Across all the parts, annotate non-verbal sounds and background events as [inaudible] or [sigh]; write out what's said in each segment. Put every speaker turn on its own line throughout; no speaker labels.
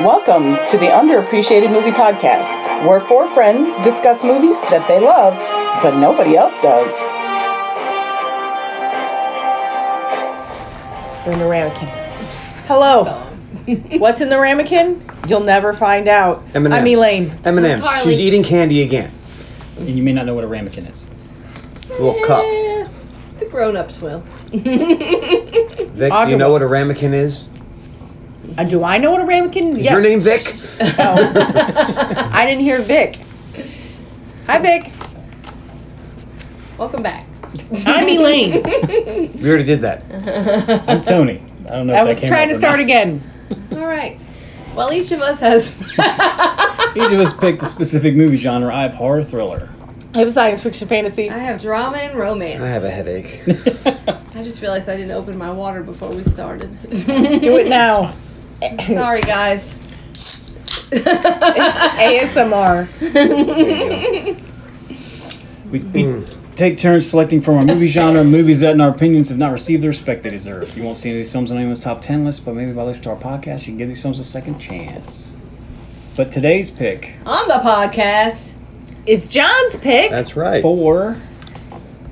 Welcome to the Underappreciated Movie Podcast, where four friends discuss movies that they love, but nobody else does. We're in the ramekin. Hello.
[laughs]
What's in the ramekin? You'll never find out.
M&M's.
I'm Elaine.
M&M's. She's eating candy again.
and you may not know what a ramekin is.
Little cup.
Eh, the grown-ups will.
Vic, do you know what a ramekin is?
Uh, do I know what a ramekin is?
Is
Yes.
your name Vic?
I didn't hear Vic. Hi, Vic.
Welcome back.
I'm Elaine.
We already did that.
I'm Tony. I don't know.
I
if
was
that came
trying
up
to
or
start
not.
again.
All right. Well, each of us has.
[laughs] Each of us picked a specific movie genre. I have horror thriller.
I have science fiction fantasy.
I have drama and romance.
I have a headache.
I just realized I didn't open my water before we started.
[laughs]
Do it now.
Sorry, guys.
ASMR.
We, we take turns selecting from our movie genre movies that, in our opinions, have not received the respect they deserve. You won't see any of these films on anyone's top ten list, but maybe by listening to our podcast, you can give these films a second chance. But today's pick
On the podcast,
It's John's pick.
That's right.
for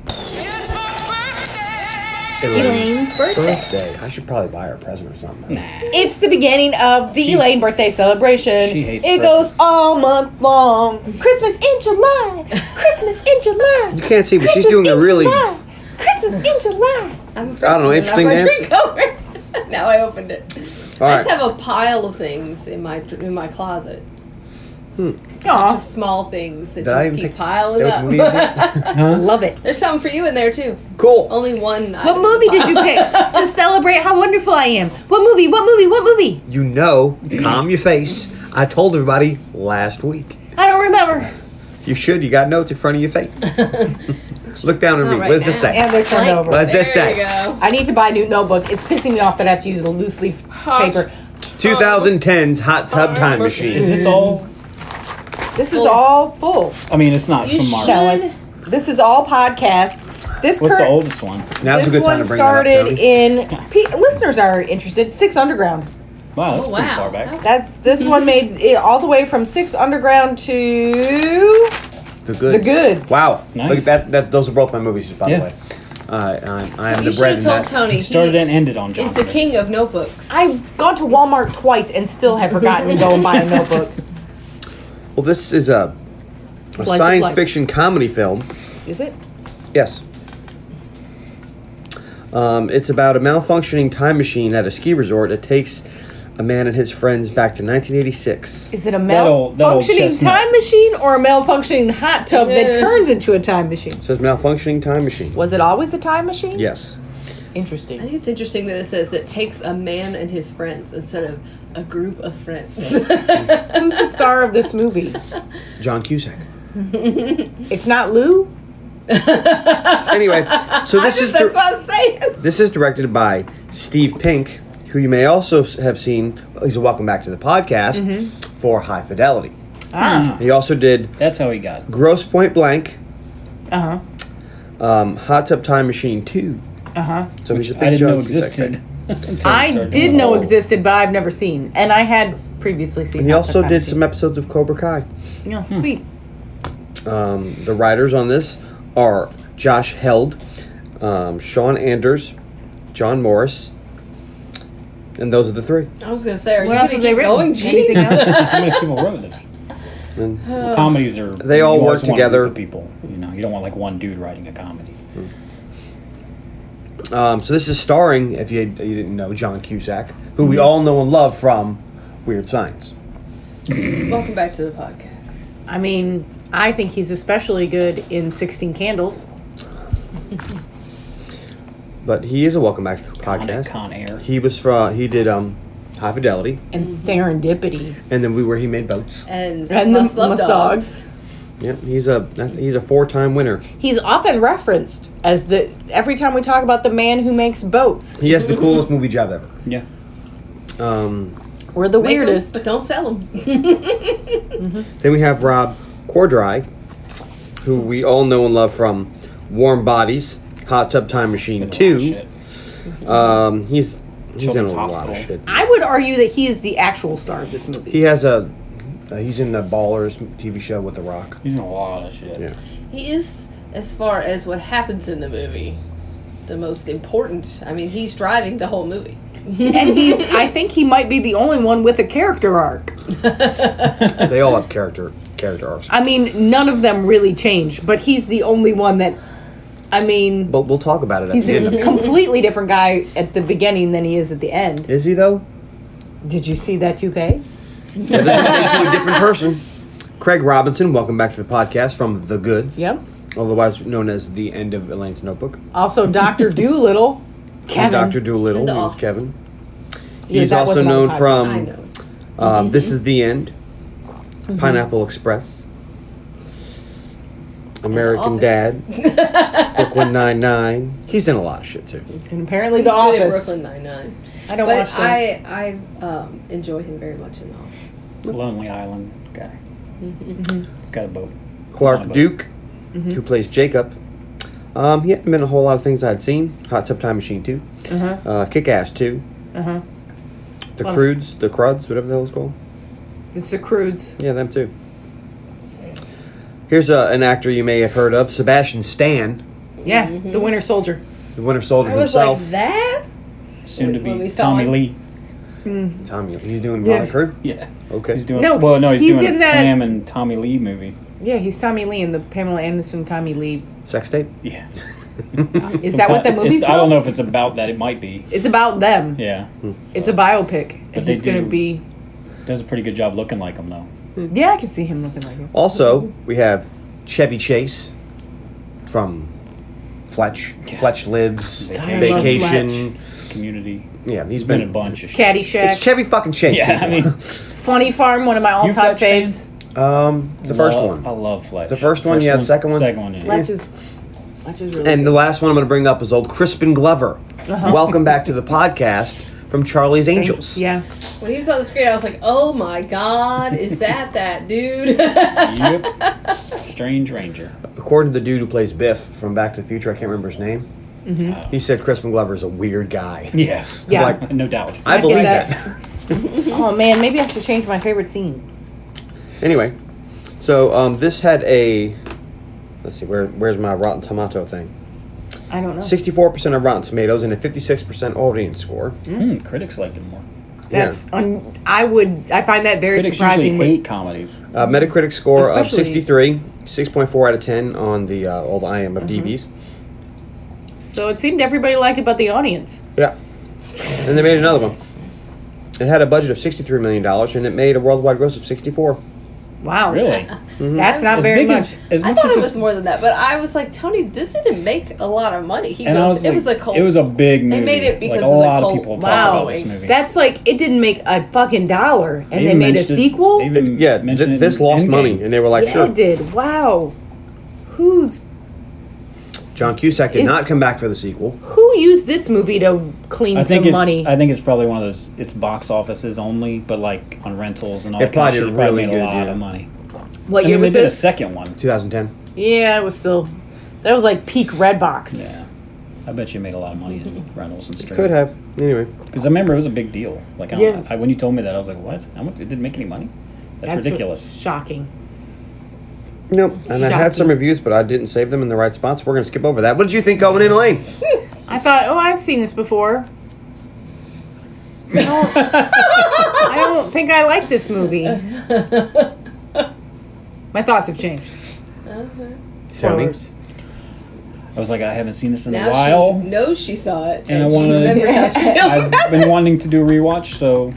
It's my birthday!
Elaine's
birthday.
birthday. I should probably buy her a present or something.
It's the beginning of the Elaine birthday celebration.
she hates
it
presents.
goes all month long. Christmas in July. Christmas in July.
You can't see, but she's
Christmas
doing a
in
really.
July. Christmas in July.
I'm afraid
I don't know,
she didn't
interesting
have my
dance?
[laughs]
drink [laughs] over. now I opened it. I
All
just
right.
have a pile of things in my in my closet.
Aw,
Small things that
Did I
just
even
keep
pick-
piling
Is that what the
up.
love it.
[laughs] There's something for you in there too.
Cool.
Only one.
What movie did you
[laughs]
pick to celebrate how wonderful I am? What movie? What movie? What movie?
You know, calm your face. I told everybody last week.
I don't remember.
You should. You got notes in front of your face. Look down and
Not
read.
right
what does it
now.
say?
And they're turned
Blank.
over.
what does
There
this say?
you go.
I need to buy a new notebook. It's pissing me off that I have to use a loose leaf paper.
2010's Hot Tub Time Machine.
is this all?
This is all full.
I mean, it's not
You
from Marvel.
No, it's, this is all podcast. This
What's the
current-
oldest one?
Now's
This
a good time
one
to bring
started
that up, Tony.
in. Pe- listeners are interested. Six Underground.
Wow, that's
Oh,
pretty
wow.
far back.
That's this
Mm-hmm.
one made it all the way from Six Underground to
The Goods.
The Goods.
Wow. Look at
Nice.
that, that. Those are both my movies, by
Yeah.
the way. Uh, I'm, I am
You
the
should
bread
have
in
told
that.
Tony. He
Started and ended on. John
is the king of notebooks.
I've gone to Walmart twice and still have forgotten to go and buy
[laughs]
a notebook.
Well, this is a, a
of
science
life.
fiction comedy film.
Is it?
Yes. Um, it's about a malfunctioning time machine at a ski resort that takes a man and his friends back to 1986.
Is it a
That old- that old
malfunctioning
chestnut.
time machine or a malfunctioning hot tub that
Yeah.
turns into a time machine?
It says malfunctioning time machine.
Was it always a time machine?
Yes.
I
Interesting.
think it's interesting that it says it takes a man and his friends instead of a group of [laughs] friends.
Who's the star of this movie?
John
[laughs]
Cusack.
It's not Lou.
Anyway, so this is
That's
dir-
what I'm saying.
this is directed by Steve Pink, who you may also s- have seen. He's a welcome back to the podcast
Mm-hmm.
for High Fidelity.
Ah,
He also did
that's how he got.
Gross Point Blank,
Uh huh.
um, Hot Tub Time Machine 2.
Uh huh.
So he's a big
I didn't
John
know
Cusack
existed.
fan.
[laughs] until we
I
started
did
doing
know
it.
existed, but I've never seen, and I had previously seen.
And he
Hot Tub
also
Time
did
Machine.
some episodes of Cobra Kai.
Yeah,
Hmm.
sweet.
Um, the writers on this are Josh Held, um, Sean Anders, John Morris, and those are the three.
I was gonna say, are
What
you
else have
gonna keep
they written?
going?
Anything
Jeez.
else?
How many people wrote this? Well, comedies are
They all
you
work
always want a group
together. Hmm.
of People, you know, you don't want like one dude writing a comedy.
Um, so this is starring, if you, you didn't know, John Cusack, who
Mm-hmm.
we all know and love from Weird Science.
[laughs] Welcome back to the podcast.
I mean, I think he's especially good in Sixteen Candles.
But he is a welcome back to the
On
podcast.
Con Air.
He was from he did um, High Fidelity,
And
Mm-hmm.
serendipity.
and then we were he made votes.
And,
And the
must love
Must
dogs.
Yep, he's a he's a four time winner.
He's often referenced as the every time we talk about the man who makes boats,
He has
[laughs]
the coolest movie job ever.
Yeah.
Um,
we're the
Make 'em,
weirdest.
but don't sell them.
Then we have Rob Cordry, who we all know and love from Warm Bodies, Hot Tub Time Machine
Shit.
2. Um, he's He's in
Children's
a lot
Hospital.
of shit.
I would argue that he is the actual star of this movie.
He has a. Uh, he's in the Ballers TV show with The Rock.
He's in a lot of shit.
Yeah.
[laughs] He is, as far as what happens in the movie, the most important. I mean, he's driving the whole movie.
and he's I think he might be the only one with a character arc.
they all have character character arcs.
I mean, none of them really change, but he's the only one that I mean,
But we'll talk about it at
he's
the
a
end.
completely different guy at the beginning than he is at the end.
Is
[laughs]
he though?
Did you see that toupee?
to a different person. Craig Robinson, welcome back to the podcast from The Goods.
Yep.
Otherwise known as the end of Elaine's notebook.
Also
[laughs]
Dr. Doolittle. Kevin.
Dr. Doolittle,
In the
he was
office.
Kevin.
Yeah,
He's
that
also
wasn't on
known
the podcast. Mm-hmm.
I know.
from um, This Is the End, Pineapple Express, American
Office.
[laughs]
Dad, Brooklyn Nine Nine. He's in a lot of shit too.
And apparently the
He's good at
office.
Brooklyn Nine Nine.
I don't
but
watch them.
I I um, enjoy him very much in the office.
Lonely Island guy.
Mm-hmm.
He's got a boat. Not a
Clark
boat.
Duke, who plays Jacob. Um, he hadn't been in a whole lot of things I'd seen. Hot Tub Time Machine 2. Uh, Kick Ass 2.
Uh-huh.
The
Lot of-
Crudes, The Cruds, whatever the hell it's called.
It's the Crudes.
Yeah, them too. Here's a, an actor you may have heard of, Sebastian Stan,
Yeah, the
Mm-hmm.
Winter Soldier.
the Winter Soldier
I was
himself.
like that.
Soon to
When we
be
saw
Tommy
him.
Lee.
Tommy, he's doing
Yeah.
Motley Crue.
Yeah.
Okay.
He's doing
No,
well. No, he's,
he's
doing
in
a
that-
Pam and Tommy Lee movie.
Yeah, he's Tommy Lee in the Pamela Anderson Tommy Lee.
Sex tape.
Yeah.
Is that what the movie's
It's, I
called?
don't know if it's about that. It might be.
It's about them.
Yeah.
Hmm.
It's a biopic.
But
And
they
he's going
do-
to be
Does a pretty good job looking like him though.
Yeah, I can see him looking like him.
Also, we have Chevy Chase from Fletch. Fletch Lives,
God,
I love
Vacation.
Community.
Yeah, he's
Been
been,
a bunch of shit.
Caddyshack.
It's Chevy fucking Chase.
Yeah, I
people.
mean,
Funny Farm, one of my
You
all-time
Fletch fans?
faves.
Um, the first
love-
one.
I love Fletch.
The first one, yeah, the second one-
Second one, yeah.
Fletch is
Which is really
And the last one I'm going to bring up is old Crispin Glover. Welcome back to the podcast from Charlie's Angels.
Uh-huh. yeah.
when he was on the screen, I was like, oh my god, is that that dude? [laughs]
yep. Strange Ranger.
According to the dude who plays Biff from Back to the Future, I can't remember his name. He said Crispin Glover is a weird guy.
[laughs] Yeah.
Mm-hmm. Yeah.
Like,
No doubt.
I
get
believe
that.
that.
Oh man, maybe I should change my favorite scene.
anyway, so um, this had a. Let's see, where where's my Rotten Tomato thing?
I don't know.
64% of Rotten Tomatoes and a 56% audience score.
Mm.
Hmm, critics liked it more.
That's un- I would I find that very
Critics
surprising.
usually
with-
hate comedies.
Uh, Metacritic score of
Especially-
63, 6.4 out of 10 on the uh, old
Mm-hmm.
IMDb's.
So it seemed everybody liked it but the audience.
Yeah. And they made another one. It had a budget of $63 million and it made a worldwide gross of 64.
Wow.
Really?
[laughs]
That's not
As
very
big
much.
as as
I
much
thought
as
it
this-
was more than that, but I was like, Tony, this didn't make a lot of money. He
And I
goes,
was
it was
like-
a cult.
it was a big movie.
They made it
Like,
because
a
of the
lot
cult
of people
Wow.
talk about this movie.
That's like it didn't make a fucking dollar and they,
even
made a
mentioned it-
sequel?
they even
It- yeah,
mentioned
th-
it
this
in
lost
Endgame.
money and they were like,
yeah,
sure.
it did. Wow. Who's
John Cusack did
Is-
not come back for the sequel.
who used this movie to clean
I think
some
it's
money?
I think it's probably one of those it's box offices only, but like on rentals and all
It
that kind
probably did
of shit. It probably
really
made a
good,
lot
yeah.
of money.
what
I
year
mean, they
was
did a
this?
second one.
2010.
Yeah, it was still. That was like peak Redbox.
Yeah. I bet you made a lot of money
[laughs]
in rentals and streaming.
Could have. Anyway.
Because I remember it was a big deal. Like I,
Yeah.
I, when you told me that, I was like, "What? How much? It didn't make any money. That's,
That's
ridiculous."
Shocking.
Nope. And I had some
Shocking.
reviews, but I didn't save them in the right spots. We're going to skip over that. What did you think going in, Elaine?
I thought, oh, I've seen this before. I don't, [laughs] I don't think I like this movie. My thoughts have changed. Spoilers.
I was like, "I haven't seen this in
now
a while,
she knows she saw it,
and
and,
I
she
wanted.
remembers how [laughs] she
[laughs]
feels
I've
about
been wanting to do a rewatch." So,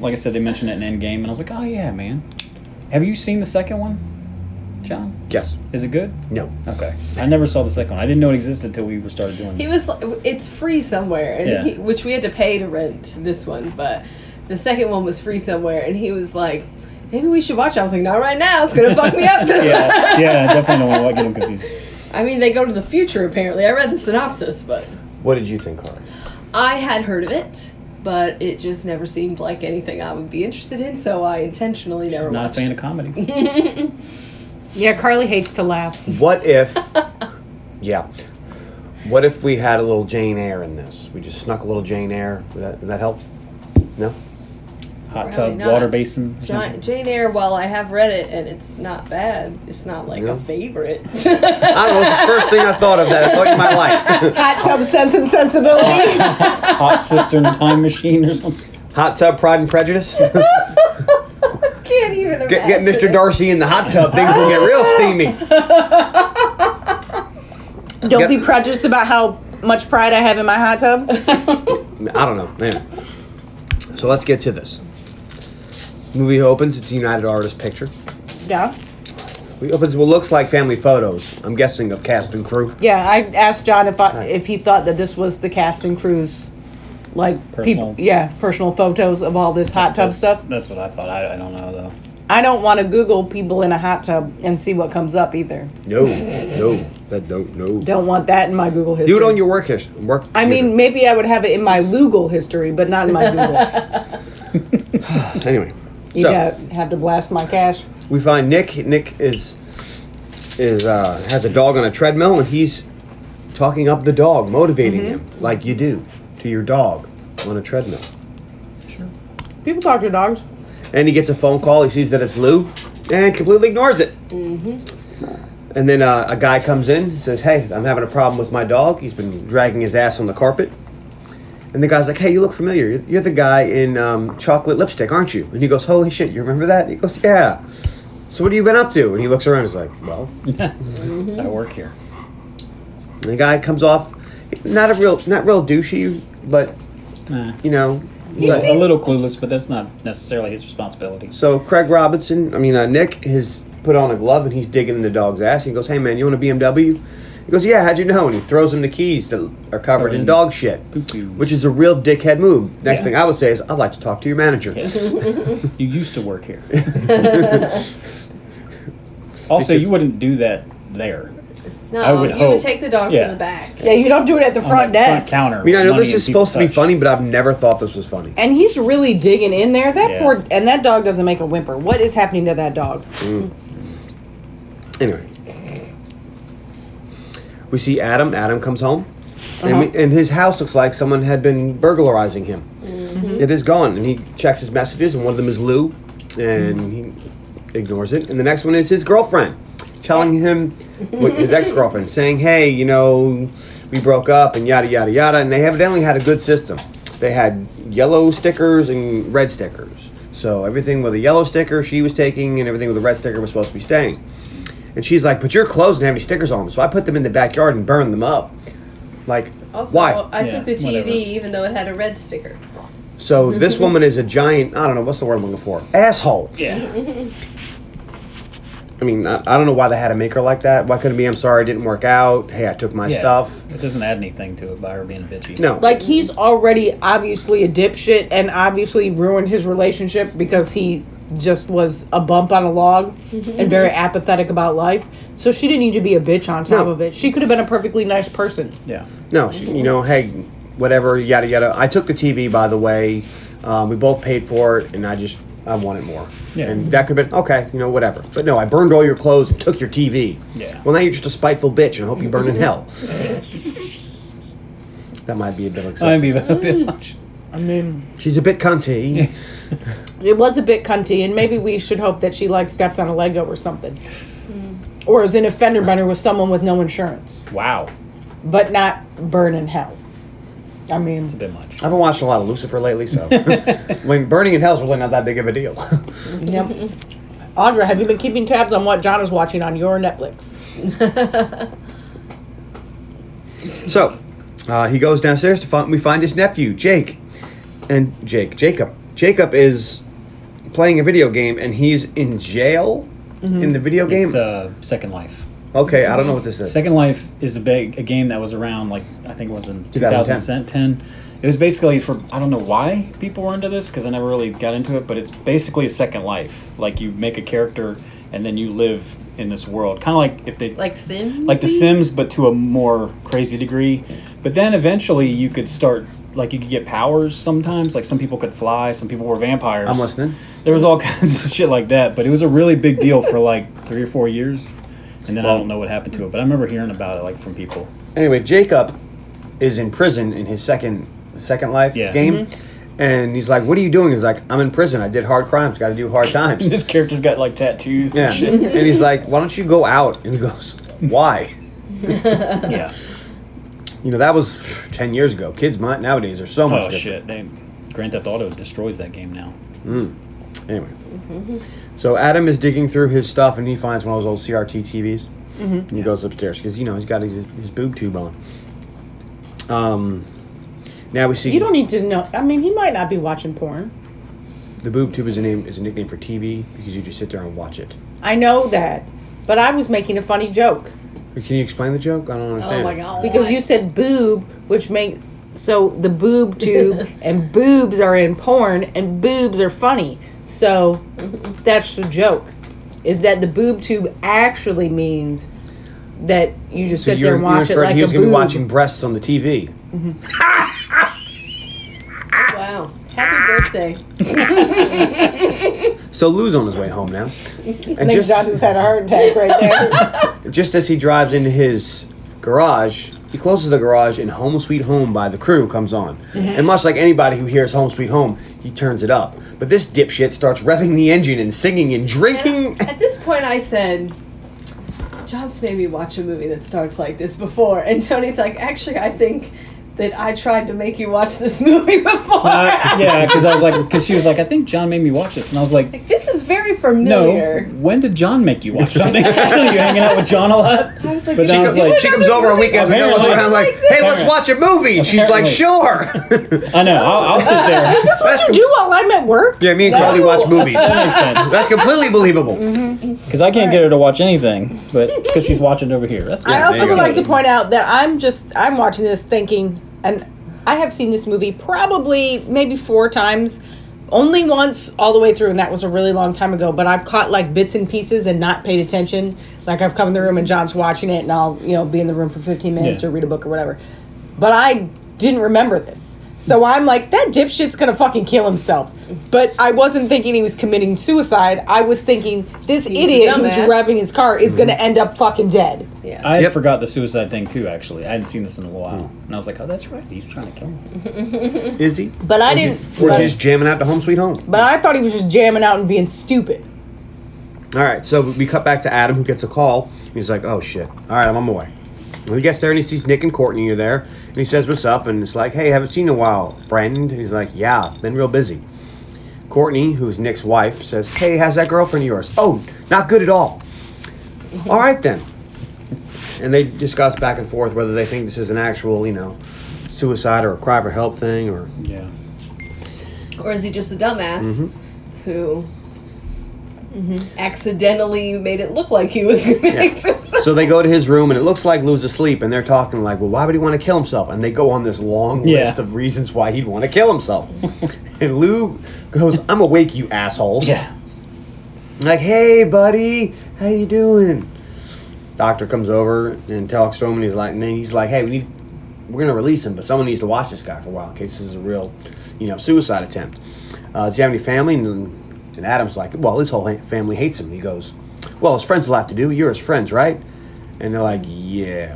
like I said, they mentioned it in Endgame, and I was like, "Oh yeah, man. Have you seen the second one, John?
Yes.
Is it good?"
No.
Okay, I never saw the second one. I didn't know it existed until we were started doing.
He
it.
was. It's free somewhere, and
Yeah.
he, which we had to pay to rent this one, but the second one was free somewhere, and he was like, "Maybe we should watch." it. I was like, "Not right now. It's gonna fuck me up."
[laughs] yeah, yeah, I definitely don't want to get him confused.
I mean, they go to the future apparently. I read the synopsis, but
What did you think, Carl?
I had heard of it, but it just never seemed like anything I would be interested in, so I intentionally never
Not a
watched.
fan
it.
of comedies.
[laughs]
[laughs] Yeah, Carly hates to laugh.
What if. yeah. What if we had a little Jane Eyre in this? We just snuck a little Jane Eyre. Would that, would that help? No?
Hot
Probably
tub,
not.
water basin.
Jane,
or something.
Jane Eyre, while I have read it and it's not bad, it's not like
Yeah.
a favorite. [laughs]
I don't know. It's the first thing I thought of that I thought in my life. [laughs]
Hot tub sense and sensibility.
Hot cistern time machine or something.
hot tub, Pride and Prejudice. [laughs] get,
Can't even imagine.
get Mr. Darcy in the hot tub. Things will get real steamy.
Don't be prejudiced about how much pride I have in my hot tub. [laughs]
I don't know. Anyway. So let's get to this. Movie opens. It's a United Artists picture.
Yeah.
We opens what looks like family photos. I'm guessing of cast and crew.
Yeah, I asked John if I, if he thought that this was the casting crew's like
Personal.
people yeah, personal photos of all this hot tub
That's-
stuff.
That's what I thought. I, I don't know though.
I don't want to Google people in a hot tub and see what comes up either.
No, no, that don't no.
Don't want that in my Google history.
Do it on your work history. Work.
I mean,
computer.
maybe I would have it in my Google history, but not in my
[laughs]
Google.
anyway.
You
so
gotta have to blast my cash.
we find Nick. Nick is is uh, has a dog on a treadmill, and he's talking up the dog, motivating him like you do to your dog on a treadmill.
People talk to dogs.
And he gets a phone call. He sees that it's Lou, and completely ignores it. And then uh, a guy comes in, says, "Hey, I'm having a problem with my dog. He's been dragging his ass on the carpet." And the guy's like, "Hey, you look familiar. You're- You're the guy in um, chocolate lipstick, aren't you?" And he goes, "Holy shit, you remember that?" And he goes, "Yeah." So what have you been up to? And he looks around. He's like, "Well."
Mm-hmm.
I work here.
And the guy comes off, not a real, not real douchey, but
Nah.
you know. he's like-
A little clueless, but that's not necessarily his responsibility.
So Craig Robinson, I mean uh, Nick, has put on a glove and he's digging in the dog's ass. He goes, "Hey man, you want a BMW?" He goes, "Yeah, how'd you know?" And he throws him the keys that are covered in
in
dog shit,
poo-poo.
which is a real dickhead move. Next
Yeah.
thing I would say is, "I'd like to talk to your manager."
you used to
[laughs]
work here. also,
Because-
you wouldn't do that there.
No,
I would
you
hope.
would take the dog
Yeah.
to the back.
Yeah, you don't do it at the
On
front
that
desk.
counter.
I mean, I know this is supposed to be funny, but I've never thought this was funny.
And he's really digging in there. That
Yeah.
poor and that dog doesn't make a whimper. What is happening to that dog?
Anyway, we see Adam. Adam comes home,
Uh-huh.
and, we, and his house looks like someone had been burglarizing him. It is gone, and he checks his messages, and one of them is Lou, and he ignores it. And the next one is his girlfriend telling him, what, his ex girlfriend, saying, "Hey, you know, we broke up, and yada yada yada." And they evidently had a good system. They had yellow stickers and red stickers. So everything with a yellow sticker she was taking, and everything with a red sticker was supposed to be staying. And she's like, "But your clothes didn't have any stickers on them, so I put them in the backyard and burned them up." Like,
Also, uh,
why?
I
Yeah,
took the TV
whatever.
even though it had a red sticker.
So this woman is a giant. I don't know what's the word I'm looking for. Asshole.
Yeah.
I mean, I, I don't know why they had to make her like that. Why couldn't it be? I'm sorry, it didn't work out. Hey, I took my
yeah.
stuff.
It doesn't add anything to it by her being bitchy.
No,
Like he's already obviously a dipshit and obviously ruined his relationship because he just was a bump on a log and very apathetic about life. So she didn't need to be a bitch on top
No.
of it. She could have been a perfectly nice person.
Yeah.
no. She, you know, hey, whatever, yada yada. I took the TV, by the way. Um, we both paid for it, and I just I wanted more.
Yeah.
And that could have been okay, you know, whatever. But no, I burned all your clothes and took your TV.
Yeah.
Well, now you're just a spiteful bitch, and I hope you burn in
[laughs]
hell. that might be a bit.
I mean,
excessive. She's a bit cunty.
It was a bit cunty, and maybe we should hope that she like steps on a Lego or something, Mm. or is in a fender bender with someone with no insurance,
wow.
but not burn in hell. I mean,
A bit much.
I've been watching a lot of Lucifer lately,
[laughs]
so I mean, burning in hell's really not that big of a deal. [laughs]
Yep. Audra, have you been keeping tabs on what John is watching on your Netflix?
so uh, he goes downstairs to find we find his nephew Jake, and Jake Jacob Jacob is playing a video game and he's in jail in the video game.
Mm-hmm. It's uh, Second Life.
okay, I don't know what this is.
Second Life is a big a game that was around like I think it was in
2010.
2010. It was basically for I don't know why people were into this because I never really got into it, but it's basically a Second Life. Like you make a character and then you live in this world, kind of like if they
Like Sims?
like the Sims, but to a more crazy degree. But then eventually you could start like you could get powers sometimes. Like some people could fly, some people were vampires.
I'm listening.
There was all [laughs] kinds of shit like that, but it was a really big deal for like three or four years, and then I don't know what happened to it. But I remember hearing about it like from people. [laughs]
Anyway, Jacob is in prison in his second second life
Yeah. Mm-hmm.
game. And he's like, "What are you doing?" He's like, "I'm in prison. I did hard crimes. Got to do hard times."
[laughs] This character's got like tattoos
yeah.
and
[laughs]
shit.
and he's like, "Why don't you go out?" And he goes, "Why?" [laughs]
yeah.
You know, that was ten years ago. Kids my, nowadays are so much
Oh
different.
shit! They, Grand Theft Auto destroys that game now.
Anyway,
Mm-hmm.
so Adam is digging through his stuff and he finds one of those old CRT TVs.
Mm-hmm.
And he goes upstairs because you know he's got his, his boob tube on. Um, now we see
You don't e- need to know. I mean, he might not be watching porn.
the boob tube is a name is a nickname for TV because you just sit there and watch it.
I know that, but I was making a funny joke
Can you explain the joke? I don't understand.
Oh my god.
because you said boob, which make so the boob tube and boobs are in porn and boobs are funny. So that's the joke. Is that the boob tube actually means that you just
So
sit there
you're,
and
you're
watch it
inferring
like
he
a
was gonna
boob?
be watching breasts on the TV.
Wow. Happy birthday.
So Lou's on his way
[laughs]
home now, and
Nick John just
just
had a heart attack right [laughs] there.
just as he drives into his garage, he closes the garage, and "Home Sweet Home" by the Crew comes on.
Mm-hmm.
And much like anybody who hears "Home Sweet Home," he turns it up. But this dipshit starts revving the engine and singing and drinking. [laughs]
At this point, I said, John's made me watch a movie that starts like this before. And Tony's like, actually, I think that I tried to make you watch this [laughs] movie before.
Uh, yeah, because I was like, because she was like, I think John made me watch this, and I was like,
this is very
No,
familiar.
when did John make you watch something? [laughs] you hanging out with John a lot.
I was like,
But
"Did
then I
you
was
do
like-
it
she
on
comes
this
over on
movie?"
weekends and
Apparently.
goes around like, "Hey, let's
Apparently.
watch a movie." And she's like,
Apparently.
[laughs] "Sure."
I know. I'll, I'll sit there.
That's com-
Do while I'm at work?
yeah, me and Carly
[laughs]
watch movies.
That
[laughs]
makes sense
That's completely believable.
Mm-hmm.
because I can't get her to watch anything, but it's because she's watching over here. That's
I
good.
also
there you
would
go.
like to point out that I'm just I'm watching this thinking, and I have seen this movie probably maybe four times, only once all the way through, and that was a really long time ago. But I've caught like bits and pieces and not paid attention. Like I've come in the room and John's watching it, and I'll you know be in the room for 15 minutes
Yeah.
or read a book or whatever. But I didn't remember this. So I'm like, that dipshit's gonna fucking kill himself. But I wasn't thinking he was committing suicide. I was thinking this
a
idiot who's
dumbass.
revving his car
Mm-hmm.
is gonna end up fucking dead.
Yeah.
I
Yep.
forgot the suicide thing too. Actually, I hadn't seen this in a while, and I was like, "Oh, that's right. He's trying to kill me."
Is he?
But I didn't.
We're
but,
just jamming out to Home Sweet Home.
but I thought he was just jamming out and being stupid.
All right, so we cut back to Adam, who gets a call. He's like, "Oh shit! All right, I'm on my way." And he gets there and he sees Nick and Courtney are there, and he says, "What's up?" And it's like, "Hey, haven't seen you in a while, friend." And he's like, "Yeah, been real busy." Courtney, who's Nick's wife, says, "Hey, how's that girlfriend of yours?" "Oh, not good at all." "All right then." And they discuss back and forth whether they think this is an actual, you know, suicide or a cry for help thing, or
Yeah.
Or is he just a dumbass
Mm-hmm.
who mm-hmm, accidentally made it look like he was committing suicide?
So they go to his room, and it looks like Lou's asleep, and they're talking like, "Well, why would he want to kill himself?" And they go on this long
Yeah.
list of reasons why he'd want to kill himself. [laughs] and Lou goes, "I'm awake, you assholes!"
Yeah.
Like, "Hey, buddy, how you doing?" Doctor comes over and talks to him, and he's like, and then he's like, "Hey, we need, we're gonna release him, but someone needs to watch this guy for a while in case this is a real, you know, suicide attempt." Uh, Does he have any family? And, then- and Adam's like, "Well, his whole ha- family hates him." He goes, "Well, his friends will have to do. You're his friends, right?" And they're like, "Yeah."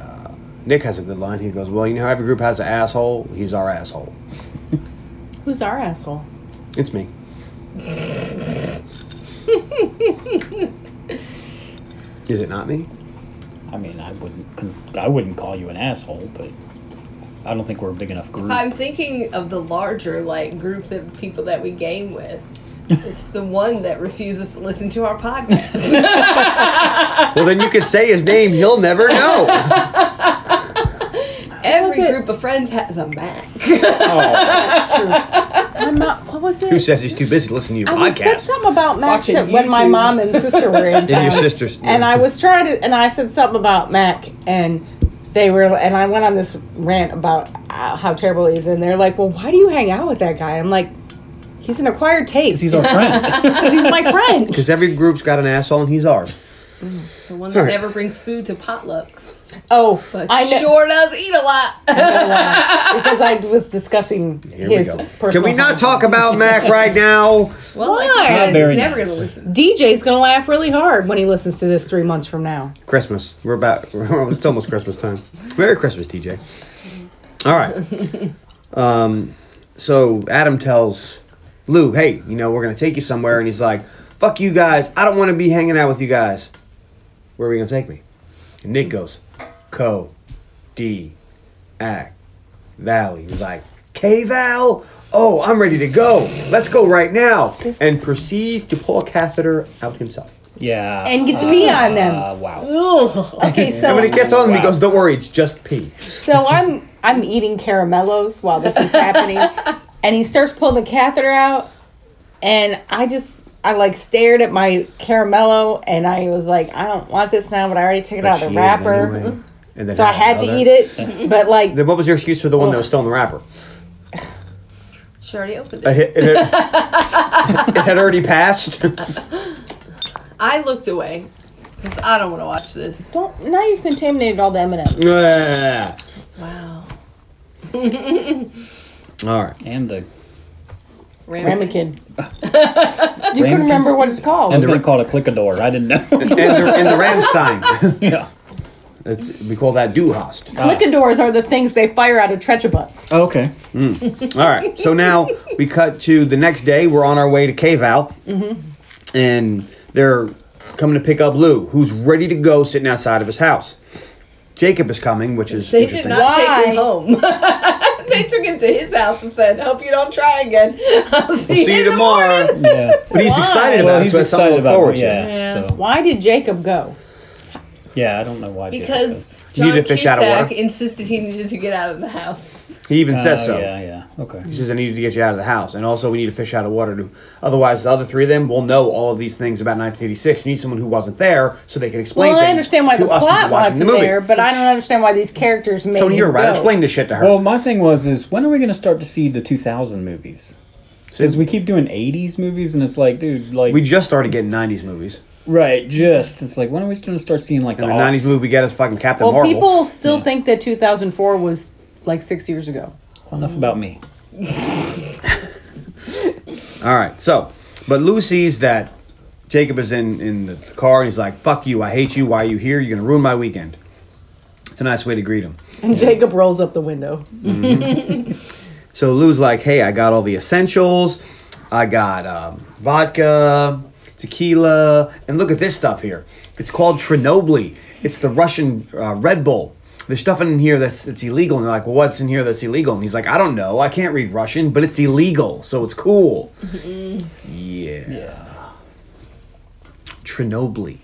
Nick has a good line. He goes, "Well, you know, how every group has an asshole. He's our asshole.
Who's our asshole? [laughs]
It's me." Is it not me?
I mean, I wouldn't. con- I wouldn't call you an asshole, but I don't think we're a big enough group.
I'm thinking of the larger like group of people that we game with. It's the one that refuses to listen to our
[laughs]
podcast.
Well, then you could say his name. He'll never
[laughs]
know.
Every
it?
group of friends has a Mac.
Oh,
I'm not. What was it?
Who says he's too busy listening to
I
your
was- said
podcast?
something about Mac
Watching
that when my
YouTube.
mom and sister were
[laughs]
in town.
your sisters-
And I was trying to, and I said something about Mac, and they were, and I went on this rant about uh, how terrible he is, and they're like, "Well, why do you hang out with that guy?" I'm like, "He's an acquired taste.
he's our
[laughs]
friend. [laughs]
'Cause he's my friend."
[laughs] Because every group's got an asshole, and he's ours.
The one that never brings food to potlucks,
Oh,
but
I know.
sure does eat a lot. [laughs]
because I was discussing
Here
his
we go.
personal.
Can we not
home.
talk about Mac
[laughs]
right now?
well, like you
Why?
said,
Not
very
he's never
nice.
gonna listen.
DJ's gonna laugh really hard when he listens to this three months from now.
[laughs] Christmas. We're about. It's almost Christmas time. Merry Christmas, TJ. All right. Um, so Adam tells Lou, "Hey, you know we're gonna take you somewhere," and he's like, "Fuck you guys! I don't want to be hanging out with you guys. Where are we gonna take me?" And Nick goes, "Co, D, Ack, Valley." He's like, "K Val." Oh, I'm ready to go. Let's go right now. And proceeds to pull a catheter out himself.
Yeah.
And gets pee on them.
Uh, wow.
Ugh. Okay, so
And when it gets on him, he
Wow.
goes, "Don't worry, it's just pee."
So I'm I'm eating caramellos while this is happening, and he starts pulling the catheter out, and I just I like stared at my caramello, and I was like, I don't want this now, but I already took it out of the wrapper,
And then
so I had to eat [laughs] it. But like,
Then what was your excuse for the one that was still in the wrapper?
She already opened
It,
it.
had- it had, it had already passed. [laughs]
I looked away because I don't want to watch this.
don't now you've contaminated all the M and M's.
Ah.
Wow.
All right.
And the.
Ramekin.
Ramekin. you can remember what it's called.
I was going to call it a clickador. I didn't know. [laughs]
And the, and the Ramstein. [laughs]
yeah.
That's, we call that do host. All
Clickadors are the things they fire out of Tretcher butts.
Oh, okay.
right. So now we cut to the next day. We're on our way to Cave Al. And they're coming to pick up Lou, who's ready to go sitting outside of his house. Jacob is coming, which is
They did
interesting.
not take him
Why?
home. [laughs] they took him to his house and said, "Hope you don't try again. [laughs] I'll see,
See you
in the
tomorrow.
[laughs] Yeah.
But he's excited about
well,
it.
he's
so it's something to
excited
look
about
forward
it.
to.
Yeah.
Yeah.
So,
Why did Jacob go?
yeah, I don't know why. Jacob
Because
does.
You need
John
to fish out of
Cusack
water.
insisted he needed to get out of the house.
He even says
Oh,
so.
Yeah, yeah. Okay.
He says, I need to get you out of the house. And also, we need to fish out of water. To, otherwise, the other three of them will know all of these things about 1986. You need someone who wasn't there so they can explain
Well,
things
I understand why
to
the
us who's
plot
watching
was
the movie.
there, but I don't understand why these characters made
Tony,
him
you're right.
go.
Explain this shit to her.
Well, my thing was is when are we going to start to see the 2000 movies? Because we keep doing 80s movies, and it's like, dude, like
we just started getting 90s movies.
right, just it's like when are we going to start seeing like
And the
aughts?
90s movie we got is fucking Captain
Well,
Marvel.
people still think that 2004 was like six years ago.
Enough about me.
All right. So, but Lou sees that Jacob is in, in the car and he's like, fuck you. I hate you. Why are you here? You're going to ruin my weekend. It's a nice way to greet him.
And Jacob rolls up the window.
So Lou's like, hey, I got all the essentials. I got um, vodka, tequila, and look at this stuff here. It's called Trinobly. It's the Russian uh, Red Bull. There's stuff in here that's it's illegal. And they're like, well, what's in here that's illegal? And he's like, I don't know. I can't read Russian, but it's illegal, so it's cool. yeah. Trinobly.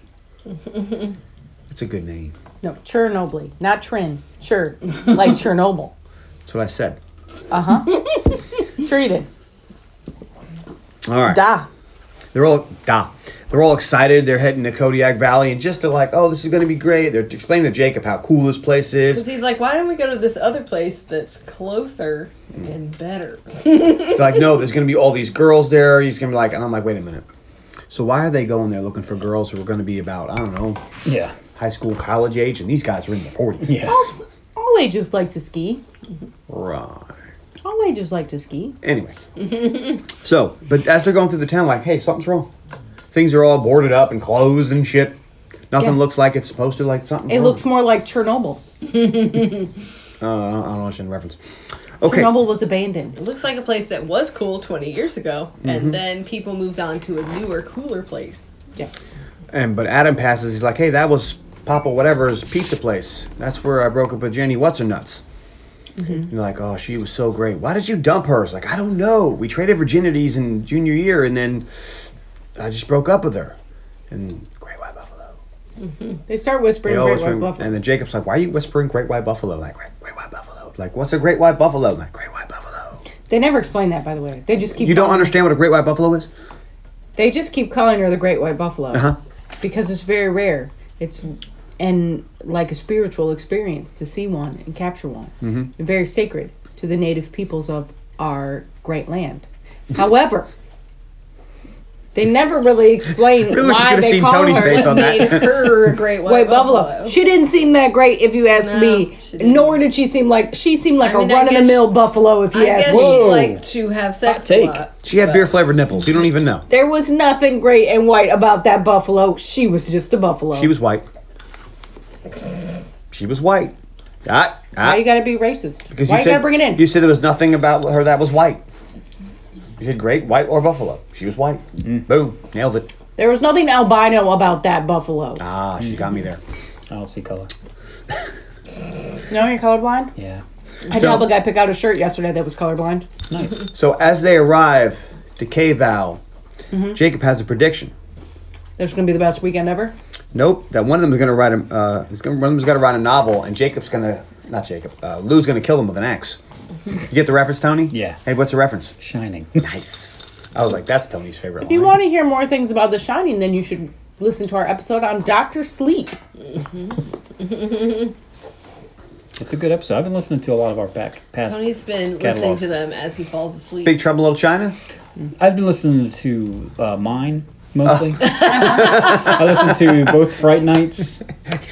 That's a good name.
No, Chernobyl, not Trin. Sure, like Chernobyl.
That's what I said.
Sure you did.
All right.
Da.
They're all ah, they're all excited. They're heading to Kodiak Valley, and just they're like, "Oh, this is going to be great." They're explaining to Jacob how cool this place
[laughs]
Because
is.
he's like, why don't we go to this other place that's closer and better?
It's like, "No, there's going to be all these girls there." He's going to be like, and I'm like, "Wait a minute. So why are they going there looking for girls who are going to be about I don't know,
Yeah,
high school, college age, and these guys are in the 40s?"
yeah.
All ages like to ski.
Right.
All ages like to ski.
Anyway, so but as they're going through the town, like, "Hey, something's wrong. Things are all boarded up and closed and shit. Nothing
Yeah.
looks like it's supposed to. Like something.
It looks more like Chernobyl.
Uh, I don't, I don't understand the reference. Okay.
Chernobyl was abandoned.
It looks like a place that was cool 20 years ago,
Mm-hmm.
and then people moved on to a newer, cooler place.
Yeah.
And but Adam passes. He's like, "Hey, that was Papa whatever's pizza place. That's where I broke up with Jenny. What's her nuts?"
Mm-hmm.
You're like, "Oh, she was so great. Why did you dump her?" It's like, "I don't know. We traded virginities in junior year, and then I just broke up with her." And Great White Buffalo.
They start whispering
They all
Great White
whispering-
Buffalo.
And then Jacob's like, "Why are you whispering Great White Buffalo? Like Great, great White Buffalo? Like what's a Great White Buffalo? I'm like Great
[laughs]
White Buffalo."
they never explain that, by the way. They just keep
You don't
calling-
understand what a Great White Buffalo is?
They just keep calling her the Great White Buffalo
Uh-huh.
because it's very rare. It's and like a spiritual experience to see one and capture one. Mm-hmm. Very sacred to the native peoples of our great land. However, they never really explain
[laughs] Really wish you
why
could've
they
seen
call
Tony's
her
face on that.
Made her
[laughs]
a great white
White Buffalo. She didn't seem that great, if you ask
No,
me.
she didn't.
Nor did she seem like she seemed like
I mean,
a
I
run of the mill
guess-
buffalo, if you
I
ask
guess
me.
she
Whoa.
liked to have sex a
take.
lot.
She had beer flavored nipples. You don't even know.
There was nothing great and white about that buffalo. She was just a buffalo.
She was white. She was white. Ah, ah.
Why you gotta be racist? Why
'Cause
you, gotta bring it in?
You said there was nothing about her that was white. You said great white or buffalo. She was white. Boom, nailed it.
there was nothing albino about that buffalo.
Ah, she got me there.
I don't see color.
No, you're colorblind.
Yeah.
I
So-
saw a guy pick out a shirt yesterday that was colorblind.
Nice.
[laughs]
So as they arrive to Cave Owl,
Mm-hmm.
Jacob has a prediction.
This is gonna be the best weekend ever.
Nope, that one of them is going to write a uh, is gonna, one of them's going to write a novel, and Jacob's going to not Jacob. Uh, Lou's going to kill him with an axe.
Mm-hmm.
You get the reference, Tony?
Yeah.
Hey, what's the reference?
Shining.
Nice. I was like, that's Tony's favorite.
If you want to hear more things about The Shining, then you should listen to our episode on Doctor Sleep.
It's a good episode. I've been listening to a lot of our back past.
Tony's been listening
Catalog.
to them as he falls asleep.
Big Trouble in Little China.
I've been listening to uh, mine
[laughs]
mostly. I listened to both Fright Nights.
He's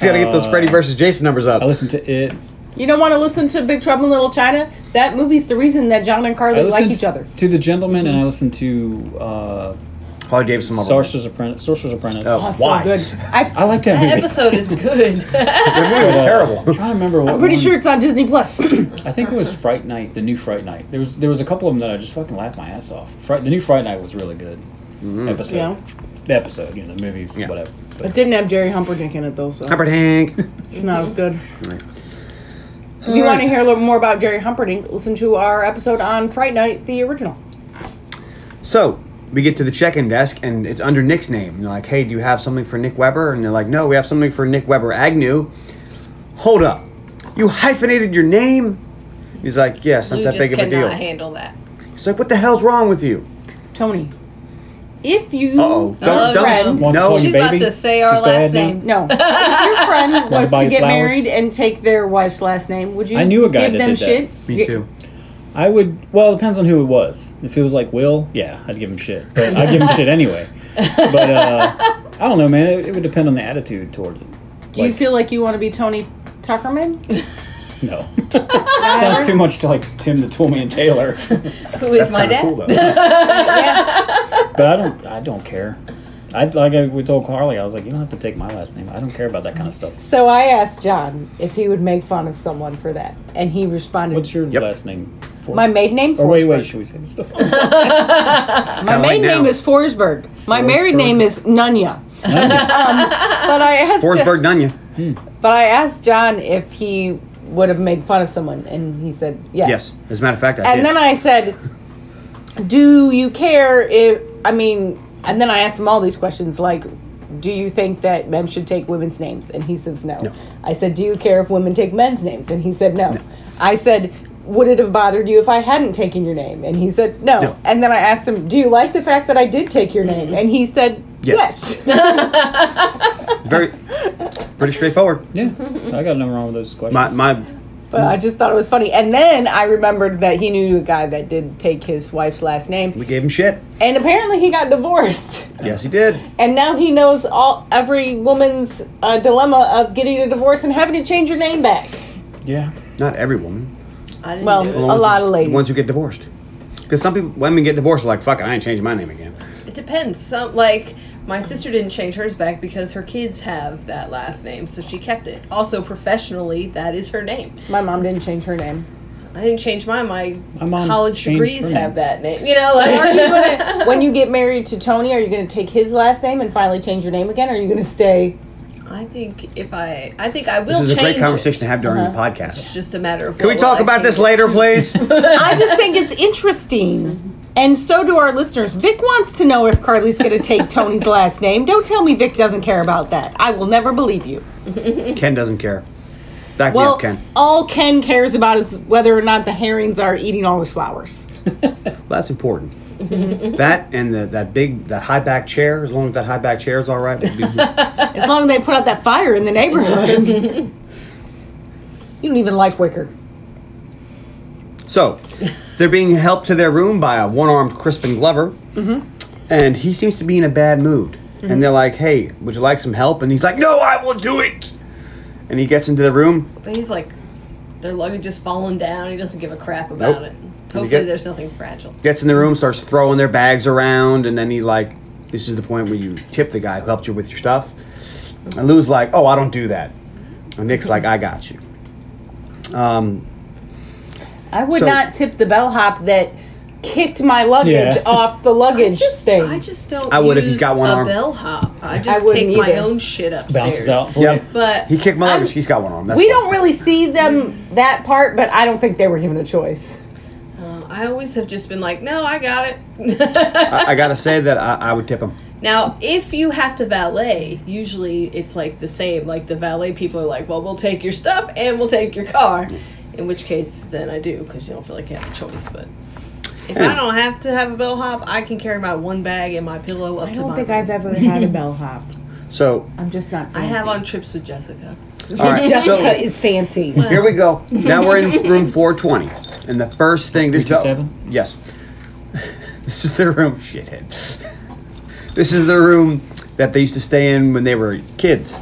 got to get those Freddy versus Jason numbers up.
I listened to it.
You don't want to listen to Big Trouble in Little China? That movie's the reason that John and
I
Carly like
listened
each other.
to The Gentleman, and I listened to uh,
Holly Davidson. Mumble.
Sorcerer's Apprentice. Sorcerer's Apprentice.
Oh.
Oh, so
Why?
good.
I
I,
like that
[laughs]
that
movie.
episode is good.
That movie was
I'm
terrible.
trying to remember what
I'm pretty
one-
sure it's on Disney Plus.
I think it was Fright Night, the new Fright Night. There was there was a couple of them that I just fucking laughed my ass off. Fright, the new Fright Night was really good. Episode,
Yeah.
the episode, you know, the movies,
Mm-hmm. Yeah.
whatever. But
it didn't have Jerry Humperdinck in it though, so
Humpert Hank.
no, it was good. If you want to hear a little more about Jerry Humperdinck, listen to our episode on Fright Night, the original.
So we get to the check-in desk, and it's under Nick's name. And they're like, "Hey, do you have something for Nick Weber?" And they're like, "No, we have something for Nick Weber Agnew." Hold up, you hyphenated your name. He's like, "Yeah, it's not
Lou
that
just
big of a deal."
cannot handle that.
He's like, "What the hell's wrong with you?"
Tony, if you
Uh-oh,
Oh,
don't, don't,
friend.
no.
She's
She's about
baby?
to say our
She's bad
last
now?
names.
[laughs]
No. if your friend was
buy
to
you
get
flowers?
married and take their wife's last name, would you
I knew a guy
give
that
them
did that.
shit?
Me
You-
too.
I would. Well, it depends on who it was. If it was like Will, yeah, I'd give him shit. But I'd give him shit anyway. But uh, I don't know, man. It, it would depend on the attitude towards it.
Do you feel like you want to be Tony
[laughs]
Tuckerman? [laughs]
no? Sounds too much to like Tim the Toolman Taylor.
Who is my
Kinda
dad?
cool, though.
yeah.
but I don't. I don't care. I like I, we told Carly. I was like, you don't have to take my last name. I don't care about that kind of stuff.
So I asked John if he would make fun of someone for that, and he responded,
What's your
Yep.
last name? For?
"My maiden name
Or wait, wait.
Forsberg.
Should we say
[laughs]
this stuff?
My
Kinda
maiden
like
name
now.
is Forsberg. My married
Forsberg.
name is Nunya." [laughs] um, but I asked
Forsberg Dunya.
But I asked John if he would have made fun of someone, and he said yes.
Yes, as a matter of fact, I
And
did.
then I said, "Do you care if I mean?" And then I asked him all these questions, like, "Do you think that men should take women's names?" And he says no.
No.
I said, "Do you care if women take men's names?" And he said no. I said. Would it have bothered you if I hadn't taken your name? And he said no. Mm-hmm.
No.
And then I asked him, "Do you like the fact that I did take your name?" And he said
Yes.
yes. [laughs]
very pretty straightforward.
yeah, I got nothing wrong with those questions.
My my
But I just thought it was funny. And then I remembered that he knew a guy that did take his wife's last name.
we gave him shit.
And apparently he got divorced.
Yes, he did.
And now he knows all every woman's uh, dilemma of getting a divorce and having to change your name back.
yeah.
Not every woman.
I didn't
Well,
do
a lot of
The
ladies.
ones who get divorced. Because some people, women get divorced, are like, fuck it, I ain't changing my name again.
it. It depends. Some like my sister didn't change hers back because her kids have that last name, so she kept it. Also, professionally, that is her name.
My mom didn't change her name.
I didn't change mine. My,
My mom
college
changed
degrees
her
have
name.
that name. You know, like
When you get married to Tony, are you going to take his last name and finally change your name again? Or are you going to stay?
[laughs] I think if I, I think I will.
This is a
change
great conversation
It.
to have during the
Uh-huh.
It's
podcast.
just a matter of.
Can we talk about this later, please?
[laughs] I just think it's interesting. And so do our listeners. Vic wants to know if Carly's going to take Tony's last name. Don't tell me Vic doesn't care about that. I will never believe you.
Ken doesn't care. Back me
Well,
up, Ken.
all Ken cares about is whether or not the herrings are eating all his flowers.
Well, that's important. that and the, that big, that high back chair, as long as that high back chair is all
[laughs]
right, we'll be-
As long as they put out that fire in the [laughs] neighborhood. you don't even like Wicker.
So, they're being helped to their room by a one armed Crispin Glover,
Mm-hmm.
and he seems to be in a bad mood. And they're like, hey, would you like some help? And he's like, no, I will do it! And he gets into the room,
But he's like, their luggage is falling down. He doesn't give a crap
Nope.
about it.
Did you
Hopefully,
get-
there's nothing fragile.
gets in the room, starts throwing their bags around, and then he like, this is the point where you tip the guy who helped you with your stuff. And Lou's like, oh, I don't do that. And Nick's like, I got you. Um,
I would
So-
not tip the bellhop that kicked my luggage
Yeah.
off the luggage
Just,
thing.
I just don't.
I would if
use
he's got one
a
arm.
bellhop. I
I
just
wouldn't
take my
either.
own shit upstairs.
Bounces out. for
yep.
you.
But
he kicked my
I'm-
luggage. He's got one arm. That's
we
fine.
don't really see them that part, but I don't think they were given a choice.
Uh, I always have just been like, no, I got it. [laughs]
I, I gotta say that I, I would tip him.
now, if you have to valet, usually it's like the same. Like the valet people are like, well, we'll take your stuff and we'll take your car. In which case, then I do because you don't feel like you have a choice. But if I don't have to have a bellhop, I can carry my one bag and my pillow up
I
to
don't
my
think
room.
I've ever had a bellhop.
So
I'm just not.
I have
fancy.
on trips with Jessica.
all right.
[laughs] Jessica
So
is fancy.
here we
[laughs]
go. Now we're in room 420, and the first thing this is
327?
yes, [laughs] this is the room. Shithead. This is the room that they used to stay in when they were kids.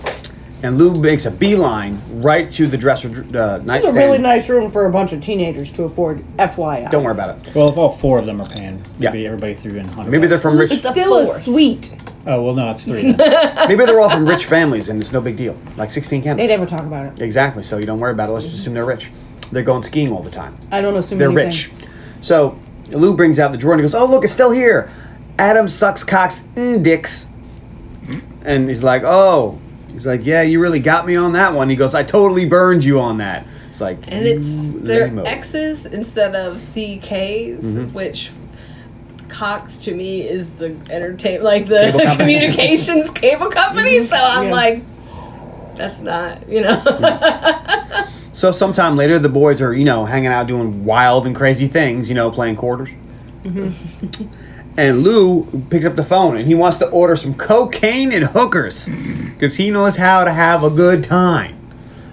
And Lou makes a beeline right to the dresser uh,
It's a
nightstand.
really nice room for a bunch of teenagers to afford, FYI.
Don't worry about it.
Well, if all four of them are paying,
Yeah.
maybe everybody threw in 100
Maybe they're from rich.
It's still a
fourth.
suite.
Oh, well, no, it's three. then.
Maybe they're all from rich families, and it's no big deal. Like 16
They
candles.
never talk about it.
Exactly. So you don't worry about it. Let's just assume they're rich. They're going skiing all the time.
I don't assume
They're
anything.
rich. So Lou brings out the drawer and he goes, "Oh look, it's still here." Adam sucks cocks mm, dicks, and he's like, "Oh." He's like, "Yeah, you really got me on that one." He goes, "I totally burned you on that." It's like,
and it's
"You
their
lame-o."
X's instead of CKs, which Cox to me is the entertain like the
Cable company.
[laughs] communications cable company. So I'm like, that's not you know.
So sometime later, the boys are you know hanging out doing wild and crazy things, you know, playing quarters. and Lou picks up the phone and he wants to order some cocaine and hookers because he knows how to have a good time.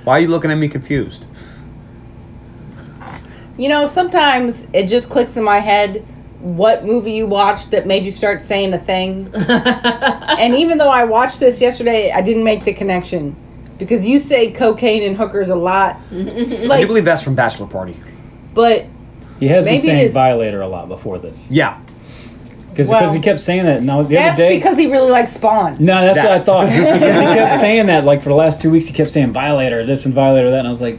Why are you looking at me confused?
You know, sometimes it just clicks in my head what movie you watched that made you start saying a thing. and even though I watched this yesterday, I didn't make the connection because you say cocaine and hookers a lot.
I do
like,
believe that's from Bachelor Party.
but
He has
Maybe
been saying
it is-
violator a lot before this.
Yeah.
Because
Well,
he kept saying that. No, the
that's
other day.
because he really likes Spawn.
no, that's
That.
what I thought. because he
[laughs]
kept saying that, like, for the last two weeks, he kept saying violator this and violator that. And I was like,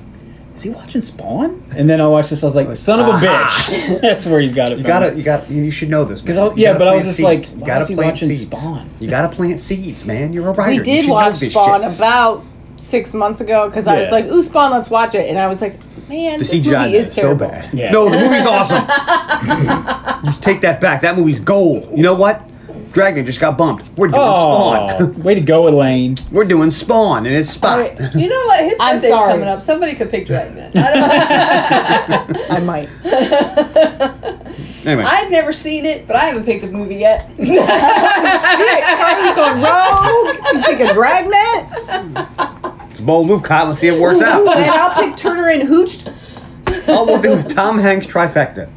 is he watching Spawn? And then I watched this, I was like, son of a bitch. [laughs] that's where he's got it
ah. You
from.
gotta, you got, you should know this.
'Cause
man.
I-
You
yeah,
gotta
but I
plant
was just
seeds.
like, why is he watching Spawn?
You gotta plant seeds, man. You're a writer.
We
You
did
should know
watch
this
Spawn
shit.
about six months ago because I was
Yeah.
like, ooh, Spawn, let's watch it. And I was like, man,
The
this
CGI
movie
is
is
so
terrible.
bad.
Yeah.
No,
[laughs]
the movie's awesome. [laughs] you take that back. That movie's gold. You know what? Dragon just got bumped. We're doing
Oh,
Spawn. [laughs]
way to go, Elaine.
We're doing Spawn, and it's Spot.
[laughs] you know what? His
I'm
birthday's
sorry.
coming up. Somebody could pick Dragnet. I
[laughs]
don't,
I might.
[laughs] Anyway,
I've never seen it, but I haven't picked a movie yet.
Connie's going rogue. She's picking
[laughs]
Dragnet.
it's a bold move, Kyle. Let's see if it works
Ooh,
out.
and I'll pick Turner and Hooch.
Oh, we'll do the Tom Hanks trifecta.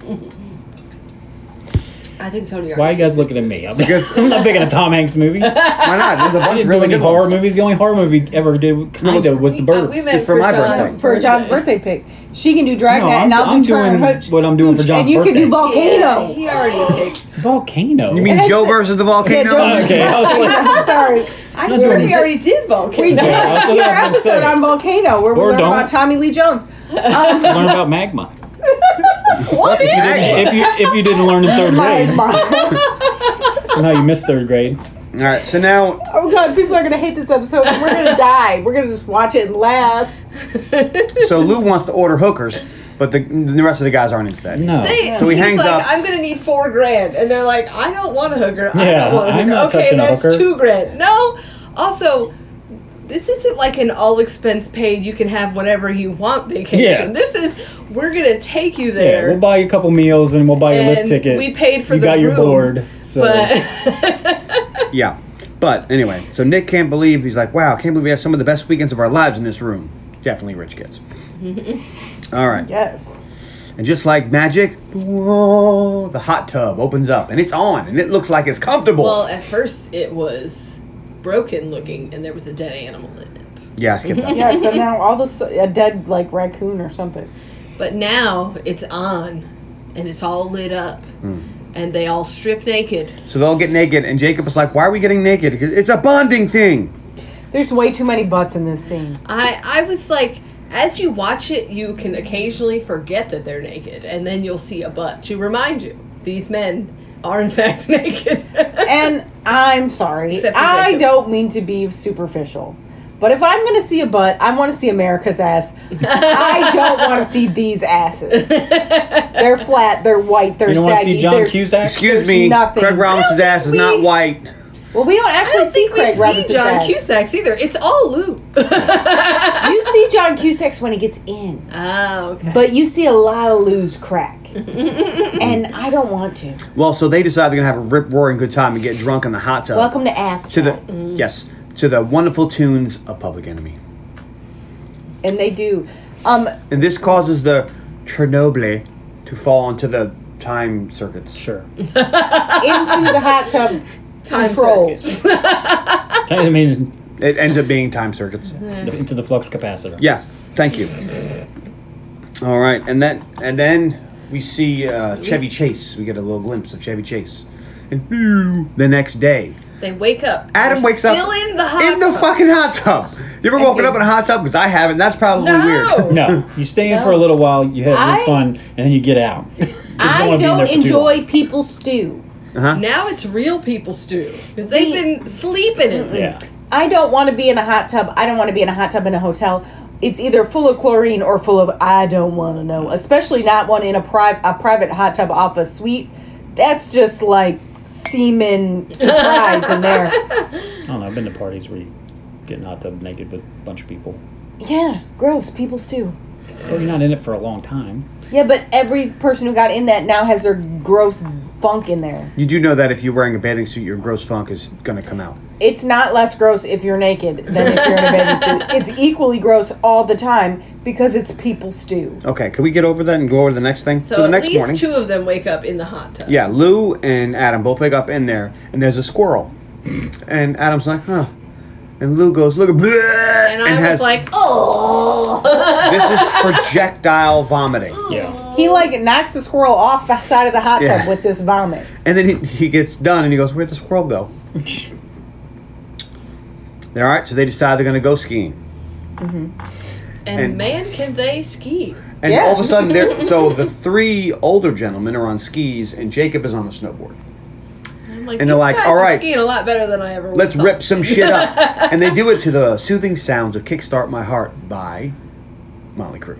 I think Tony.
Why are
Arndt-
you guys looking at me? I'm,
Because-
[laughs] I'm not picking a Tom Hanks movie. I
Why not? There's a bunch of
didn't
really
do
good
any horror
ones.
movies. The only horror movie I ever did, kind of, was The
Oh,
We- uh,
Birds.
we meant
for
for
my
John's
birthday.
for John's birthday pick. She can do Dragnet,
No, I'm-
and I'll
I'm
do Turner
doing
and Hooch.
what I'm doing for
Hooch,
John's
and you
birthday.
can do Volcano.
Yeah, he already picked.
Volcano.
You mean
[laughs] And it's
Joe
the-
versus the
Yeah,
volcano?
Joe-
[laughs] Okay, I was like-
I'm
[laughs]
sorry.
I
That's
swear
what we
we
did.
already did Volcano.
We did
Yeah, that's what
your
I was
episode
gonna say.
on Volcano where we
Or
learned
don't.
about Tommy Lee Jones. Um,
learn about magma?
What's magma?
If you if you didn't learn in third
my
grade,
mom.
no, you missed third grade.
All right, so now
Oh god, people are gonna hate this episode. and We're
[laughs]
gonna die. We're gonna just watch it and laugh.
So Lou wants to order hookers, but the, the rest of the guys aren't into that.
No,
They-
So he
he's
hangs
like,
up.
I'm gonna need four grand, and they're like, I don't want a hooker. I
Yeah,
don't want a
I'm
hooker.
not
okay,
touching a
that's
hooker.
two grand. No. Also, this isn't like an all expense paid. You can have whatever you want vacation.
Yeah.
This is we're gonna take you
yeah,
there.
we'll buy you a couple meals and we'll buy your lift
And
ticket.
we paid for
you
the
got your
room,
board. So
Yeah. But anyway, so Nick can't believe he's like, wow, I can't believe we have some of the best weekends of our lives in this room. Definitely rich kids. All right.
Yes.
And just like magic, whoa, the hot tub opens up and it's on and it looks like it's comfortable.
well, at first it was broken looking, and there was a dead animal in it.
yeah, I skipped that.
Yeah, so now all this a dead like raccoon or something.
But now it's on, and it's all lit up,
Hmm.
and they all strip naked.
So they'll get naked and Jacob is like, why are we getting naked? Because it's a bonding thing.
There's way too many butts in this scene.
I I was like, As you watch it, you can occasionally forget that they're naked, and then you'll see a butt to remind you these men are in [laughs] fact naked.
And I'm sorry.
Except for
I
Jacob.
don't mean to be superficial. But if I'm going to see a butt, I want to see America's
[laughs]
ass. I don't want to see these asses. They're flat, they're white, they're
You don't want to
saggy.
see John
there's-
Cusack?
Excuse
There's
me,
nothing.
Craig Robinson's ass is not
we-
white.
Well, we don't
I
actually
don't
see
think
Craig
we see
Robinson's
John
ass.
Cusack's either. It's
[laughs]
all Lou.
You see John Cusack's when he gets in.
oh, okay.
But you see a lot of Lou's crack. and I don't want to.
Well, so they decide they're gonna have a rip roaring good time and get drunk in the hot tub.
Welcome to Ass
to the
Chat.
Mm.
yes to the wonderful tunes of Public Enemy,
And they do. Um,
and this causes the Chernobyl to fall onto the time circuits.
Sure. [laughs]
into the hot tub
Time
controls.
circuits.
I mean,
It ends up being time circuits.
into the flux capacitor.
Yes, thank you. All right, and then and then we see uh, Chevy Chase. We get a little glimpse of Chevy Chase, and the next day,
They wake up.
Adam
They're
wakes
still
up
in the hot
in the
tub.
fucking hot tub. You ever woken
then-
up in a hot tub? Because I haven't. That's probably
No.
weird.
No, you stay in for a little while, you have
I-
your fun, and then you get out. 'Cause you
I
wanna be in
don't
there for too
enjoy
long.
people stew.
Uh-huh.
Now it's real people stew because they've
The-
been sleeping in it.
Yeah.
I don't want to be in a hot tub. I don't want to be in a hot tub in a hotel. It's either full of chlorine or full of I don't want to know. Especially not one in a private a private hot tub off a suite. That's just like semen surprise in there.
I don't know. I've been to parties where you get in a hot tub naked with a bunch of people.
Yeah, gross. People stew.
Or you're not in it for a long time.
Yeah, but every person who got in that now has their gross funk in there.
You do know that if you're wearing a bathing suit, your gross funk is gonna come out.
It's not less gross if you're naked than if you're in a bathing suit. It's equally gross all the time because it's people stew.
Okay, can we get over that and go over the next thing?
So,
the
at
next
least
morning.
two of them wake up in the hot tub.
Yeah, Lou and Adam both wake up in there, and there's a squirrel. And Adam's like, huh. And Lou goes, look at bleh,
And I was
has-
like, [laughs] oh.
this is projectile vomiting.
Yeah.
He like knocks the squirrel off the side of the hot tub
Yeah.
with this vomit.
And then he, he gets done and he goes, where'd the squirrel go? [laughs] All right, so they decide they're going to go skiing.
and,
And-
man, can they ski?
And
Yeah.
all of a sudden,
[laughs]
they're, so the three older gentlemen are on skis, and Jacob is on a snowboard.
I'm like,
And
these
they're like,
guys
"All
are
right,
skiing a lot better than I ever.
Let's
thought."
rip some shit up. and they do it to the soothing sounds of Kickstart My Heart by Motley Crue.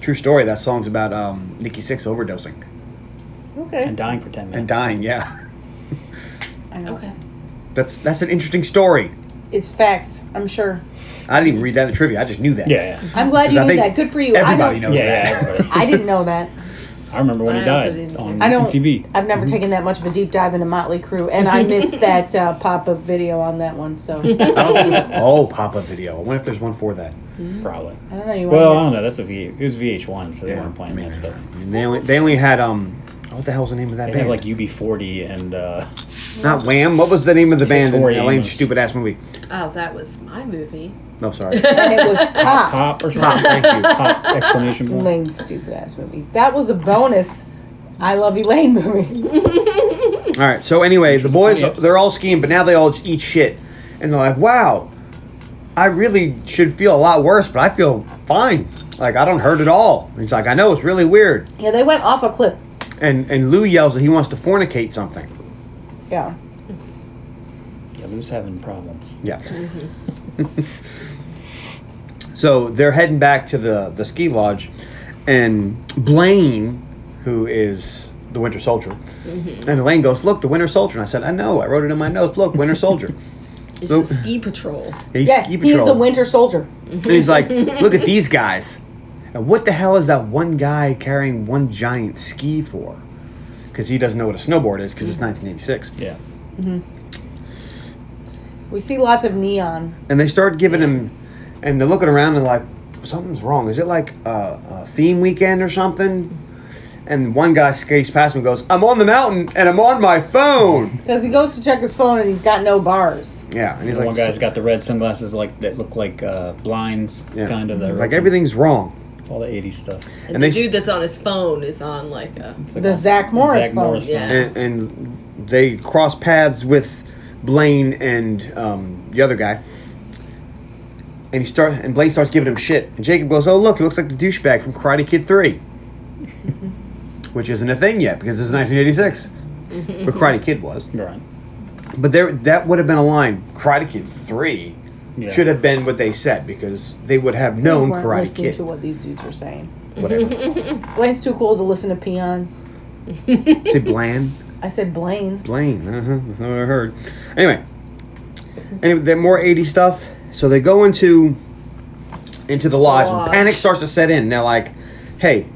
True story, that song's about um, Nikki Six overdosing
Okay.
And dying for 10 minutes.
and dying, yeah. [laughs]
Okay.
That's that's an interesting story.
It's facts, I'm sure.
I didn't even read that in the trivia, I just knew that.
Yeah. Yeah.
I'm glad
'Cause
you
I
knew
think
that. Good for you.
Everybody
I don't,
knows
Yeah, yeah,
[laughs]
that.
everybody.
I didn't know
[laughs]
that.
I remember when he
I also
died
didn't
on
care.
I don't
TV.
I've never
Mm-hmm.
taken that much of a deep dive into Motley Crue and I missed that uh, pop-up video on that one,
[laughs]
so I don't
I don't think- oh, pop up video. I wonder if there's one for that.
Probably.
know you
Well, I
want
don't know. That's a V. It was VH1, so they weren't playing that stuff.
And they only they only had um what the hell's the name of that
They
band?
had like UB40 and uh,
Not Wham. What was the name of the band in
Tori
Elaine's
Amos.
stupid ass movie?
Oh, that was my movie.
No, sorry.
and it was pop.
pop or
Pop,
something.
thank you.
pop exclamation point.
Lame stupid ass movie. That was a bonus. I love Elaine movie.
All right. So anyway, the boys
Yes.
they're all skiing, but now they all eat shit, and they're like, "Wow, I really should feel a lot worse, but I feel fine. Like I don't hurt at all." And he's like, "I know it's really weird,"
Yeah, they went off a cliff.
and and Lou yells that he wants to fornicate something.
Yeah.
Yeah, Lou's having problems.
Yeah. [laughs] so they're heading back to the the ski lodge, and Blaine, who is the Winter Soldier, and Elaine goes, "Look, the Winter Soldier." And I said, "I know. I wrote it in my notes. Look, Winter Soldier."
It's
So-
the ski patrol.
He's
Yeah, he's a winter soldier.
And he's like, look at these guys. And what the hell is that one guy carrying one giant ski for? Because he doesn't know what a snowboard is because it's 1986.
Mm. Yeah.
We see lots of neon.
And they start giving him, and they're looking around and like, something's wrong. Is it like a, a theme weekend or something? And one guy skates past him and goes, I'm on the mountain and I'm on my
[laughs]
phone.
Because he goes to check his phone and he's got no bars.
Yeah. And he's
One
like,
guy's got the red sunglasses like that look like uh, blinds,
yeah.
kind of. that are
Like
open.
everything's wrong.
It's all the 80s stuff.
And
And, the
they s-
dude that's on his phone is on like a.
The Zach Morris
Zach
phone.
Morris phone.
Yeah.
and, and they cross paths with Blaine and um, the other guy. and he start and Blaine starts giving him shit. And Jacob goes, "Oh look, he looks like the douchebag from Karate
[laughs]
Kid 3. which isn't a thing yet because it's 1986, but Karate Kid was.
Right.
But there, that would have been a line. Karate Kid Three
Yeah.
should have been what they said because they would have
You
known
weren't
Karate
listening
Kid.
to what these dudes were saying. [laughs]
Whatever.
Blaine's too cool to listen to peons.
Say bland,
I said Blaine.
Blaine. Uh-huh. That's not what I heard. Anyway, anyway, they're more 80 stuff. So they go into into the lodge,
Lodge.
and panic starts to set in. They're like, "Hey."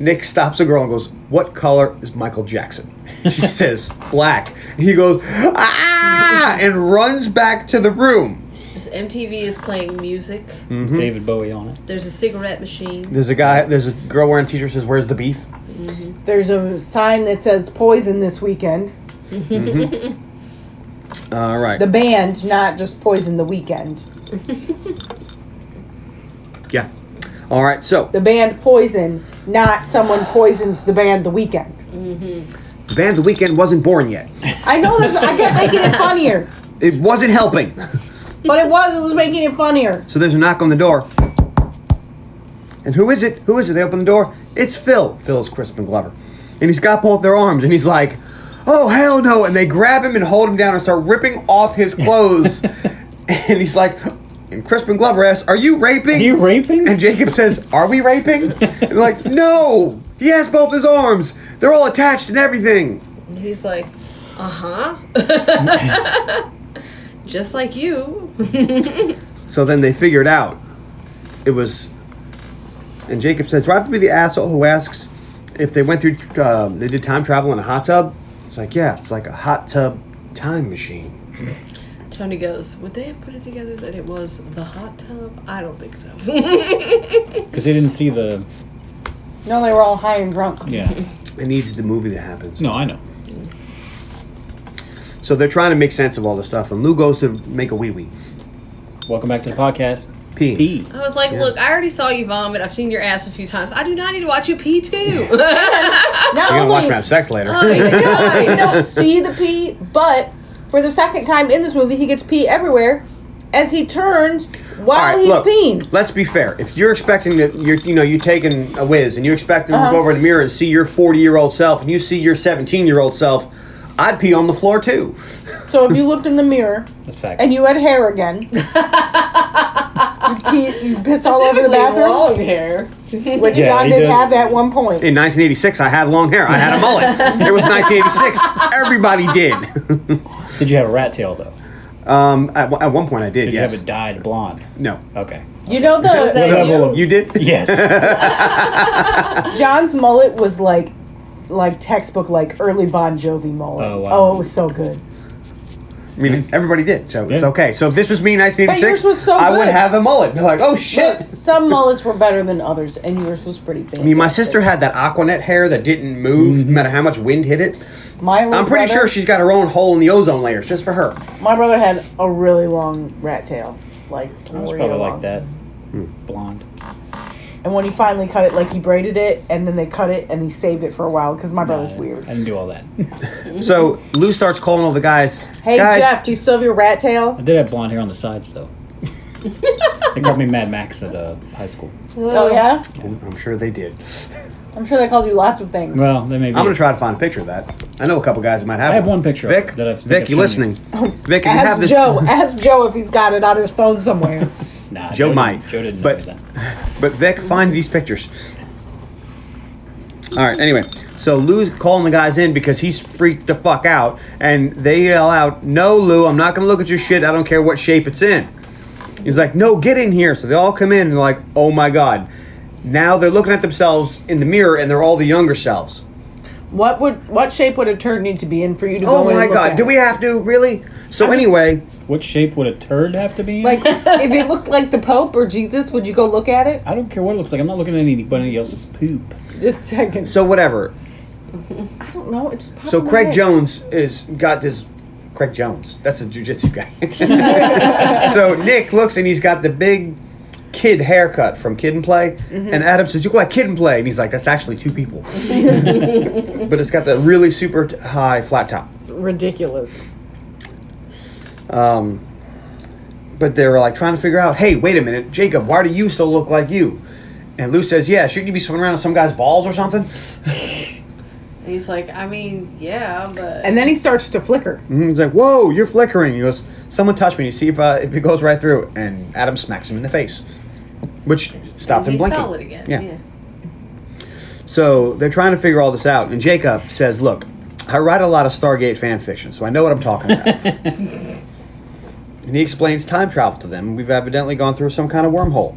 Nick stops a girl and goes, "What color is Michael Jackson?" [laughs] She says, "Black." He goes, "Ah!" and runs back to the room.
This MTV is playing music.
Mm.
David Bowie on it.
There's a cigarette machine.
There's a guy. There's a girl wearing a t-shirt that says "Where's the beef?"
There's a sign that says Poison this weekend.
All right.
The band, not just Poison the weekend.
yeah. All right. So
The band Poison, not someone poisons the band the weekend.
the band the weekend wasn't born yet.
I know there's, I kept making it funnier,
It wasn't helping.
but it was it was making it funnier.
So there's a knock on the door. And who is it? Who is it? They open the door. It's Phil. Phil's Crispin Glover. And he's got both their arms and he's like, oh, hell no. And they grab him and hold him down and start ripping off his clothes. and he's like, and Crispin Glover asks, are you raping?
Are you raping?
And Jacob says, are we raping? and they're like, no. He has both his arms. They're all attached and everything.
And he's like, uh huh. [laughs] Just like you.
So then they figured out it was. And Jacob says, "Do I have to be the asshole who asks if they went through? Um, they did time travel in a hot tub?" It's like, yeah, it's like a hot tub time machine.
Tony goes, Would they have put it together that it was the hot tub? I don't think so. [laughs]
Because they didn't see the.
No, they were all high and drunk.
Yeah.
It needs the movie that happens.
No, I know.
So they're trying to make sense of all this stuff, and Lou goes to make a wee wee.
Welcome back to the podcast.
Pee.
Pee.
I was like, Look, I already saw you vomit. I've seen your ass a few times. I do not need to watch you pee too. [laughs]
Not
You're gonna watch
only-
me have sex later.
Oh, God, [laughs] you don't see the pee, but for the second time in this movie, he gets pee everywhere as he turns while
All right,
Oh, he's
look.
peeing.
Let's be fair. If you're expecting that you're, you know, you're taking a whiz and you expect to
Uh-huh.
look over in the mirror and see your 40 year old self, and you see your 17 year old self, I'd pee on the floor too.
So if you looked in the mirror
That's fact.
and you had hair
[laughs]
again, you pee, you piss all over the
Specifically
bathroom,
long hair.
which
Yeah,
John
he
did
did.
have at one point.
In 1986, I had long hair. I had a
[laughs]
mullet. it was 1986. Everybody did.
Did you have a rat tail though?
um, at, one- at one point, I did.
Did you
yes.
have it dyed blonde?
no.
Okay.
You know
[laughs]
Was that
the
you?
Double of-
You did.
[laughs] Yes.
John's mullet was like, like textbook like early Bon Jovi mullet.
Oh, wow.
oh it was so good.
I mean,
Nice.
everybody did. So it's
Yeah.
okay. So if this was me in
But yours
1986,
was so
I
good.
would have a mullet. Be like, oh shit.
Some mullets were better than others, and yours was pretty fantastic.
I mean, my sister had that aquanet hair that didn't move,
Mm-hmm.
no matter how much wind hit it.
My little
I'm pretty
Oh, brother- Mm-hmm.
sure she's got her own hole in the ozone layer it's just for her.
My brother had a really long rat tail, like
I was
real
probably
long.
like that.
Hmm.
Blonde.
And when he finally cut it, like he braided it, and then they cut it, and he saved it for a while because my brother's
I-
weird.
I didn't do all that.
So Lou starts calling all the guys.
Hey
guys,
Jeff, do you still have your rat tail?
I did have blonde hair on the sides though. they called me Mad Max at uh, high school.
Oh yeah,
I'm sure they did.
I'm sure they called you lots of things.
Well, they may be.
I'm gonna try to find a picture of that. I know a couple guys that might have.
I have one picture of
Vic,
it that I think
Vic,
I've
you
shown you.
listening? Vic, if you have
Ask
this,
Oh,
[laughs]
Joe. Ask Joe if he's got it on his phone somewhere.
Nah,
Joe
didn't-
might,
Joe didn't
but-
know that.
But Vic, find these pictures. All right. Anyway, so Lou's calling the guys in because he's freaked the fuck out, and they yell out, "No, Lou, I'm not gonna look at your shit. I don't care what shape it's in." He's like, "No, get in here." So they all come in and they're like, "Oh my god!" Now they're looking at themselves in the mirror, and they're all the younger selves.
what would what shape would a turd need to be in for you to go
Oh
in
my
and look
god!
at
Do
it?
we have to really? So
was-
anyway,
What shape would a turd have to be in?
like if it looked like the Pope or Jesus? Would you go look at it?
I don't care what it looks like. I'm not looking at anybody else's poop.
Just checking.
so whatever.
I don't know. It just popped
So
in my
Craig
head.
Jones is got this. Craig Jones, that's a jujitsu guy. so Nick looks and he's got the big kid haircut from Kid and Play, and Adam says, "You look like Kid and Play," and he's like, "That's actually two people." [laughs] but it's got the really super t- high flat top.
It's ridiculous.
Um, but they were like trying to figure out, hey, wait a minute, Jacob, why do you still look like you? And Lou says, yeah, shouldn't you be swimming around with some guy's balls or something?
And he's like, I mean, yeah, but
And then he starts to flicker.
And he's like, whoa, you're flickering. He goes, someone touched me. You see if, uh, if it goes right through. And Adam smacks him in the face, which stopped him
he's
blinking.
solid again. yeah.
So they're trying to figure all this out, and Jacob says, "Look, I write a lot of Stargate fan fiction, so I know what I'm talking about." and he explains time travel to them. We've evidently gone through some kind of wormhole.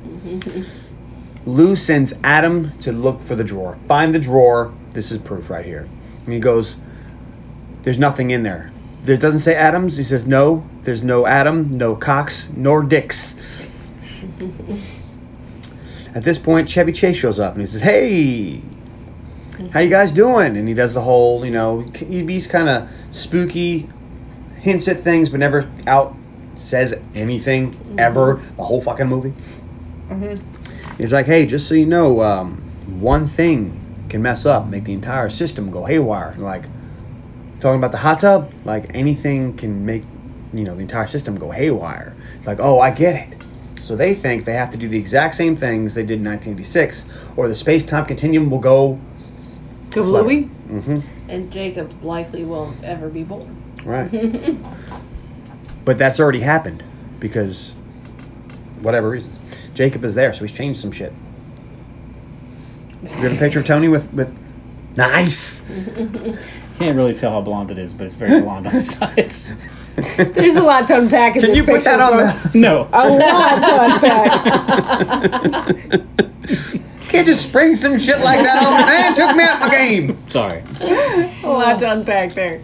Lou sends Adam to look for the drawer. Find the drawer. This is proof right here. And he goes, "There's nothing in there." There doesn't say Adams. He says, "No, there's no Adam, no Cox, nor Dix." At this point, Chevy Chase shows up and he says, "Hey, how you guys doing?" And he does the whole, you know, he- he's kind of spooky, hints at things, but never out says anything ever. The whole fucking movie. He's like, "Hey, just so you know, um, one thing can mess up, make the entire system go haywire." And like talking about the hot tub, like anything can make you know the entire system go haywire. It's like, oh, I get it. So they think they have to do the exact same things they did in 1986, or the space-time continuum will go
Kablooey.
And Jacob likely won't ever be born.
right. but that's already happened because whatever reasons, Jacob is there, so he's changed some shit. You have a picture of Tony with with nice.
Can't really tell how blonde it is, but it's very blonde on the [laughs] sides.
There's a lot to unpack in
Can
this
you put
picture,
that on
folks.
the?
No.
A lot
[laughs]
to unpack.
Can't just spring some shit like that on me, man. Took me out my game.
Sorry.
A lot to unpack there.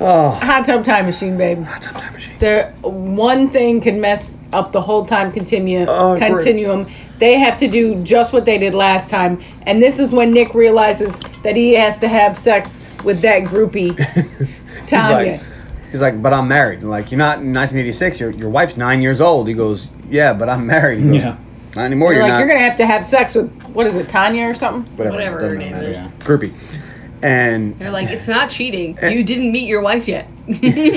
Oh,
Hot tub time machine, babe.
hot tub time machine.
There, one thing can mess up the whole time continu-
Oh, great.
continuum. They have to do just what they did last time, and this is when Nick realizes that he has to have sex with that groupie,
[laughs] He's
Tanya.
like, he's like, but I'm married. And like, you're not in 1986. Your, your wife's nine years old. He goes, yeah, but I'm married. He goes,
Yeah.
Not anymore.
You're
You're,
like,
not.
you're gonna have to have sex with what is it, Tanya or something?
whatever.
Whatever
doesn't
her name
matter.
is.
Yeah.
Groupie. And
They're like, it's not cheating. You didn't meet your wife yet.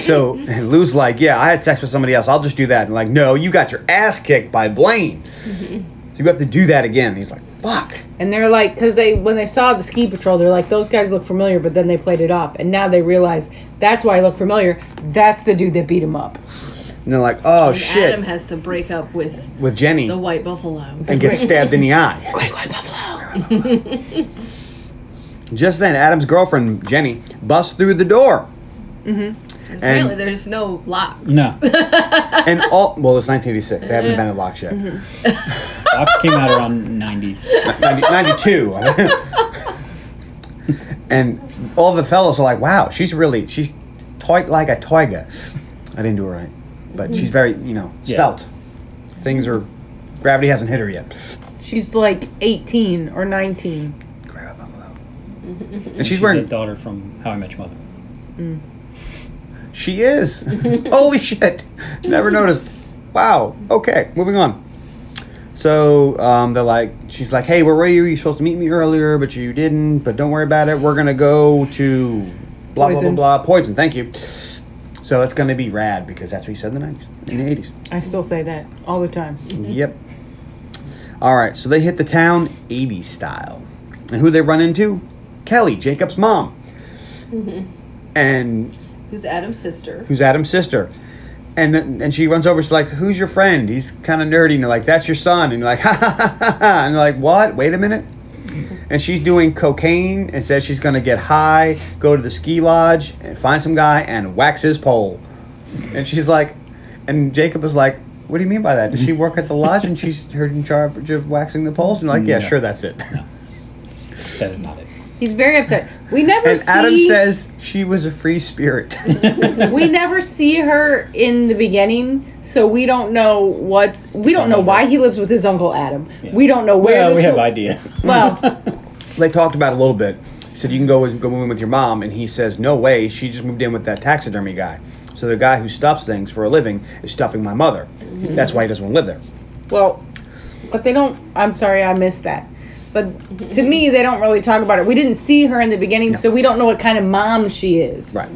so and Lou's like, yeah, I had sex with somebody else. I'll just do that. And like, no, you got your ass kicked by Blaine. so you have to do that again. And he's like, fuck.
And they're like, because they when they saw the ski patrol, they're like, those guys look familiar, but then they played it off, and now they realize that's why I look familiar. That's the dude that beat him up.
And they're like, oh
And
shit,
Adam has to break up with
with Jenny,
the white buffalo.
and gets stabbed in the eye.
Great white buffalo. [laughs]
Just then, Adam's girlfriend Jenny busts through the door. Mm-hmm.
Apparently, there's no lock.
No.
and all well, it's 1986. They haven't invented locks yet.
Mm-hmm.
Fox came out around 90s.
90, 92. [laughs] and all the fellas are like, "Wow, she's really she's toy like a toiga." I didn't do it right, but she's very you know
Yeah.
svelte. Things are gravity hasn't hit her yet.
She's like 18 or 19.
Grab a buffalo. And she's
She's a
wearing
daughter from How I Met Your Mother.
She is. Holy shit. Never noticed. Wow. Okay, moving on. So um, they're like, she's like, hey, where were you? You were supposed to meet me earlier, but you didn't. But don't worry about it. We're going to go to blah,
Poison.
blah, blah, blah. Poison. Thank you. So it's going to be rad because that's what he said in the 90s, in the 80s.
I still say that all the time.
Yep. All right, so they hit the town 80s style. And who they run into? Kelly, Jacob's mom. And
Who's Adam's sister?
who's Adam's sister. And and she runs over, she's like, Who's your friend? He's kind of nerdy. And they're like, That's your son. And you're like, [laughs] Ha ha ha ha. ha." And they're like, What? Wait a minute. And she's doing cocaine and says she's going to get high, go to the ski lodge, and find some guy and wax his pole. And she's like, And Jacob is like, What do you mean by that? Does she work at the lodge and she's her in charge of waxing the poles? And like, Yeah,
No.
sure, that's it.
That is not it.
He's very upset. We never
And
see
Adam says she was a free spirit.
[laughs]
[laughs]
we never see her in the beginning, so we don't know what's we don't know why he lives with his uncle Adam. We don't know where
Well,
this
we have
wo-
idea. [laughs]
Well,
they talked about it a little bit. He said you can go go move in with your mom, and he says no way. She just moved in with that taxidermy guy. So the guy who stuffs things for a living is stuffing my mother. That's why he doesn't want to live there.
well, but they don't I'm sorry I missed that. But to me they don't really talk about it. We didn't see her in the beginning, so we don't know what kind of mom she is.
Right.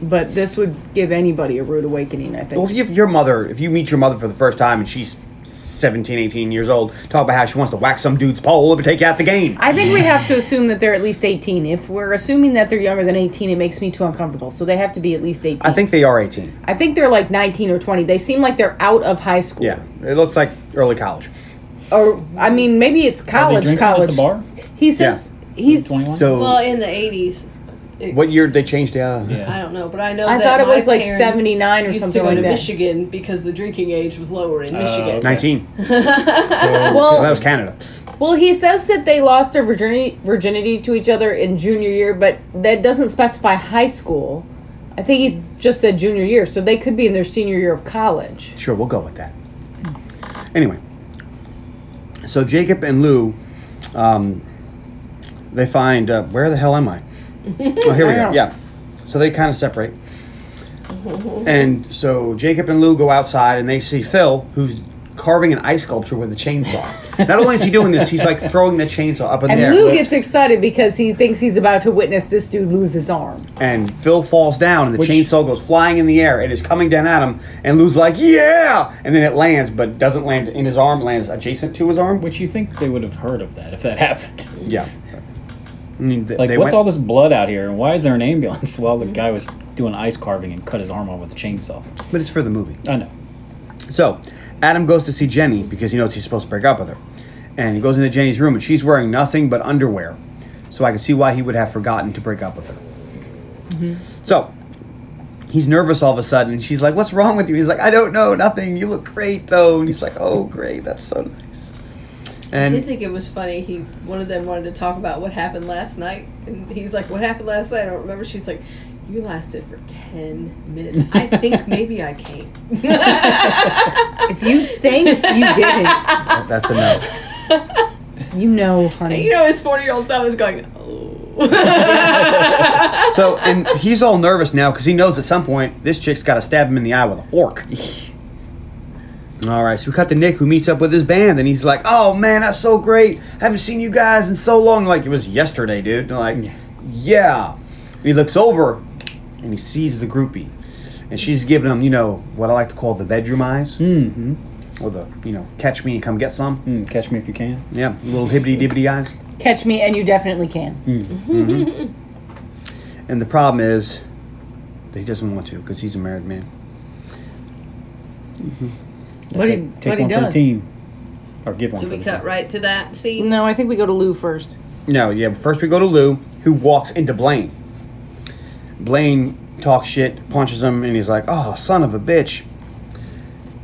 But this would give anybody a rude awakening, I think.
Well, if, you, if your mother, if you meet your mother for the first time and she's 17, 18 years old, talk about how she wants to whack some dude's pole and take you out the game.
I think we have to assume that they're at least 18. If we're assuming that they're younger than 18, it makes me too uncomfortable. So they have to be at least 18.
I think they are 18.
I think they're like 19 or 20. They seem like they're out of high school.
Yeah, it looks like early college.
Or I mean, maybe it's college.
drinking at
college.
the bar?
He says he's.
21?
So,
Well, in the eighties,
what year did they change the? Uh,
I don't know, but I know.
I
that
thought it
my
was, like,
parents
79 or
used
something
to go
like
to
that.
Michigan because the drinking age was lower in Michigan.
okay.
19. Well, that
Well,
was Canada.
well, he says that they lost their virginity, virginity to each other in junior year, but that doesn't specify high school. I think he just said junior year, so they could be in their senior year of college.
Sure, we'll go with that. Anyway, so Jacob and Lou, um, they find uh, where the hell
[laughs]
am I? Oh, here we go. Yeah, so they kind of separate, and so Jacob and Lou go outside and they see Phil, who's carving an ice sculpture with a chainsaw. Not only is he doing this, he's like throwing the chainsaw up in
And
the air,
Lou gets excited because he thinks he's about to witness this dude lose his arm.
and Phil falls down, and the
Which-
chainsaw goes flying in the air. It is coming down at him, and Lou's like, "Yeah!" And then it lands, but doesn't land in his arm; lands adjacent to his arm.
Which you think they would have heard of that if that happened.
Yeah. I mean, th-
Like,
they
what's
went-
all this blood out here, and why is there an ambulance? [laughs] Well, the guy was doing ice carving and cut his arm off with a chainsaw.
But it's for the movie.
I know.
So, Adam goes to see Jenny because he knows he's supposed to break up with her. And he goes into Jenny's room and she's wearing nothing but underwear. So I can see why he would have forgotten to break up with her.
Mm-hmm.
So, he's nervous all of a sudden and she's like, What's wrong with you? He's like, I don't know, nothing. You look great though. And he's like, Oh, great. That's so nice.
I
And
did think it was funny. He one of them wanted to talk about what happened last night, and he's like, "What happened last night? I don't remember." She's like, "You lasted for ten minutes. I think maybe I came."
If you think you didn't,
that's a no.
you know,
You
honey.
know, his forty-year-old self is going, "Oh."
So, and he's all nervous now because he knows at some point this chick's got to stab him in the eye with a fork. all right, so we cut to Nick, who meets up with his band, and he's like, "Oh man, that's so great! Haven't seen you guys in so long. Like it was yesterday, dude." And like, yeah. And he looks over, and he sees the groupie, and she's giving him, you know, what I like to call the bedroom eyes, mm-hmm. or the, you know, catch me and come get some.
Hmm, catch me if you can.
Yeah, little hibbity dibbity eyes.
Catch me, and you definitely can.
And the problem is that he doesn't want to because he's a married man.
What he,
take take
what he
one for the
does.
team, or give one.
Did
for
we
the
cut
team.
right to that scene?
No, I think we go to Lou first.
No, yeah. First we go to Lou, who walks into Blaine. Blaine talks shit, punches him, and he's like, "Oh, son of a bitch."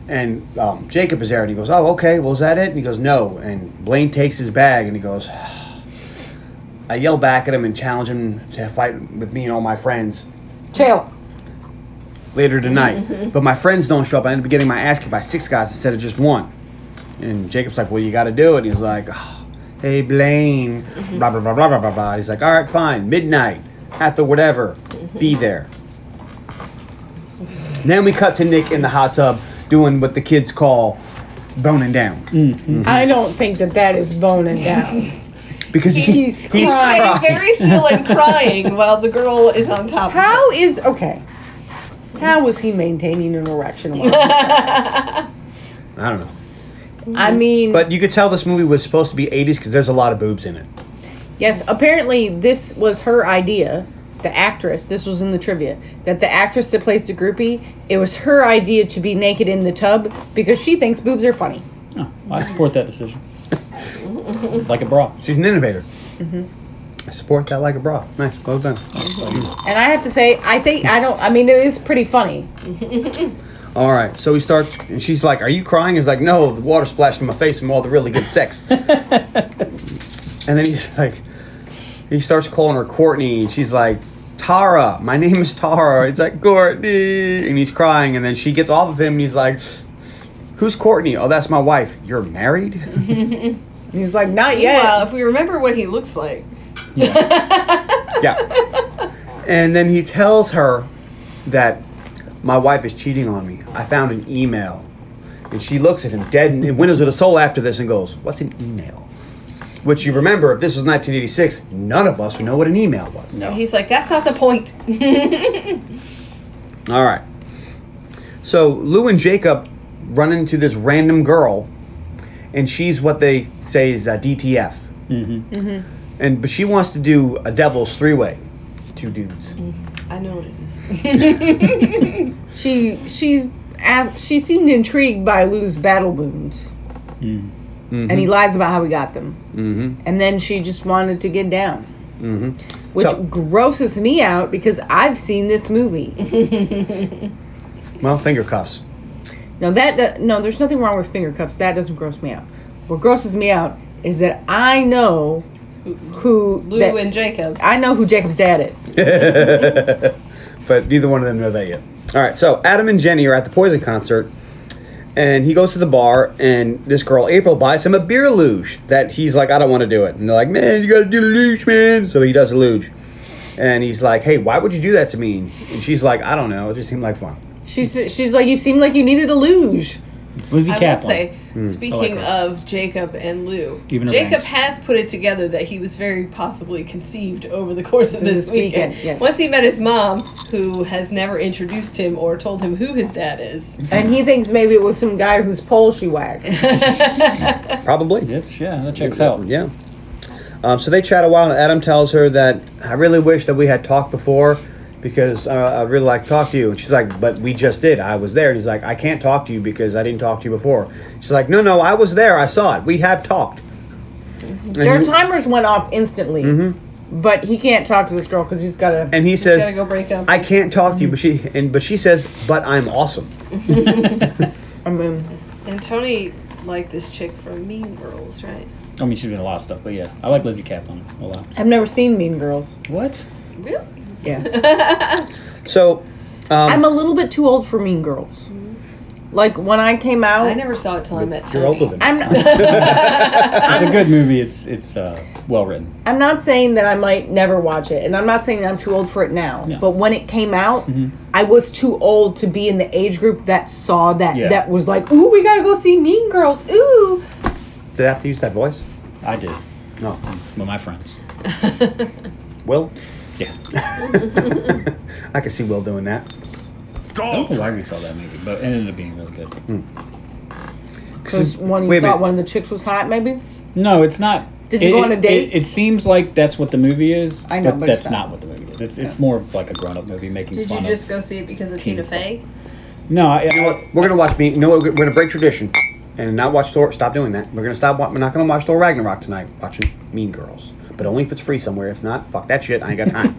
And um, Jacob is there, and he goes, "Oh, okay. Well, is that it?" And he goes, "No." And Blaine takes his bag, and he goes, [sighs] "I yell back at him and challenge him to fight with me and all my friends."
Chael.
later
Mm-hmm.
tonight. but my friends don't show up. I end up getting my ass kicked by six guys instead of just one. And Jacob's like, "Well, you got to do it." And he's like, "Oh, "Hey, Blaine."
Mm-hmm.
Blah blah blah blah blah blah blah. He's like, "All right, fine. Midnight at the whatever.
Mm-hmm.
Be there." Then we cut to Nick in the hot tub doing what the kids call boning down
I don't think that that is boning down.
because he, [laughs]
He's crying.
Sitting very still and [laughs] crying while the girl is on top. of him.
How is okay? How was he maintaining an erection? While,
I don't know.
[laughs] I mean,
But you could tell this movie was supposed to be 80s because there's a lot of boobs in it.
yes. Apparently, this was her idea. The actress. This was in the trivia that the actress that plays the groupie. It was her idea to be naked in the tub because she thinks boobs are funny.
Oh, well, I support that decision. like a bra.
She's an innovator.
Mm-hmm.
I support that like a bra. Nice. Well done.
And I have to say, I think I don't. I mean, it is pretty funny.
All right, so he starts, and she's like, "Are you crying?" He's like, "No, the water splashed in my face from all the really good sex." and then he's like, he starts calling her Courtney, and she's like, "Tara, my name is Tara." It's like Courtney, and he's crying, and then she gets off of him, and he's like, "Who's Courtney?" Oh, that's my wife. You're married?
And he's like, not yet.
Well, if we remember what he looks like,
yeah. And then he tells her that my wife is cheating on me. I found an email. And she looks at him dead in, in windows of the soul after this and goes, What's an email? Which you remember, if this was 1986, none of us would know what an email was.
No.
[laughs] he's like, "That's not the point."
All right. So Lou and Jacob run into this random girl, and she's what they say is a DTF. Mm-hmm. And but she wants to do a devil's three way, two dudes.
I know what it is.
She she asked, she seemed intrigued by Lou's battle wounds, and he lies about how he got them. Mm-hmm. And then she just wanted to get down, mm-hmm. which
So-
grosses me out because I've seen this movie.
Well, finger cuffs.
no, that do- no, there's nothing wrong with finger cuffs. That doesn't gross me out. What grosses me out is that I know who
Lou
that-
and Jacob.
I know who Jacob's dad is.
but neither one of them know that yet. All right, so Adam and Jenny are at the Poison concert, and he goes to the bar, and this girl April buys him a beer luge that he's like, I don't want to do it, and they're like, man, you got to do the luge, man. So he does a luge, and he's like, hey, why would you do that to me? And she's like, I don't know, it just seemed like fun.
She's she's like, you seem like you needed a luge.
It's Lizzie
I will
Kaplan.
say, speaking
her.
of Jacob and Lou,
Even her
Jacob
bangs.
has put it together that he was very possibly conceived over the course of
Through
this,
this
weekend.
weekend, yes.
Once he met his mom, who has never introduced him or told him who his dad is,
And he thinks maybe it was some guy whose pole she
[laughs]
whacked.
Probably.
It's, yeah, that checks out.
Yeah. Um, so they chat a while, and Adam tells her that I really wish that we had talked before because uh, I really like to talk to you. And she's like, But we just did. I was there. And he's like, I can't talk to you because I didn't talk to you before. She's like, No, no, I was there. I saw it. We have talked. And
Their
you-
timers went off instantly, but he can't talk to this girl because he's got a.
and he
gotta
says,
go break up.
I can't talk to you, but she and but she says, but I'm awesome.
I mean,
and Tony liked this chick from Mean Girls, right?
I mean, she's been in a lot of stuff, but yeah, I like Lizzie Kaplan a lot.
I've never seen Mean Girls.
What?
Really?
Yeah,
So
I'm a little bit too old for Mean Girls. Like when I came out,
I never saw it till I met Tony.
you're older than me.
I'm
[laughs]
not,
It's a good movie. It's it's uh, well written.
I'm not saying that I might never watch it, and I'm not saying I'm too old for it now. But when it came out,
Mm-hmm.
I was too old to be in the age group that saw that.
Yeah.
That was like, ooh, we gotta go see Mean Girls. Ooh,
Did I have to use that voice?
I did
No.
with my friends.
Will?
Yeah,
I can see Will doing that.
I don't know why we saw that movie, but it ended up being really good.
Hmm.
because one you
Wait a
thought
minute.
one of the chicks was hot, maybe.
No, it's not.
Did you
it-
go on a
it-
date?
It, it seems like that's what the movie is.
I know,
but,
but it's
that's
not.
not. what the movie is. It's it's more of like a grown up movie making
Did
fun
you just
of.
go see it because of
teen
Tina
stuff.
Fey?
No, I,
You know
I,
what? We're gonna watch me. You know what? We're gonna break tradition and not watch Thor. Stop doing that. We're gonna stop. wa- We're not gonna watch Thor Ragnarok tonight. Watching Mean Girls, but only if it's free somewhere. If not, fuck that shit. I ain't
[laughs]
got time.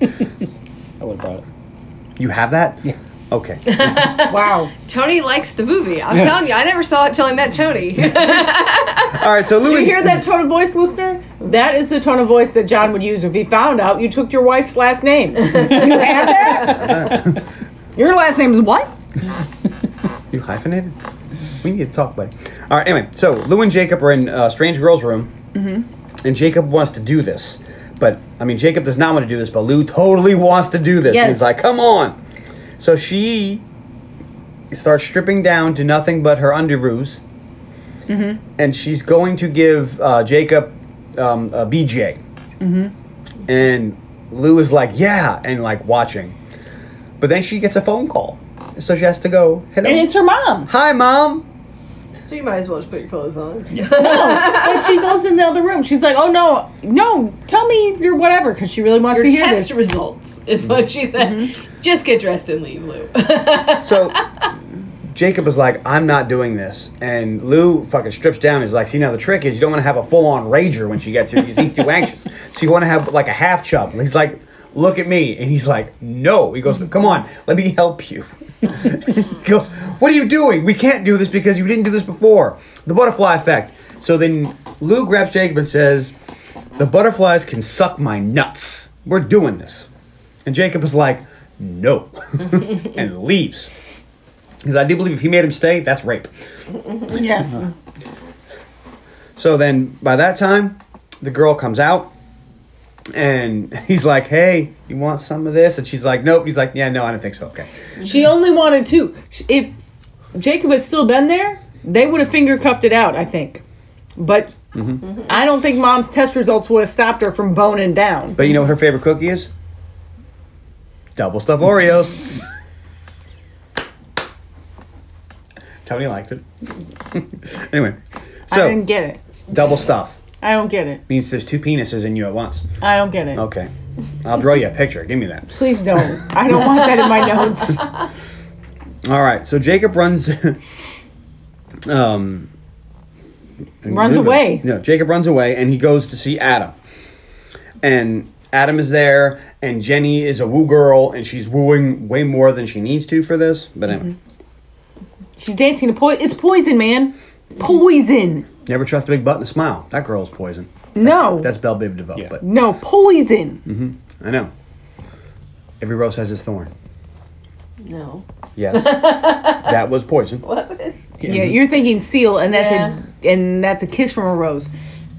I would have brought it.
you have that?
Yeah.
Okay. [laughs]
Wow.
Tony likes the movie. I'm telling you, I never saw it till I met Tony.
All right. So Lou.
You
and-
hear that tone of voice, listener? That is the tone of voice that John would use if he found out you took your wife's last
[laughs]
name. you had that? Your last name is what?
You hyphenated? We need to talk, buddy. All right. Anyway, so Lou and Jacob are in uh, strange girl's room,
Mm-hmm.
and Jacob wants to do this, but I mean, Jacob does not want to do this, but Lou totally wants to do this.
Yes.
He's like, "Come on!" So she starts stripping down to nothing but her underoos,
Mm-hmm.
and she's going to give uh, Jacob um, a BJ,
Mm-hmm.
and Lou is like, "Yeah," and like watching, but then she gets a phone call, so she has to go. Hello.
And it's her mom.
Hi, mom.
so you might as well just put your clothes on.
But she goes in the other room. She's like, oh no, no, tell me your whatever, because she really wants
Your
to hear
test
this.
results is Mm-hmm. what she said. Just get dressed and leave, Lou.
So Jacob is like, I'm not doing this. And Lou fucking strips down. He's like, see, now the trick is you don't want to have a full on rager when she gets here because he's too anxious. So you want to have like a half chub. And he's like, look at me. And he's like, no. He goes, come on, let me help you. [laughs] he goes, what are you doing? We can't do this because you didn't do this before. The butterfly effect. So then Lou grabs Jacob and says, the butterflies can suck my nuts. We're doing this. And Jacob is like, no, [laughs] and leaves. Because I do believe if he made him stay, that's rape.
Yes.
Uh-huh. So then by that time, the girl comes out and [laughs] he's like, hey, you want some of this? And she's like, nope. He's like, yeah, no, I don't think so. Okay.
She only wanted two. Sh- If Jacob had still been there, they would have finger cuffed it out, I think. But
Mm-hmm.
I don't think mom's test results would have stopped her from boning down.
But you know what her favorite cookie is? Double stuffed Oreos. [laughs] Tony liked it. [laughs] anyway,
I
so
didn't get it.
double stuff
I don't get it.
means there's two penises in you at once.
I don't get it.
Okay, I'll draw you a picture. Give me that.
Please don't. I don't want that in
[laughs]
my notes.
All right, so Jacob runs. [laughs] um,
Runs away.
No, Jacob runs away, and he goes to see Adam. And Adam is there, and Jenny is a woo girl, and she's wooing way more than she needs to for this. But anyway,
Mm-hmm. She's dancing to poison. It's poison, man. Poison.
never trust a big butt and a smile. That girl's poison.
No.
That's Belle Bib DeVoe,
Yeah.
but
no poison.
I know. Every rose has its thorn.
No.
[laughs]
Yes, that was poison.
Was it?
Yeah, you're thinking seal, and that's a and that's a kiss from a rose.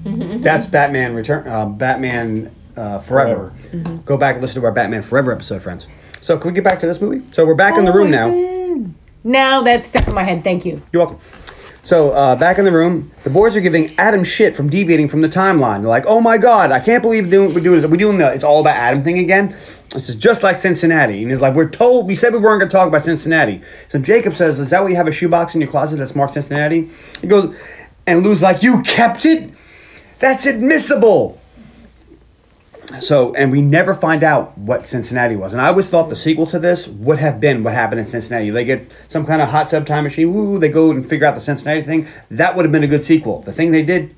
That's Batman Return. Uh, Batman uh, Forever.
Mm-hmm.
Go back and listen to our Batman Forever episode, friends. So can we get back to this movie? So we're back
Oh
in the room now.
Now that's stuck in my head. Thank you.
You're welcome. So uh, back in the room, the boys are giving Adam shit from deviating from the timeline. They're like, "Oh my god, I can't believe doing, we're doing this. We're doing the it's all about Adam thing again." This is just like Cincinnati, and it's like we're told we said we weren't going to talk about Cincinnati. So Jacob says, "Is that why you have a shoebox in your closet that's marked Cincinnati?" He goes, and Lou's like, "You kept it? That's admissible." So, and we never find out what Cincinnati was. And I always thought the sequel to this would have been what happened in Cincinnati. They get some kind of hot tub time machine. Woo, they go and figure out the Cincinnati thing. That would have been a good sequel. The thing they did,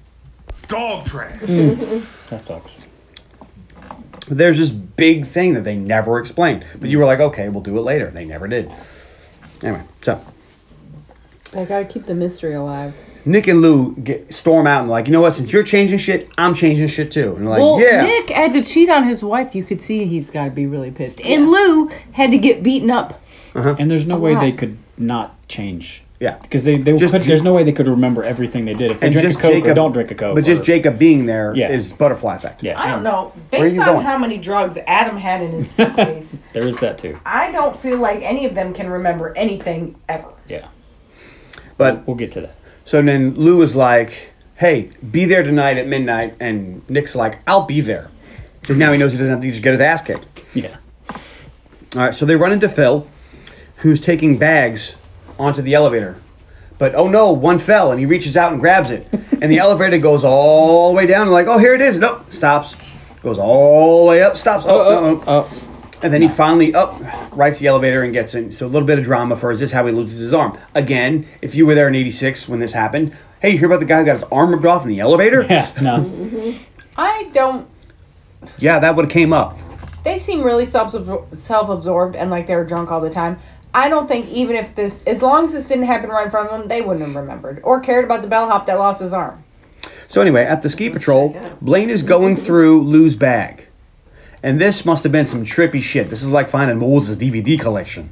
Dog trash.
That sucks.
there's this big thing that they never explained. But you were like, okay, we'll do it later. They never did. Anyway, so
I gotta keep the mystery alive.
Nick and Lou get, storm out and like, you know what? Since you're changing shit, I'm changing shit too. And they're like,
Well,
yeah.
Nick had to cheat on his wife. You could see he's got to be really pissed. And Lou had to get beaten up.
And there's no way
lot.
they could not change.
Yeah.
Because they, they
Just
could,
Ju-
there's no way they could remember everything they did. If they drink a Coke or don't drink a Coke.
But just
or-
Jacob being there is
Yeah.
butterfly effect.
Yeah.
I don't
and
know.
are
Based
you
on
going?
how many drugs Adam had in his suitcase, [laughs]
There is that too.
I don't feel like any of them can remember anything ever.
Yeah.
But
We'll get to that.
So then Lou is like, "Hey, be there tonight at midnight," and Nick's like, "I'll be there." Because now he knows he doesn't have to just get his ass kicked.
Yeah.
All right, so they run into Phil, who's taking bags onto the elevator. But oh no, one fell, and he reaches out and grabs it, and the elevator goes all the way down. Like, oh, here it is. Nope, stops. Goes all the way up, stops. Oh, no,
Uh,
no. And then he finally up rights the elevator and gets in. So a little bit of drama for is this how he loses his arm? Again, if you were there in '86 when this happened, hey, you hear about the guy who got his arm ripped off in the elevator?
Yeah. No.
I don't.
yeah, that would have came up.
They seem really self self absorbed and like they were drunk all the time. I don't think even if this, as long as this didn't happen right in front of them, they wouldn't have remembered or cared about the bellhop that lost his arm.
So anyway, at the ski patrol, Blaine is going through Lou's bag. And this must have been some trippy shit. This is like finding Moore's DVD collection.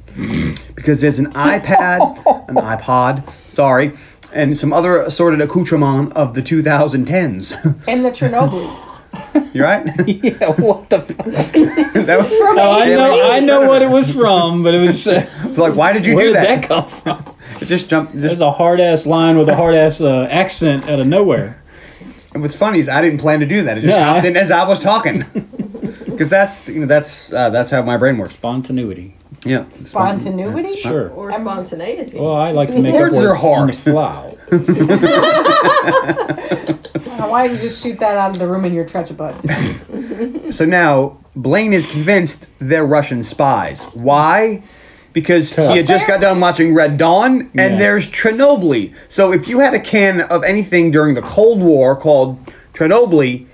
Because there's
[laughs]
an iPad, an iPod, sorry, and some other assorted accoutrement of the 2010s.
And the Chernobyl.
[laughs] you right? [laughs] that
yeah. What the fuck?
was
[laughs] Oh, I know.
Yeah.
I know what
[laughs]
it was from, but it was. Uh,
like, why did you
where
do
did
that?
that come from?
It just jumped. Just,
There's a hard ass line with a hard ass uh, accent out of nowhere.
what's funny is I didn't plan to do that. It just
No, I-
popped in as I was
[laughs]
talking. Because that's you know that's uh, that's how my brain works.
Spontaneity.
Yeah.
Spontaneity?
Sure.
Or spontaneity.
Well, I like to make
Words
up
are
words on the
hard.
fly.
Now, why did you just shoot that out of the room in your treasure butt?
So now Blaine is convinced they're Russian spies. Why? Because he had just got done watching Red Dawn, and
Yeah.
there's Chernobyl. So if you had a can of anything during the Cold War called Chernobyl,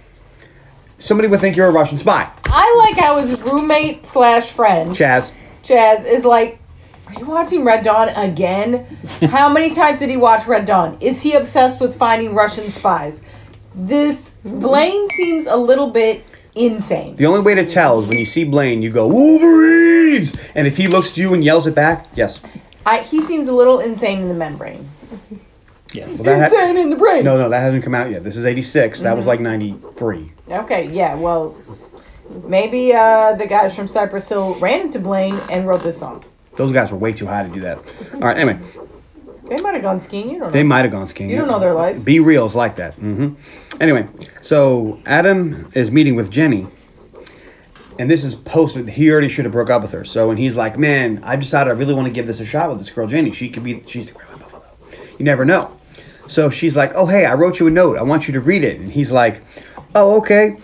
somebody would think you're a Russian spy.
I like how his roommate slash friend
Chaz,
Chaz is like, Are you watching Red Dawn
[laughs]
again? How many times did he watch Red Dawn? Is he obsessed with finding Russian spies? This Blaine seems a little bit insane.
the only way to tell is when you see Blaine, you go Wolverines, and if he looks at you and yells it back, yes.
I, he seems a little insane in the membrane.
Well, that ha-
Insane in the brain.
no, no, that hasn't come out yet. This is '86.
Mm-hmm.
That was like '93.
Okay, yeah, well, maybe uh, the guys from Cypress Hill ran into Blaine and wrote this song.
Those guys were way too high to do that. All right, anyway,
They might have gone skiing. You don't know.
they might have gone skiing.
you don't know their life.
Be real's like that. hmm Anyway, so Adam is meeting with Jenny, and this is post. He already should have broke up with her. So, and he's like, "Man, I decided I really want to give this a shot with this girl, Jenny. She could be. She's the great one, Buffalo." You never know. So she's like, "Oh, hey, I wrote you a note. I want you to read it." And he's like, "Oh, okay."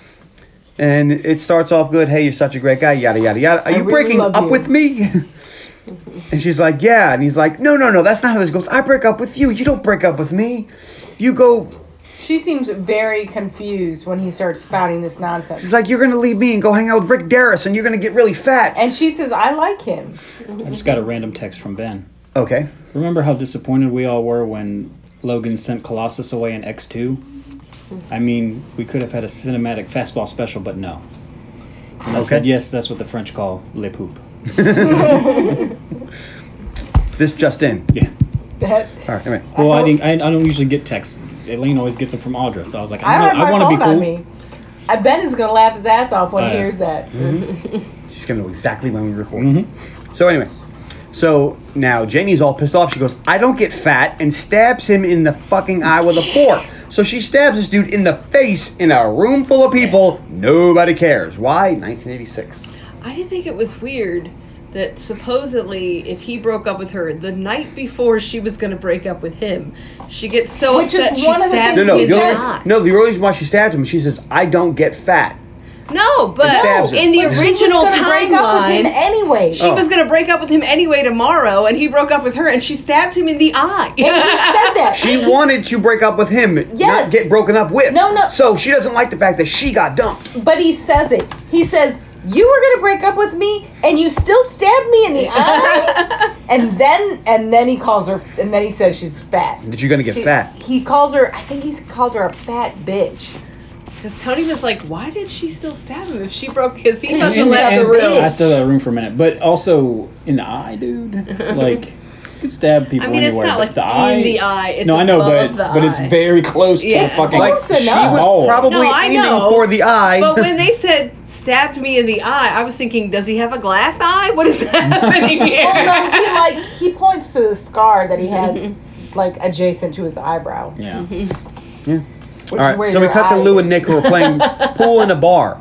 And it starts off good. Hey, you're such a great guy. Yada yada yada. Are you
really
breaking
love
up
you."
with me? [laughs] and she's like, "Yeah." And he's like, "No, no, no. That's not how this goes. I break up with you. You don't break up with me. You go
She seems very confused when he starts spouting this nonsense.
She's like, you're gonna leave me and go hang out with Rick Darris, and you're gonna get really fat.
And she says, I like him.
I just got a random text from Ben.
okay.
Remember how disappointed we all were when Logan sent Colossus away in X2? I mean, we could have had a cinematic fastball special, but no. And I said,
Okay.
yes, that's what the French call le poop.
This just in.
Yeah.
That,
All right. Anyway.
Well, I, didn't, I, I don't usually get texts. Elaine always gets them from Audra, so I was like,
I
I,
don't
know, I
have my
want to
phone
be cool.
on me. I, ben is gonna laugh his ass off when
Uh,
Oh,
he
yeah.
hears that.
mm-hmm. She's gonna know exactly when we record. So anyway, so now Janie's all pissed off. She goes, "I don't get fat," and stabs him in the fucking eye with a fork. So she stabs this dude in the face in a room full of people. Nobody cares. Why? 1986.
I didn't think it was weird that supposedly if he broke up with her the night before she was going to break up with him, she gets so
Which is
upset she
one of the
stabs
things
No, no,
his
the only-
eye.
no. The reason why she stabbed him, she says, "I don't get fat."
No,
stabs
but
him.
in the
But she was
original
Gonna break up with him
timeline,
anyway.
she
Oh.
was going to break up with him anyway tomorrow, and he broke up with her, and she stabbed him in the
He
eye. [laughs]
said that.
She wanted to break up with him,
Yes.
not get broken up with.
No, no.
So she doesn't like the fact that she got dumped.
But he says it. He says, "You were gonna break up with me, and you still stabbed me in
[laughs]
the eye." and then, and then he calls her, and then he says she's fat.
That you're gonna get
He-
fat.
He calls her. I think he's called her a fat bitch.
Because Tony was like, "Why did she still stab him if she broke his? He must have
And-
left the
and-
room."
I still have room for a minute, but also in the eye,
[laughs]
dude. Like, you can stab people
I mean, it's
anywhere.
not
but
like
the
in
eye,
the eye, it's
no, I know, but
above the
but it's
eye.
very close to
Yeah.
the fucking.
Like
Close
she
enough.
was
Oh.
probably
No, I
aiming
know.
for the eye. [laughs]
But when they said stabbed me in the eye, I was thinking, does he have a glass eye? What is [laughs] happening here?
Well, [laughs] no, he like he points to the scar that he [laughs] has, like adjacent to his eyebrow.
yeah.
[laughs]
Which
All
is where
right, so we
your
cut to
eye
Lou and
is.
Nick who are
[laughs]
playing pool in a bar,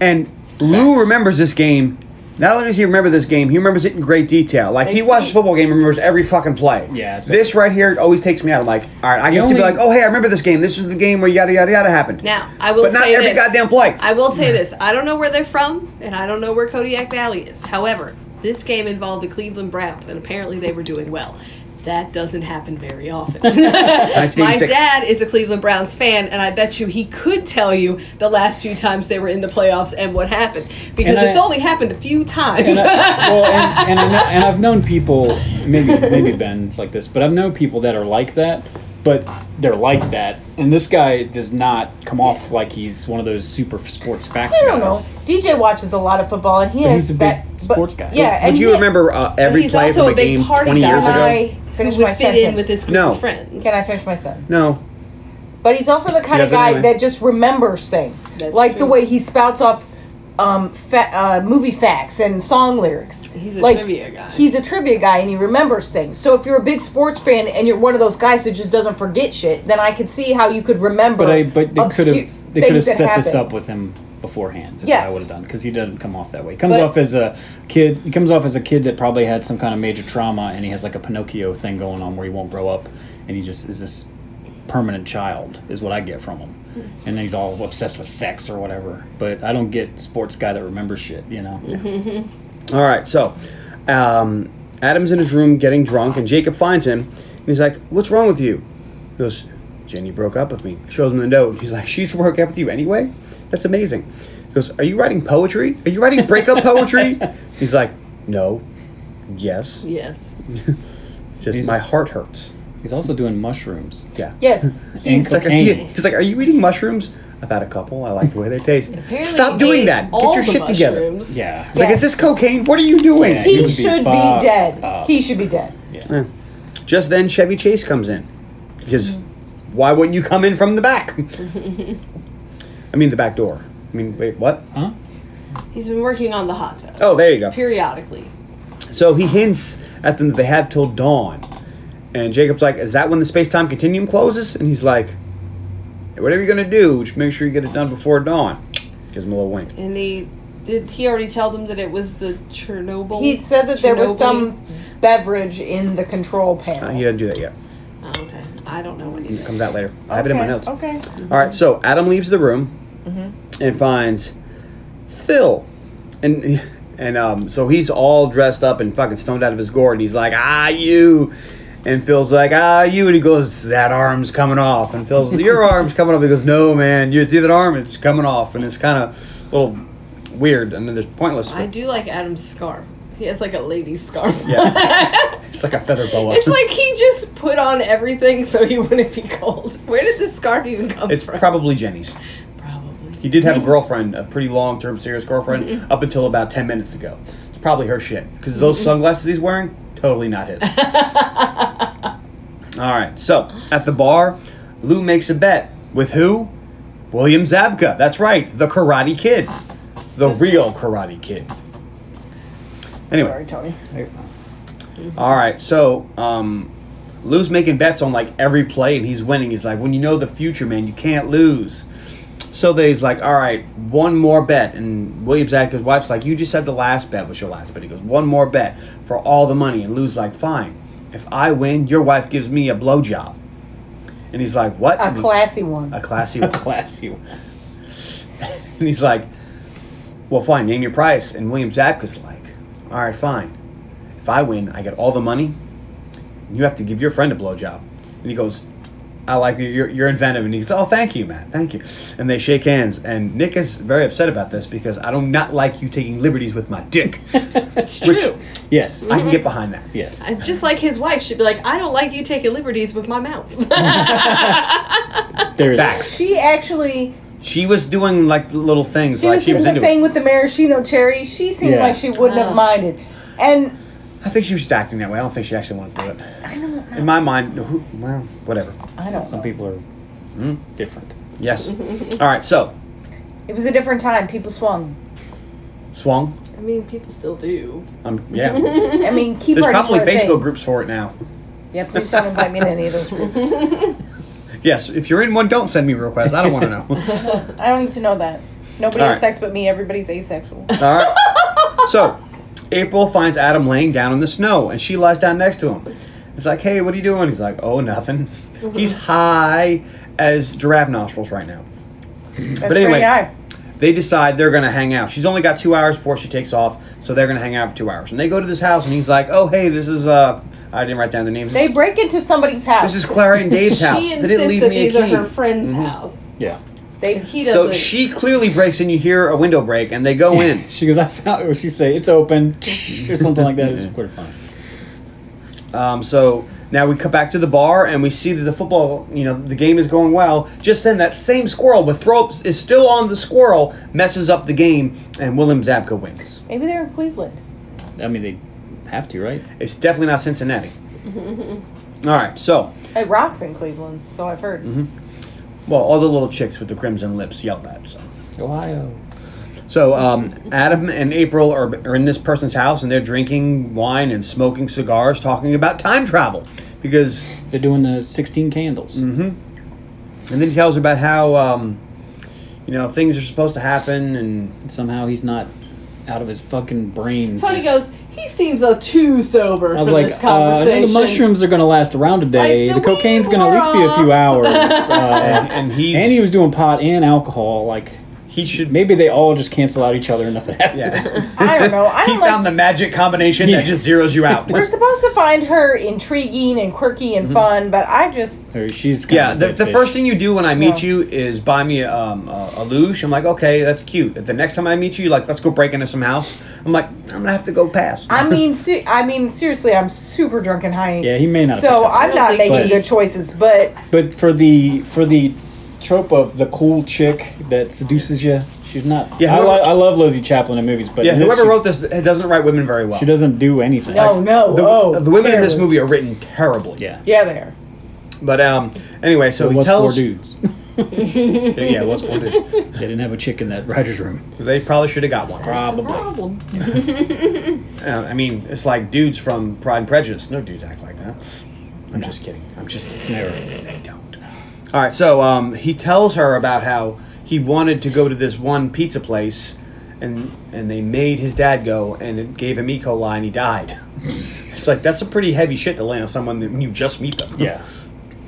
and Lou remembers this game. Not only does he remember this game, he remembers it in great detail. Like he watches football game, and remembers every fucking play.
Yeah, it's-
this right here always takes me out. I'm like, all right, I used to be
only-
like, oh hey, I remember this game. This is the game where yada yada yada happened.
Now, I will
but not
say
every
this.
goddamn play.
I will say this. I don't know where they're from, and I don't know where Kodiak Valley is. However, this game involved the Cleveland Browns, and apparently they were doing well. That doesn't happen very often. My
1986.
dad is a Cleveland Browns fan, and I bet you he could tell you the last few times they were in the playoffs and what happened because
And I-
it's only happened a few times.
[laughs]
and, I, well, and, and, I know, and I've known people, maybe maybe Ben's like this, but I've known people that are like that, but they're like that. And this guy does not come off like he's one of those super sports facts
I don't know.
guys.
DJ watches a lot of football, and he
But
has
he's a big
that but-
sports guy.
Yeah,
Would
and
you
he-
remember uh, every
he's
play
also
from
a
a
big
game
party
20 years
guy.
ago?
I
Who
finish
would
my
fit
sentence.
in with this group
No.
of friends?
Can I finish my sentence?
No,
But he's also the kind
Yeah,
of
but
guy
anyway.
that just remembers things,
That's
like the
true.
way he spouts off um, fa- uh, movie facts and song lyrics.
He's a
like,
trivia guy.
He's a trivia guy, and he remembers things. So if you're a big sports fan and you're one of those guys that just doesn't forget shit, then I could see how you could remember.
But I but they could
obscure
have they could have
things that
set this
happen.
up with him beforehand. Is what I
Yes.
would have done because he doesn't come off that way. He comes
But-
off as a kid. He comes off as a kid that probably had some kind of major trauma, and he has like a Pinocchio thing going on where he won't grow up, and he just is this permanent child is what I get from him.
Hmm.
And then he's all obsessed with sex or whatever. But I don't get sports guy that remembers shit. You know.
Mm-hmm.
All right, so um, Adam's in his room getting drunk, and Jacob finds him, and he's like, "What's wrong with you?" He goes, "Jenny broke up with me." Shows him the note. He's like, [laughs] "She's broke up with you anyway? That's amazing." He goes, "Are you writing poetry? Are you writing
[laughs]
breakup poetry?" he's like, "No, yes,
Yes.
it's just
He's-
my heart hurts."
He's also doing mushrooms.
Yeah,
Yes,
[laughs] And
he's
He's like, are
cocaine.
you, he's like, "Are you eating mushrooms?" I've had a couple. I like the way they taste. Stop
Apparently
doing
they
that. Get
all
your
the
shit together.
mushrooms.
Yeah.
Like, is this cocaine? What are you doing?
Yeah.
he
you would be
should be,
fucked
dead.
up.
He should be dead.
Just then, Chevy Chase comes in. Because why wouldn't you come in from
[laughs]
the back? I mean, the back door. I mean, wait, what?
Huh?
He's been working on the hot tub
Oh, there you go.
periodically.
So he hints at them that they have till dawn. And Jacob's like, Is that when the space time continuum closes? And he's like, Whatever you're going to do, just make sure you get it done before dawn. Gives him a little wink.
And they did he already tell them that it was the Chernobyl?
He said that there was
Chernobyl?
some beverage in the control panel.
Uh, he doesn't do that yet.
Oh, don't know when you.
It comes out later. I have it in my
Okay,
notes.
okay.
All right. So Adam leaves the room
Mm-hmm.
and finds Phil, and and um, so he's all dressed up and fucking stoned out of his gourd, and he's like, "Ah, you." And Phil's like, ah, you. And he goes, that arm's coming off. And
[laughs]
Phil's, your arm's coming off. He goes, no, man, you- it's either arm, it's coming off. And it's kind of a little weird. And then there's pointless.
I do like Adam's scarf. He has like a lady's scarf.
Yeah. it's like a feather boa.
[laughs] It's like he just put on everything so he wouldn't be cold. [laughs] Where did this scarf even come
It's
from?
probably Jenny's.
probably.
He did have a girlfriend, a pretty long-term serious girlfriend, up until about ten minutes ago. It's probably her shit because those sunglasses he's wearing, totally not his. All right, so at the bar, Lou makes a bet with who? William Zabka. That's right, the Karate Kid, the real Karate Kid. Anyway,
Sorry, Tony.
all right, so um, Lou's making bets on like every play, and he's winning. He's like, when you know the future, man, you can't lose. So they's like, all right, one more bet, and William Zadka's wife's like, you just said the last bet was your last bet. He goes, one more bet for all the money, and Lou's like, fine. If I win, your wife gives me a blowjob. And he's like, what?
A classy one.
A classy one.
Classy. one.
And he's like, well, fine, name your price. And William Zabka's like, all right, fine. If I win, I get all the money. You have to give your friend a blowjob. And he goes, I like you. You're, you're inventive. And he goes, oh, thank you, Matt. Thank you. And they shake hands. And Nick is very upset about this because I do not like you taking liberties with my dick.
It's true.
Yes.
Mm-hmm.
I can get behind that.
yes.
I- just like his wife should be like, I don't like you taking liberties with my mouth. [laughs]
there is.
Facts.
She actually,
She was doing like little things.
she
like
was
she
doing
was
the
into
thing
it.
with the maraschino cherry. She seemed
Yeah.
like she wouldn't have minded. And
I think she was just acting that way. I don't think she actually wanted to do it. I don't know. In my mind, who, well, whatever.
I don't
Some people are
Hmm?
different.
Yes. All right. So,
It was a different time. People swung.
Swung.
I mean, people still do.
Um,
[laughs]
yeah.
I
[laughs]
mean, key
There's
parties
probably
were a thing.
Facebook groups for it now.
Yeah, please don't invite me to any of those
[laughs]
groups.
Yes. If you're in one, don't send me a request. I don't want to
[laughs]
know.
I don't need to know that. Nobody
All
has
right.
sex but me. Everybody's asexual.
All right. So, April finds Adam laying down in the snow, and she lies down next to him. It's like, hey, what are you doing? He's like, oh,
[laughs]
nothing. He's high as giraffe nostrils right now.
That's
But anyway,
pretty high.
they decide they're gonna hang out. She's only got two hours before she takes off, so they're gonna hang out for two hours. And they go to this house, and he's like, "Oh, hey, this is uh, I didn't write down the names.
They break into somebody's house.
this is Clara and Dave's house.
[laughs] She
they didn't
insists
leave
that
me a
these
key."
are her friend's
Mm-hmm.
house.
Yeah.
they,
He
So
doesn't.
she clearly breaks and you hear a window break and they go in.
She goes. I found. Or she say it's open or
[laughs]
something like that. It's quite fun.
Um, so now we come back to the bar and we see that the football, you know, the game is going well. Just then, that same squirrel with throats is still on the squirrel, messes up the game, and Willem Zabka wins.
maybe they're in Cleveland.
I mean, they have to, right?
It's definitely not Cincinnati. All right, so,
It rocks in Cleveland, so I've heard.
Mm-hmm. well, all the little chicks with the crimson lips yelled at. So,
Ohio.
so um, Adam and April are, are in this person's house and they're drinking wine and smoking cigars, talking about time travel because
They're doing the 16 candles.
Mm-hmm. And then he tells about how, um, you know, things are supposed to happen, and
Somehow he's not out of his fucking brains.
Tony goes, he seems a too sober
I was
for
like,
this
uh, I know
conversation.
the mushrooms are going to last around a day.
Like,
the
the
cocaine's
weed
going to at least be a few
wore
hours.
and,
[laughs]
Uh,
and he's
and he was doing pot and alcohol. Like,
he should
maybe they all just cancel out each other
[laughs]
and nothing happens.
yeah.
[laughs] I don't
[laughs]
know. I
he
don't like.
found the magic combination that
Yeah.
just zeroes you
[laughs]
out.
we're supposed to find her intriguing and quirky
Mm-hmm.
and fun, but I just
Or she's kind
yeah,
of
the,
big
the
fish.
first thing you do when I meet
No.
you is buy me um, a, a luge. I'm like, okay, that's cute. The next time I meet you, you're like, let's go break into some house. I'm like, I'm gonna have to go past. [laughs]
I mean, se- I mean, seriously, I'm super drunk and high.
Yeah, he may not have
So
picked up
I'm
don't
not
think
making
he-
good choices, but
But for the for the trope of the cool chick that seduces you, she's not.
Yeah,
Yeah, I,
whoever-
li- I love Lizzie Chaplin in movies, but
yeah,
in this,
whoever
she's-
wrote this doesn't write women very well.
she doesn't do anything.
no, no,
The,
oh,
the women in this
terrible.
movie are written terribly.
Yeah.
Yeah,
[laughs]
they are.
But um, anyway, so
So
he
what's four
tells [laughs]
dudes?
yeah, what's one dude?
they didn't have a chick in that writer's room.
They probably should have got one.
Probably.
problem.
Uh, I mean, it's like dudes from Pride and Prejudice. No dudes act like that. I'm just kidding. I'm just kidding.
Never.
They don't. All right, so um, he tells her about how he wanted to go to this one pizza place, and and they made his dad go, and it gave him E. coli, and he died. it's like that's a pretty heavy shit to lay on someone that when you just meet them.
Yeah.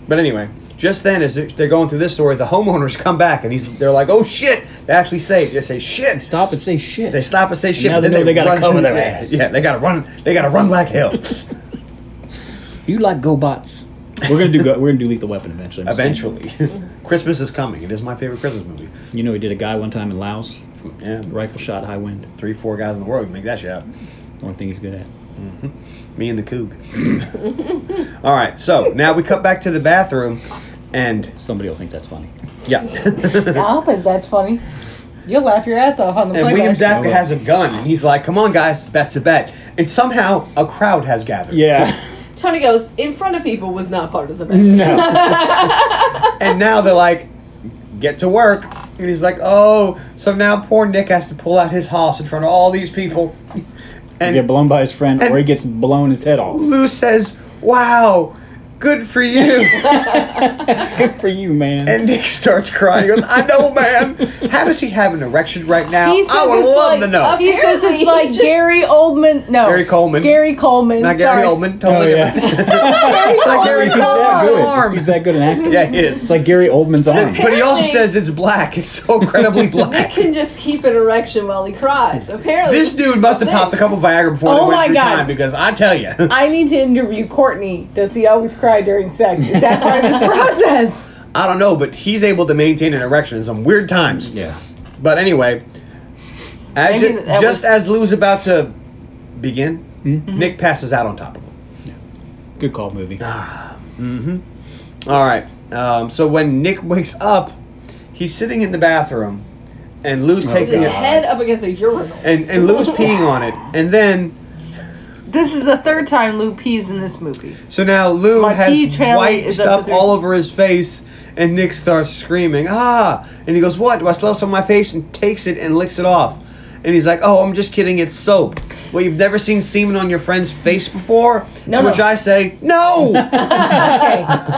But anyway, just then as they're- they're going through this story, the homeowners come back and he's they're like, "Oh shit!" They actually say, "They say shit."
Stop and say shit.
They stop and say shit.
now
but
they
then
know they gotta
run- [laughs]
cover their
yeah,
ass.
Yeah, they gotta run. They gotta run like
[laughs]
hell.
You like GoBots? We're gonna do go- we're gonna do Lethal Weapon eventually. I'm just saying.
Eventually, [laughs] Christmas is coming. It is my favorite Christmas movie.
you know we did a guy one time in Laos,
Yeah,
rifle shot, high wind.
Three, four guys in the world can make that shit out.
Only thing he's good at.
Me and the coog. [laughs] All right, so now we cut back to the bathroom, and
Somebody will think that's funny.
yeah. [laughs]
I'll think that's funny. You'll laugh your ass off on the
And William
playback.
Zabka has a gun, and he's like, "Come on, guys, bet's a bet." And somehow a crowd has gathered.
Yeah.
Tony goes in front of people was not part of the match.
[laughs] Mm. No.
And now they're like, "Get to work." And he's like, "Oh, so now poor Nick has to pull out his hoss in front of all these people." [laughs] [laughs]
He
And
get blown by his friend, or he gets blown his head off.
Lou says, "Wow, good
[laughs]
for you."
Good for you, man.
and Nick starts crying. He goes, "I know, man. How does he have an erection right now?
He says
I would
it's
love
like
to know."
up-
He says
Apparently,
it's
he
like
just-
Gary Oldman. No.
Gary Coleman.
Gary Coleman.
Not
sorry.
Gary
[laughs]
Oldman.
oh
Totally
yeah,
different.
he's
it's like Gary [laughs]
that
Coleman's
good.
arm.
He's that good an actor.
yeah, he is.
It's like Gary Oldman's arm.
But he also
Apparently-
says it's black. It's
[laughs]
so incredibly
Nick
black.
can just keep an erection while he
Mm.
cries. Apparently,
This
it's just
dude must have
thing.
popped a couple Viagra before they
Oh
went
my
through
God.
time because I tell you,
I need to interview Courtney. Does he always cry during sex? Is that part
[laughs]
of his process?
[laughs] I don't know, but he's able to maintain an erection in some weird times.
Yeah.
But anyway, as
Maybe
ju-
that was-
just
Mm-hmm.
as Lou's about to begin, Nick passes out on top of him.
Good call, movie.
Ah. All right. Um, so when Nick wakes up, he's sitting in the bathroom, and Lou's taking
His
God.
it,
head up against a urinal.
and
[laughs]
and Lou's peeing on it, and then
This is the third time Lou pees in this movie.
So now Lou
My pee
has
channel
white
is up
stuff
to three.
all over his face, and Nick starts screaming, ah! And he goes, what? Do I still have some on my face? And takes it and licks it off. And he's like, oh, I'm just kidding, it's soap. Well, you've never seen semen on your friend's face before?
No,
to
no.
which I say,
[laughs]
no!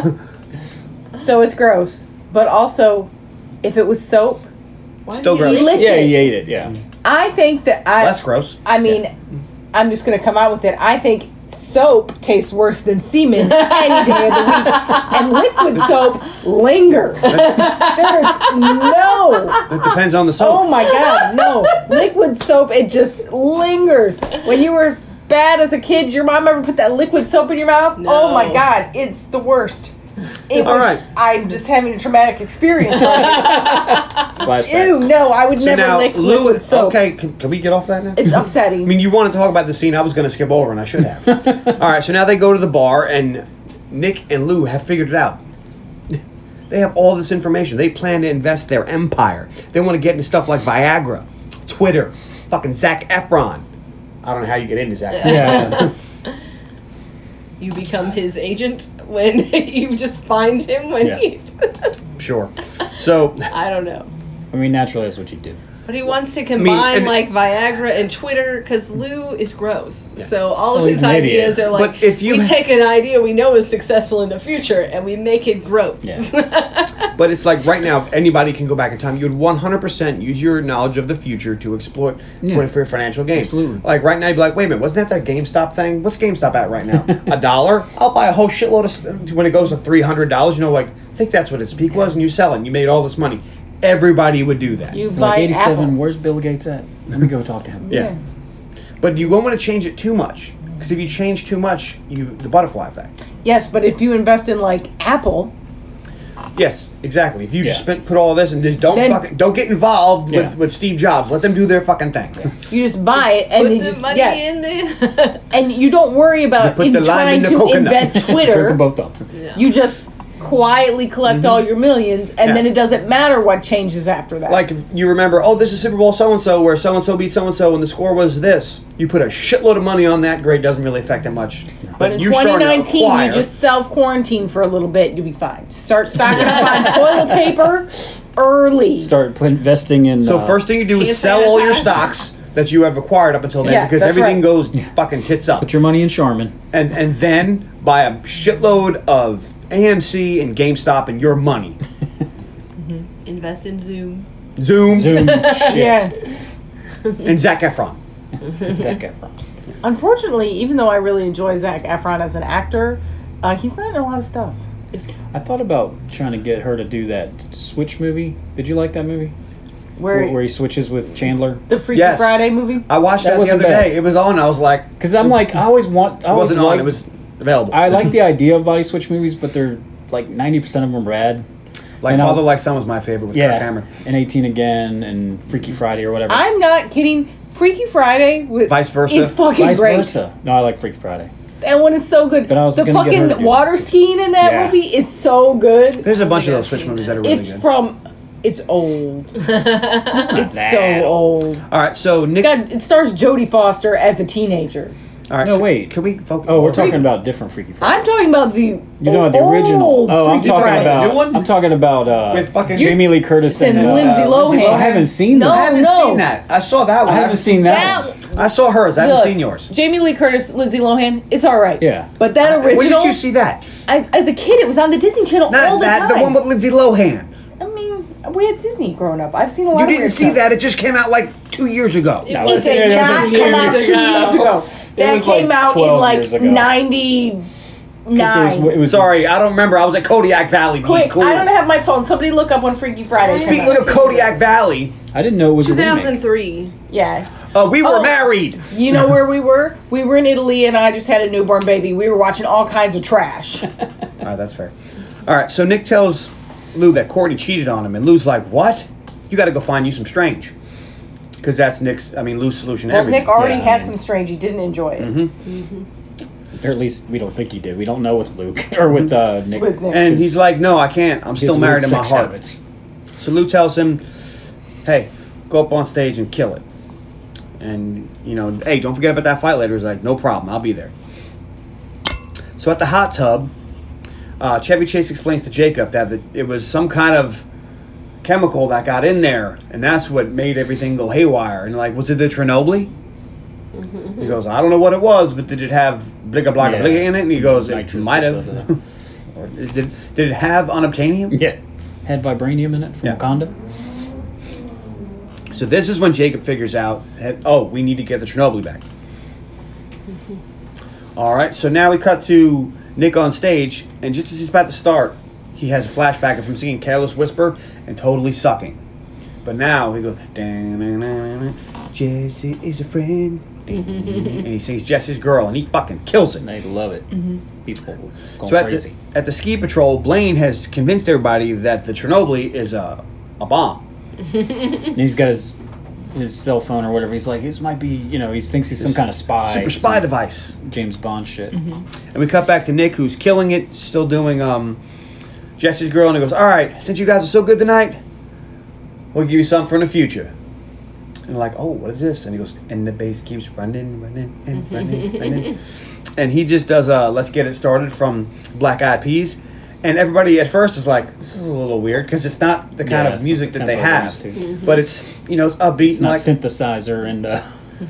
Okay. so it's gross, but also, if it was soap,
Still
he
gross.
licked
Yeah,
it.
he ate it. Yeah.
I think that I.
That's gross.
I mean, I'm just gonna come out with it. I think soap tastes worse than semen any day of the
[laughs]
week, and liquid soap lingers. There's no.
It depends on the soap.
Oh my god, no! Liquid soap, it just lingers. When you were bad as a kid, your mom ever put that liquid soap in your mouth? Oh my
No.
god, it's the worst. It
All
was,
right.
I'm just having a traumatic experience. Ew,
Five seconds.
no, I would
so
never
now,
lick
Lou,
liquid soap.
okay, can, can we get off that now?
It's upsetting.
I mean, you want to talk about the scene I was going to skip over, and I should have. All right, so now they go to the bar, and Nick and Lou have figured it out. They have all this information. They plan to invest their empire. They want to get into stuff like Viagra, Twitter, fucking Zach Efron. I don't know how you get into Zach. Efron.
Yeah.
You become his agent when [laughs] you just find him when
Yeah.
he's. [laughs]
Sure. So,
I don't know.
I mean, naturally, that's what you do.
But he wants to combine
and-
like Viagra and Twitter because Lou is gross. So all of
Well,
his
he's an
ideas
idiot.
are like
But if you-
we take an idea we know is successful in the future and we make it gross. [laughs]
Yeah.
but it's like right now, anybody can go back in time. You would 100% use your knowledge of the future to exploit
Yeah.
for your financial gain.
Absolutely.
Like right now, you'd be like, wait a minute, wasn't that that GameStop thing? What's GameStop at right
[laughs]
now? a dollar? I'll buy a whole shitload of s- when it goes to three hundred dollars. You know, like I think that's what its peak was, and you sell it, and you made all this money. Everybody would do that.
you buy
Like
an
eighty-seven.
apple.
Where's Bill Gates at? Let me go talk to him.
yeah. But you won't want to change it too much because if you change too much, you the butterfly effect.
Yes, but if you invest in like Apple,
Yes, exactly. If you just
Yeah.
spent, put all this and just don't
Then-
fucking don't get involved
Yeah.
with, with Steve Jobs. Let them do their fucking thing.
you just buy it and
Put
you
the
just
money
yes,
in there. [laughs]
and you don't worry
You
about
put
in
the lime
trying
in the
to
coconut. [laughs]
invent
Took them
Twitter.
both up.
You just quietly collect all your millions, and
Mm-hmm. Yeah.
then it doesn't matter what changes after that.
like if you remember, oh, this is Super Bowl so and so, where so and so beat so and so, and the score was this. You put a shitload of money on that grade, doesn't really affect it much.
But in
you started a
2019,
choir.
you just self quarantine for a little bit, you'll be fine. Start stocking up
[laughs]
on toilet paper early.
Start put- investing in.
so
uh,
first thing you do is
Can't
sell
say
all
that's
your
happened.
stocks that you have acquired up until then,
Yes,
because
that's
everything
right.
goes fucking tits up,
Put your money in Charmin.
and and then buy a shitload of AMC and GameStop and your money,
[laughs]
Invest in Zoom.
Zoom,
Zoom. Shit.
Yeah.
and Zac Efron.
Zac Efron.
Unfortunately, even though I really enjoy Zach Efron as an actor, uh, he's not in a lot of stuff.
I thought about trying to get her to do that Switch movie. Did you like that movie?
Where,
Where, where he switches with Chandler?
the Freaky
Yes. Uh,
Friday movie?
I watched
That
that, the
wasn't
other
bad.
day. It was on. I was like, it
Because I'm like, I always want. I always
wasn't on.
liked-
It was available.
I [laughs] like the idea of body switch movies, but they're like 90% of them are bad.
like
and I'll-
Father Like Son was my favorite with Kirk
Yeah. Mm-hmm.
Cameron.
And 18 Again and Freaky Friday or whatever.
I'm not kidding. Freaky Friday with
Vice versa.
is fucking
Vice
great.
versa. No, I like Freaky Friday.
That one is so good.
But I was
the
gonna get her to
fucking
do it.
water skiing in that
Yeah.
movie is so good.
There's a bunch of
God,
those Switch
I've
movies that are really
it's
good.
from. It's
[laughs]
old.
It's
So old.
All right, so Nick.
God, it stars Jodie Foster as a teenager.
All right,
No,
c-
wait.
Can we focus?
Oh, we're talking about different Freaky Friday.
I'm talking about the
You know the original?
old
Oh, I'm
Freaky
talking
Friday.
about.
The new one?
I'm talking about uh,
With fucking-
Jamie Lee Curtis and,
and
uh,
Lindsay Lohan.
I haven't seen
No.
I
that.
haven't
Oh,
seen that. I saw that one.
I haven't seen that.
That-
one.
I saw hers. I haven't
Look,
seen yours.
Jamie Lee Curtis, Lindsay Lohan. It's all right.
Yeah.
But that original.
When did you see that?
As, as a kid, it was on the Disney Channel
Not
all the
that.
time.
The one with Lindsay Lohan.
I mean, we had Disney growing up. I've seen a lot
You
of
didn't
weird
see
stuff.
that. It just came out like two years ago.
No,
It
yeah,
did
that
not
was
come
years
out two
ago.
years ago.
It
That
was like
came out
12
in like
years ago.
99.
It was, it was
Sorry, I don't remember. I was at Kodiak Valley. being
Quick,
cool.
I don't have my phone. Somebody look up when Freaky Friday came
Speaking
out.
of Kodiak Valley,
I didn't know it was a remake.
2003.
Yeah.
uh, we were
Oh.
married.
You know where we were? We were in Italy and I just had a newborn baby. We were watching all kinds of
[laughs]
trash.
All right, that's fair. All right, so Nick tells Lou that Courtney cheated on him, and Lou's like, "What? You got to go find you some strange." Because that's Nick's. I mean, Lou's solution. to
Well,
everything.
Nick already
Yeah, I
had
mean-
some strange. He didn't enjoy
Mm-hmm.
it.
Or at least we don't think he did. We don't know with Luke [laughs] or with uh, Nick.
With Nick.
and
his-
he's like, "No, I can't. I'm
his
still married
weird
in my
sex
heart."
habits.
So Lou tells him, "Hey, go up on stage and kill it." And you know, hey, don't forget about that fight later. He's like, "No problem, I'll be there." So at the hot tub, uh, Chevy Chase explains to Jacob that the- it was some kind of chemical that got in there, and that's what made everything go haywire. And like, was it the Chernobyl? He goes, "I don't know what it was, but did it have blicka blocka
Yeah,
blicka in it?" And he
some
goes, "It
nitrous or
might have."
something.
[laughs] Or did, did it have unobtainium?
Yeah. Had vibranium in it from
Yeah.
Wakanda.
So this is when Jacob figures out that oh, we need to get the Chernobyl back. All right, so now we cut to Nick on stage, and just as he's about to start, he has a flashback of him singing "Careless Whisper" and totally sucking. But now he goes, "Da-na-na-na-na, "Jesse is a friend," and he sings "Jesse's Girl," and he fucking kills it.
And they love it. People going
So at
crazy.
the, at the ski patrol, Blaine has convinced everybody that the Chernobyl is a a bomb.
and he's got his his cell phone or whatever. He's like, this might be, you know, he thinks he's some kind of spy.
Super
some
spy device.
James Bond shit.
And we cut back to Nick, who's killing it, still doing um, Jesse's girl, and he goes, "All right, since you guys are so good tonight, we'll give you something for the future." And like, "Oh, what is this?" And he goes, "And the bass keeps running, running,
[laughs]
and running, running." And he just does uh, "Let's Get It Started" from Black Eyed Peas, and everybody at first is like, "This is a little weird" because it's not the kind
Yeah,
of
it's
music
not
that
the
they
tempo they're
have,
used
Mm-hmm.
to.
but it's you know it's upbeat
It's
and
not
like
synthesizer and uh,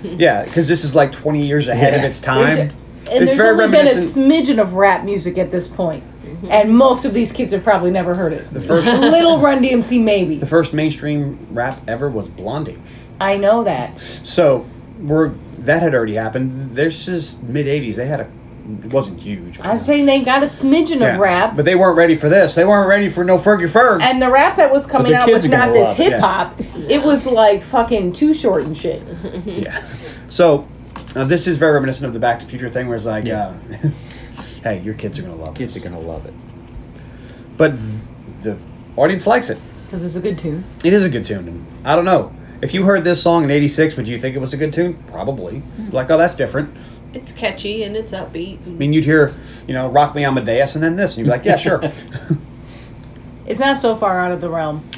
yeah, because this is like twenty years ahead of
Yeah.
its time.
And there's only been a smidgen of rap music at this point. And most of these kids have probably never heard it. The
first-
[laughs] little Run DMC, maybe.
The first mainstream rap ever was Blondie.
I know that.
So we're that had already happened. This is mid '80s. They had a it wasn't huge.
I'm saying they got a smidgen
Yeah.
of rap.
but they weren't ready for this. They weren't ready for no Fergie Ferg.
and the rap that was coming
their
out
kids
was
are gonna
not this
love it,
yeah.
hip hop. It was like fucking too short and [laughs] shit.
[laughs] yeah. So uh, this is very reminiscent of the Back to the Future thing, where it's like,
Yeah.
uh, [laughs] "Hey, your kids are gonna love
kids are
this."
gonna love it.
But th- the audience likes it.
Because it's a good tune.
It is a good tune. And I don't know if you heard this song in '86, would you think it was a good tune? Probably.
Mm-hmm.
Like, oh, that's different.
It's catchy and it's upbeat.
I mean, you'd hear, you know, "Rock Me Amadeus" and then this, and you'd be like, "Yeah,
[laughs]
sure."
It's not so far out of the realm.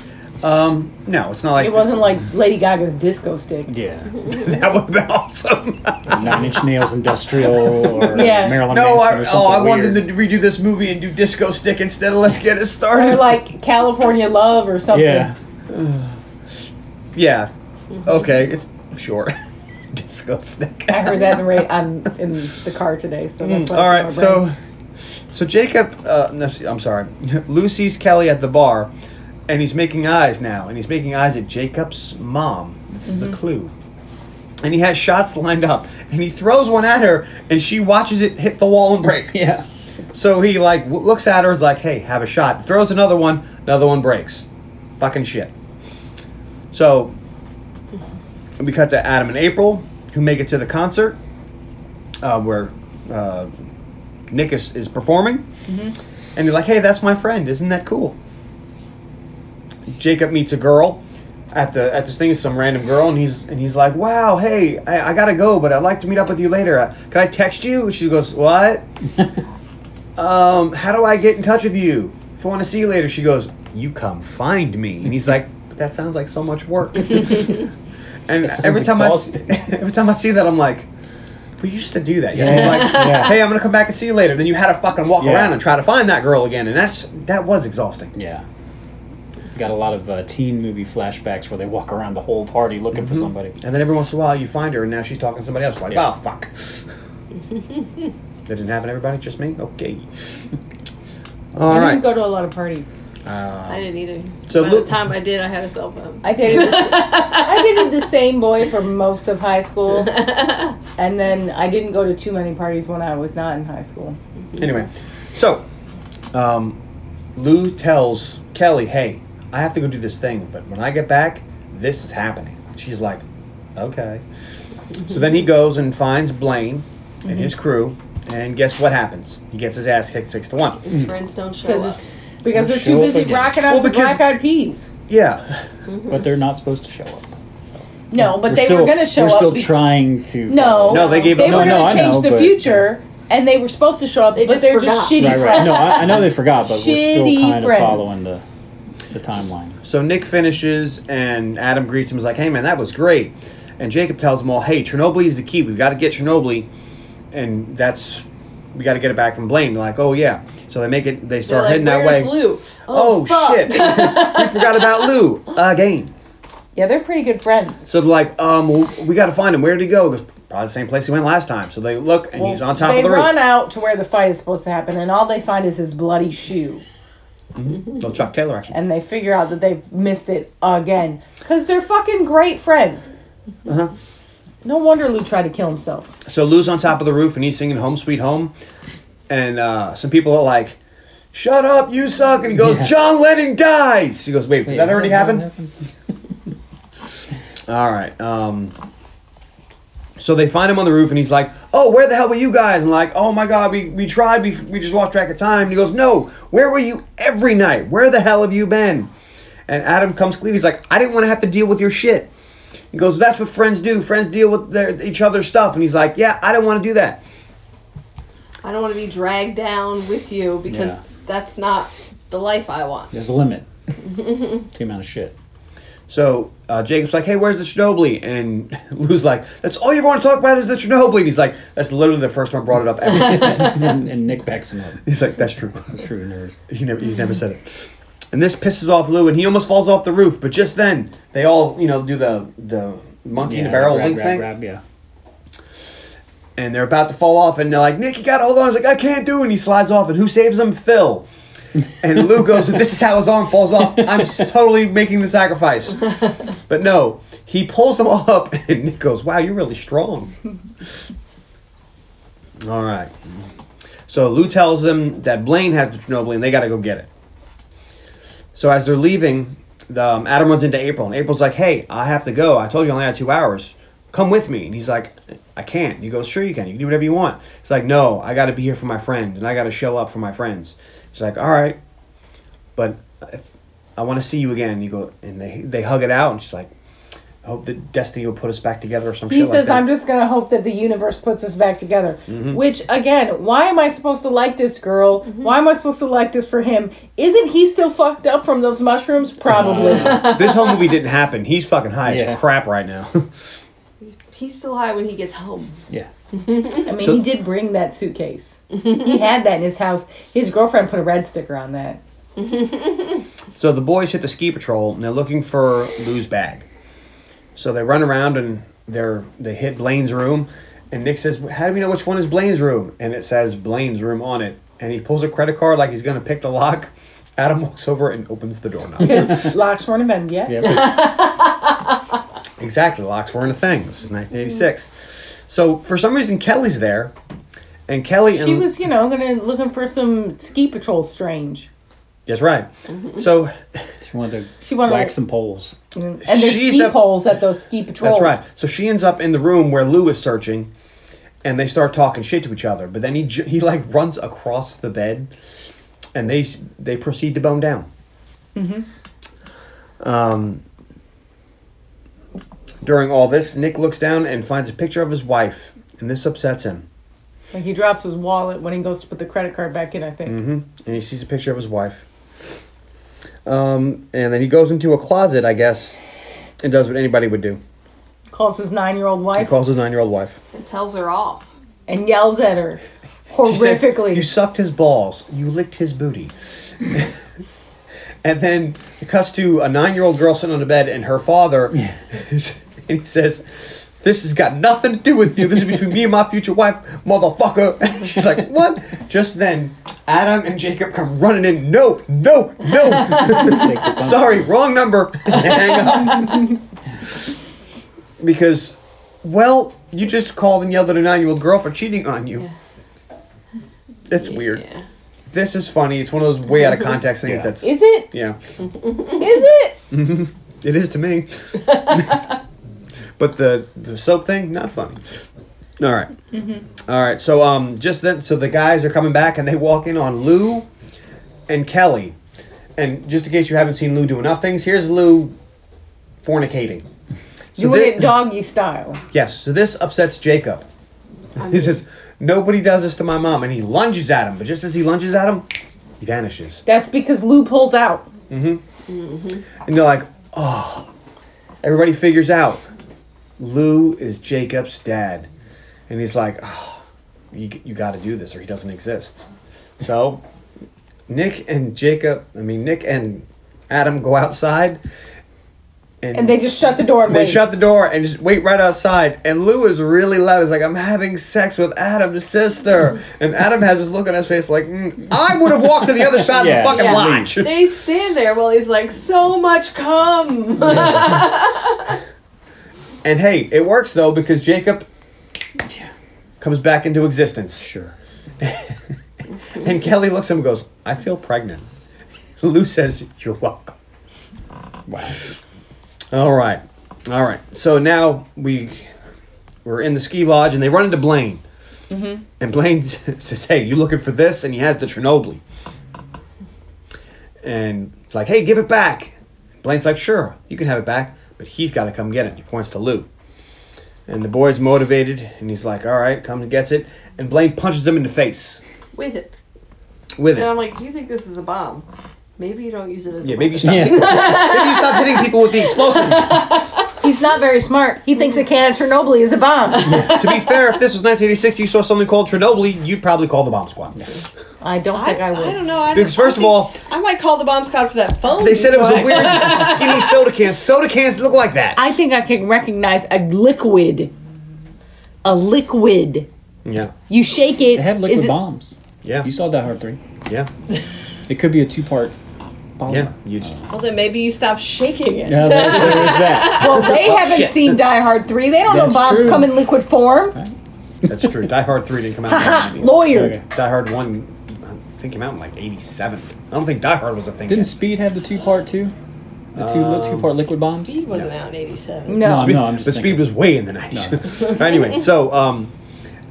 Um, no, it's not like
It wasn't like Lady Gaga's disco stick.
Yeah.
[laughs] that would have been
[laughs]
awesome.
Nine Inch Nails Industrial or
Yeah.
Marilyn
no,
Manson
I,
or something
oh, I want
weird.
them to redo this movie and do Disco Stick instead of Let's Get It
Or
Started.
like California Love or something.
Yeah.
yeah,
Mm-hmm.
okay, it's sure. [laughs] Disco Stick.
I heard that in, ra- I'm in the car today, so that's why
Mm. All
it's
right,
in my brain.
so so Jacob, uh, no, I'm sorry, [laughs] Lou sees Kelly at the bar, and he's making eyes now, and he's making eyes at Jacob's mom. This is
Mm-hmm.
a clue. And he has shots lined up, and he throws one at her, and she watches it hit the wall and break.
Yeah.
So he like w- looks at her, is like, "Hey, have a shot." Throws another one, another one breaks. Fucking shit. So we cut to Adam and April, who make it to the concert uh, where uh, Nick is, is performing, and you're like, "Hey, that's my friend. Isn't that cool?" Jacob meets a girl at the at this thing. It's some random girl, and he's and he's like, "Wow, hey, I, I gotta go, but I'd like to meet up with you later. Uh, Can I text you?" She goes, "What? um, how do I get in touch with you? If I want to see you later?" She goes, "You come find me." And he's like, "But that sounds like so much work." and
sounds
every time
exhausting.
I s- [laughs] every time I see that, I'm like. We used to do that. You know,
Yeah.
like,
[laughs] Yeah.
hey, I'm gonna come back and see you later. Then you had to fucking walk
Yeah.
around and try to find that girl again, and that's that was exhausting.
Yeah. Got a lot of uh, teen movie flashbacks where they walk around the whole party looking
Mm-hmm.
for somebody.
And then every once in a while you find her and now she's talking to somebody else. Like,
Yeah.
wow,
[laughs]
fuck. that didn't happen to everybody, just me? Okay.
Mm-hmm.
All
I
right.
didn't go to a lot of parties.
I didn't either.
So
By
look-
the time I did, I had a cell [laughs] phone.
I dated, I dated the same boy for most of high
[laughs]
school, and then I didn't go to too many parties when I was not in high school.
Anyway, so um, Lou tells Kelly, hey, I have to go do this thing, but when I get back, this is happening. She's like, okay. so then he goes and finds Blaine and his
Mm-hmm.
crew, and guess what happens? He gets his ass kicked six to one.
His friends don't show up.
because they're
Show
too
up
busy
again.
rocking out
Well,
the
because-
black eyed peas.
Yeah.
But they're not supposed to show up. So.
No, but
We're
they
still-
were going to show
we're
up.
still
be-
trying to.
no,
No, they gave
They
up.
were
No, no,
going
I
to change
know,
the
but-
future, and they were supposed to show up,
They
but
just
they're
forgot.
just [laughs] shitty
Right, right.
friends.
No, I, I know they forgot, but we're
Shitty
still kind
friends.
of following the, the timeline.
So Nick finishes, and Adam greets him. He's like, "Hey, man, that was great." And Jacob tells them all, "Hey, Chernobyl is the key. We've got to get Chernobyl, and that's we got to get it back from Blaine." They're like, "Oh yeah." So they make it. They
They're
start
like,
heading that way.
Where's Lou?
Oh,
fuck.
shit! we forgot about Lou again.
Yeah, they're pretty good friends.
So they're like, "Um, well, we got to find him. Where would he go?" He Goes probably the same place he went last time. So they look, and he's on top
They
of the
run
roof.
out to where the fight is supposed to happen, and all they find is his bloody shoe.
Little Chuck Taylor action.
and they figure out that they've missed it again because they're fucking great friends.
Uh-huh.
No wonder Lou tried to kill himself.
So Lou's on top of the roof and he's singing "Home Sweet Home," and uh, some people are like, "Shut up, you suck!" And he goes, "John Lennon dies." He goes, "Wait, did that already happen?" All right. Um, so they find him on the roof and he's like, "Oh, where the hell were you guys?" And like, "Oh my God, we we tried. We we just lost track of time." And he goes, "No, where were you every night? Where the hell have you been?" And Adam comes clean. He's like, "I didn't want to have to deal with your shit." He goes, "That's what friends do. Friends deal with their each other's stuff." And he's like, "Yeah, I don't want to do that."
I don't want to be dragged down with you because
Yeah.
that's not the life I want.
There's
[laughs]
a limit to the amount of shit.
So uh, Jacob's like, "Hey, where's the Chernobyl?" And [laughs] Lou's like, "That's all you want to talk about is the Chernobyl." And he's like, "That's literally the first time I brought it up." Ever. [laughs]
and, and Nick backs him up.
he's like, "That's true."
It's true, nerds.
He never, he's never said it. And this pisses off Lou, and he almost falls off the roof. But just then, they all, you know, do the the monkey in the barrel
grab,
link
grab,
thing,
grab, yeah.
and they're about to fall off, and they're like, "Nick, you gotta hold on." He's like, "I can't do," it. and he slides off, and who saves him?
[laughs]
Phil. And Lou goes, "If this is how his arm falls off, I'm s- totally making the sacrifice." But no, he pulls them [laughs] up, and Nick goes, "Wow, you're really strong." All right. So Lou tells them that Blaine has the Chernobyl, and they got to go get it. So as they're leaving, the, um, Adam runs into April, and April's like, "Hey, I have to go. I told you I only had two hours. Come with me." And he's like, "I can't." And he goes, "Sure, you can. You can do whatever you want." He's like, "No, I got to be here for my friend, and I got to show up for my friends." He's like, "All right, but if I want to see you again." And you go, and they they hug it out, and she's like, "I hope that destiny will put us back together or some
He
shit like
says,
that." Mm-hmm.
"I'm just gonna hope that the universe puts us back together." Which again, why am I supposed to like this girl? Why am I supposed to like this for him? Isn't he still fucked up from those mushrooms? Probably.
this whole movie didn't happen. He's fucking high
Yeah.
as crap right now. [laughs]
He's still high when he gets home.
Yeah.
I mean,
So-
he did bring that suitcase. he had that in his house. His girlfriend put a red sticker on that.
so the boys hit the ski patrol and they're looking for Lou's bag. So they run around and they're they hit Blaine's room, and Nick says, "How do we know which one is Blaine's room?" And it says Blaine's room on it, and he pulls a credit card like he's gonna pick the lock. Adam walks over and opens the
[laughs]
doorknob. [laughs]
Because locks weren't invented yet.
Yeah, but
Exactly. Locks weren't a thing. This is 1986. So for some reason, Kelly's there, And Kelly and
She was, you know, gonna looking for some ski patrol strange.
that's right.
Mm-hmm.
So
She wanted to
She wanted
whack
to- [laughs]
some poles.
And there's
She's
ski
a-
poles at those ski patrol.
That's right. So she ends up in the room where Lou is searching, and they start talking shit to each other. But then he j- he like runs across the bed, and they s- they proceed to bone down. Mm-hmm. Um. During all this, Nick looks down and finds a picture of his wife, and this upsets him.
Like he drops his wallet when he goes to put the credit card back in. I think.
And he sees a picture of his wife. Um, and then he goes into a closet, I guess, and does what anybody would do.
Calls his nine-year-old
He
wife
calls his nine-year-old wife.
It tells her off.
and yells at her
[laughs] She says,
horrifically.
you sucked his balls. You licked his booty. and then it cuts to a nine year old girl sitting on the bed, and her father, is, and he says, This has got nothing to do with you. This is between me and my future wife, motherfucker. [laughs] And she's like, What? Just then, Adam and Jacob come running in. No, no, no. [laughs] Sorry, wrong number. [laughs] And hang up. because, well, you just called and yelled at a nine year old girl for cheating on you. It's weird.
Yeah.
This is funny. It's one of those way out of context things
Yeah.
that's
Is it?
yeah.
Is it?
It is to me. but the the soap thing not funny. All right. All right. So um just then so the guys are coming back and they walk in on Lou and Kelly. And just in case you haven't seen Lou do enough things, here's Lou fornicating. So
Doing
thi-
it doggy
[laughs]
style.
Yes, so this upsets Jacob. He says, Nobody does this to my mom. And he lunges at him, but just as he lunges at him, he vanishes.
That's because Lou pulls out.
And they're like, oh. Everybody figures out Lou is Jacob's dad. And he's like, oh, you, you got to do this or he doesn't exist. So Nick and Jacob, I mean, Nick and Adam go outside.
And they just shut the door and
They
wait.
shut the door and just wait right outside. And Lou is really loud. He's like, I'm having sex with Adam's sister. And Adam has this look on his face like, "Mm, I would have walked to the other side
Yeah,
of the fucking
yeah.
lodge.
They stand there while he's like, so much cum.
And hey, it works though because Jacob comes back into existence.
Sure.
And Kelly looks at him and goes, I feel pregnant. [laughs] Lou says, You're welcome.
Wow.
All right. All right. So now we we're in the ski lodge and they run into Blaine.
Mm-hmm.
And Blaine [laughs] says, Hey, you looking for this? And he has the Chernobyl. And it's like, Hey, give it back. Blaine's like, Sure, you can have it back, but he's got to come get it. He points to Lou. And the boy's motivated and he's like, All right, comes and gets it. And Blaine punches him in the face
[laughs] With it.
with it.
And I'm like, you think this is a bomb? Maybe you don't use it as
Yeah,
a
maybe you stop.
Yeah.
maybe you stop hitting people with the explosive.
[laughs]
to
He's not very smart. He thinks a can of Chernobyl is a
[laughs]
bomb.
be fair, if this was 1986, you saw something called Chernobyl, you'd probably call the bomb squad.
I don't
I,
think I,
I
would.
don't know. I
Because
don't- I
first of
think-
all-
I might call the bomb squad for that phone.
They said it was a
before I-
weird skinny soda can. Soda cans look like that.
I think I can recognize a liquid. A liquid.
yeah,
You shake it.
They
[laughs]
had
is
liquid
it-
bombs.
yeah,
You saw Oh. Die Hard 3.
yeah,
It could be a two part bomb.
yeah. You just,
Well, then maybe you stop shaking it.
Yeah, there, there is
[laughs]
that.
well, they
[laughs]
haven't
shit.
seen Die Hard 3. They don't
That's
know bombs
true.
come in liquid form.
that's true. Die Hard three didn't come out. in the 90s.
Lawyer.
Okay.
Die Hard one, I think came out in like '87. I don't think Die Hard was a thing.
Didn't
yet.
Speed have the two part too? The two two part liquid bombs?
[laughs] He wasn't out in 87.
No.
No,
Speed-
no, I'm just
but
thinking.
speed was way in the [laughs] 90s. anyway, so um,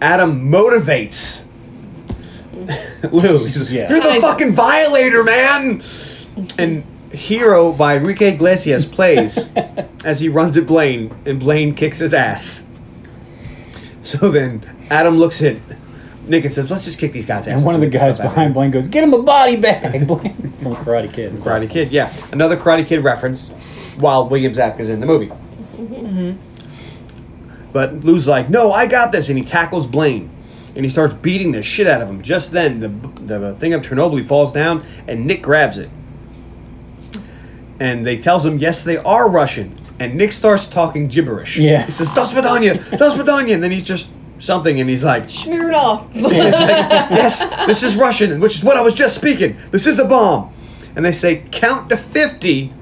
Adam motivates Lou. He says,
[laughs] Yeah.
You're the
I-
fucking violator, man! And Hero by Enrique Iglesias plays
[laughs]
as he runs at Blaine, and Blaine kicks his ass. So then Adam looks at Nick and says, Let's just kick these guys' ass.
And one of the guys behind Blaine goes, Get him a body bag, Blaine. [laughs] From Karate Kid. It's
Karate
awesome.
Kid, yeah. Another Karate Kid reference while William Zapka's in the movie. But Lou's like, no, I got this. And he tackles Blaine. And he starts beating the shit out of him. Just then, the, the thing of Chernobyl falls down and Nick grabs it. And they tells him, yes, they are Russian. And Nick starts talking gibberish.
Yeah.
He says, Das Vidanya, Das Vidanya. And then he's just something. And he's like,
Smear it off. [laughs]
yes, this is Russian, which is what I was just speaking. This is a bomb. And they say, count to 50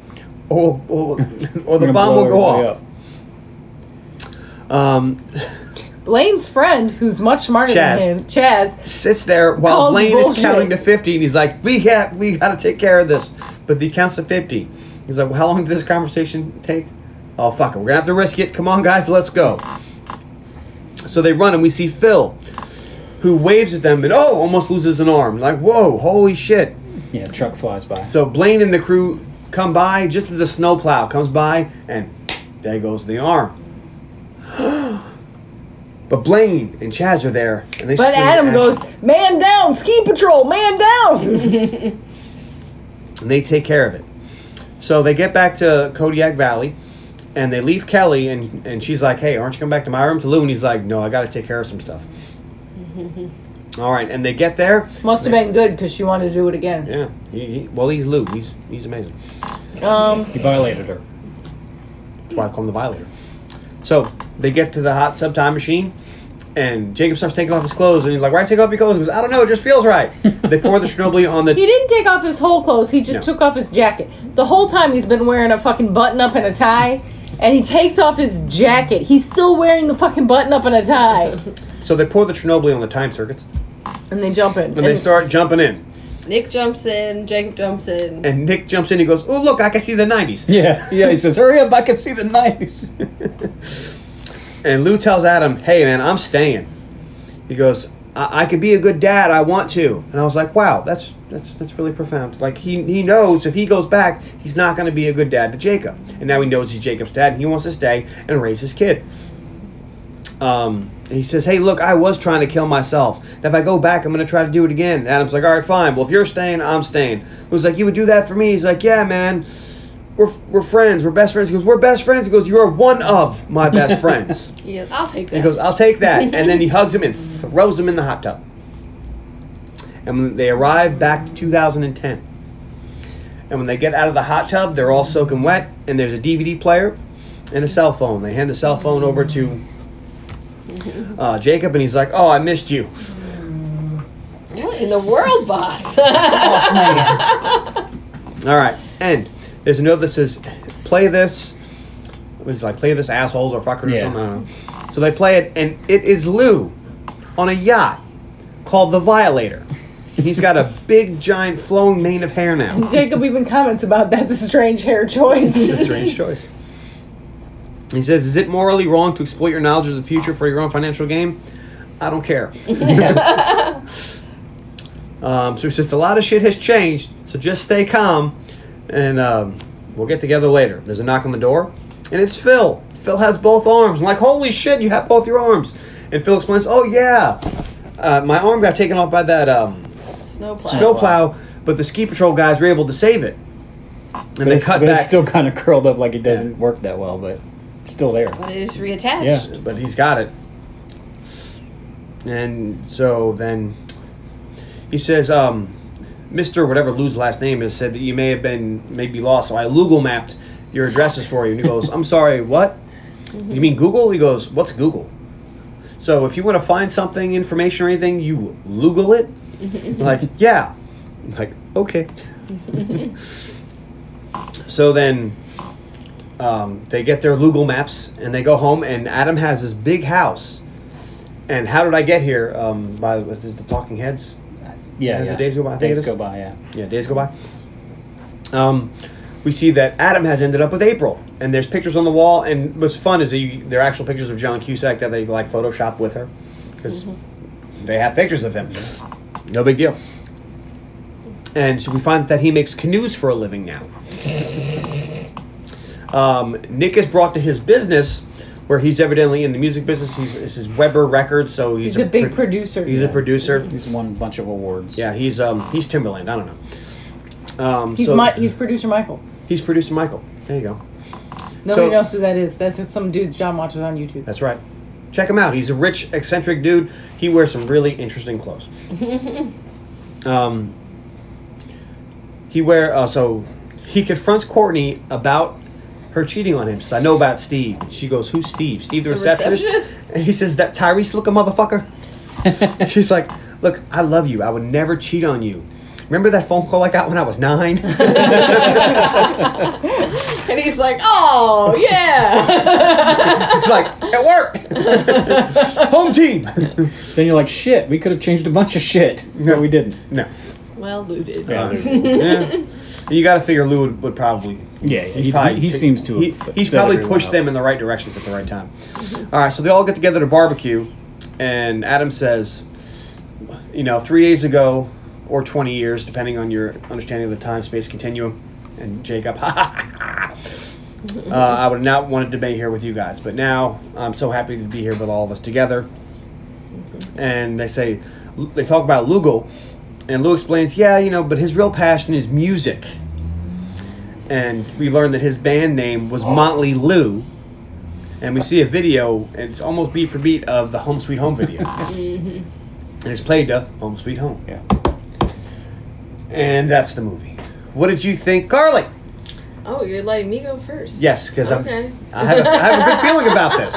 or, or, or
We're
the bomb
gonna blow
will go
everybody
off. Um,
Blaine's friend, who's much smarter
Chaz.
than him, Chaz,
sits there while
Calls
Blaine is
bullshit.
counting to 50 and he's like, we have, we got to take care of this. But he counts to 50. He's like, well, how long did this conversation take? Oh, fuck it. We're going to have to risk it. Come on, guys, let's go. So they run and we see Phil, who waves at them and, oh, almost loses an arm. Like, whoa, holy shit.
Yeah, truck flies by.
So Blaine and the crew come by just as a snowplow comes by, and there goes the arm. [gasps] but Blaine and Chaz are there, and they.
But
spring to
Adam
action.
goes, man down, ski patrol, man down. [laughs]
and they take care of it. So they get back to Kodiak Valley, and they leave Kelly, and, and she's like, "Hey, aren't you coming back to my room to Lou?" And he's like, "No, I got to take care of
[laughs]
some stuff." All right, and they get there.
Must have been good because she wanted to do it again.
Yeah, he, he, well, he's Lou. He's he's amazing.
Um,
He violated her.
That's why I call him the violator. So they get to the hot sub time machine, and Jacob starts taking off his clothes, and he's like, "Why take off your clothes?" He goes, "I don't know. It just feels right." they pour the Chernobyl on
[laughs]
the
he didn't take off his whole clothes. He just
No.
took off his jacket. The whole time he's been wearing a fucking button up and a tie. And he takes off his jacket. He's still wearing the fucking button up and a
[laughs]
tie.
so they pour the Chernobyl on the time circuits,
And they jump in.
and they start jumping in.
Nick jumps in, Jacob jumps in.
And Nick jumps in. He goes, "Oh look, I can see the '90s."
Yeah, [laughs] yeah. He says, "Hurry up! I can see the nineties.
And Lou tells Adam, hey, man, I'm staying. He goes, I, I could be a good dad. I want to. And I was like, wow, that's that's that's really profound. Like, he, he knows if he goes back, he's not going to be a good dad to Jacob. And now he knows he's Jacob's dad, and he wants to stay and raise his kid. Um, and he says, hey, look, I was trying to kill myself. And if I go back, I'm going to try to do it again. And Adam's like, all right, fine. Well, if you're staying, I'm staying. Lou's like, you would do that for me? He's like, yeah, man. We're, we're friends. We're best friends. He goes, we're best friends. He goes, you're one of my best friends.
Yeah, I'll take that.
And he goes, I'll take that. and
[laughs]
then he hugs him and throws him in the hot tub. And when they arrive back to 2010. And when they get out of the hot tub, they're all soaking wet, and there's a DVD player and a cell phone. They hand the cell phone over to uh, Jacob, and he's like, Oh, I missed you.
what in the world, boss? [laughs]
All right. And there's a note that says, Play this. It was like, Play this, assholes, or fuckers,
Yeah.
or something. I don't know. So they play it, and it is Lou on a yacht called The Violator. He's got a big, giant, flowing mane of hair now.
Jacob even comments about that's a strange hair choice. [laughs]
It's a strange choice. He says, "Is it morally wrong to exploit your knowledge of the future for your own financial gain?" I don't
[laughs]
care. um, so it's just a lot of shit has changed. So just stay calm, and um, we'll get together later. There's a knock on the door, and it's Phil. Phil has both arms. I'm like, holy shit, you have both your arms. And Phil explains, "Oh yeah, uh, my arm got taken off by that um,
Snowplow.
snowplow, but the ski patrol guys were able to save it." And
But,
they
it's,
cut
but
back.
it's still kind of curled up, like it doesn't work that well, but it's still there.
Oh,
But it is reattached.
Yeah.
but he's got it. And so then he says, um, Mr. whatever Lou's last name is said that you may have been maybe lost, so I Google mapped your addresses for you. And he goes, I'm sorry, what? You mean Google? He goes, What's Google? So if you want to find something, information or anything, you Google it. like, yeah. Like, okay. so then um, they get their Google Maps and they go home. And Adam has this big house. And how did I get here? Um, by was it the Talking Heads?
Yeah,
As the days go by, I think it
Days
is.
go by. Yeah.
Yeah, days go by. Um, we see that Adam has ended up with April, and there's pictures on the wall. And what's fun is that you, they're actual pictures of John Cusack that they like Photoshop with her, because
Mm-hmm.
they have pictures of him. No big deal. And so we find that he makes canoes for a
[laughs]
living now. Um, Nick is brought to his business, where he's evidently in the music business. He's this is Weber Records, so he's,
he's a big
pro-
producer.
He's a producer.
He's won a bunch of awards.
Yeah, he's um he's Timberland. I don't know. Um,
He's
so
my, he's producer Michael.
he's producer Michael. There you go.
Nobody
So-
knows who that is. That's some dude John watches on YouTube.
That's right. Check him out. He's a rich, eccentric dude. He wears some really interesting clothes. um, he wear uh, so he confronts Courtney about her cheating on him. She says, "I know about Steve." She goes, "Who's Steve? Steve the,
The
receptionist?
receptionist?
And he says, "That Tyrese look a motherfucker." She's like, "Look, I love you. I would never cheat on you." Remember that phone call I got when I was nine?
And he's like, oh,
[laughs]
yeah.
it's like, it worked! Home team! [laughs]
Then you're like, shit, we could have changed a bunch of shit. No,
No.
we didn't.
no.
Well, looted.
Yeah. You gotta figure Lou would, would probably.
Yeah, he- he- he
ta-
seems to
He,
have
he's
set
probably
everyone
pushed
up.
them in the right directions at the right time. All right, so they all get together to barbecue, and Adam says, you know, three days ago or 20 years, depending on your understanding of the time space continuum. And Jacob, [laughs] uh, I would not wanted to be here with you guys, but now I'm so happy to be here with all of us together and they say they talk about Lugo, and Lou explains, yeah, you know, but his real passion is music. And we learn that his band name was Motley Lou, and we see a video, and it's almost beat for beat of the Home Sweet Home video, and it's played to Home Sweet Home,
Yeah.
and that's the movie. What did you think, Carly?
Oh, you're letting me go first.
Yes, because
Okay.
I'm. I have, a, I have a good feeling about this.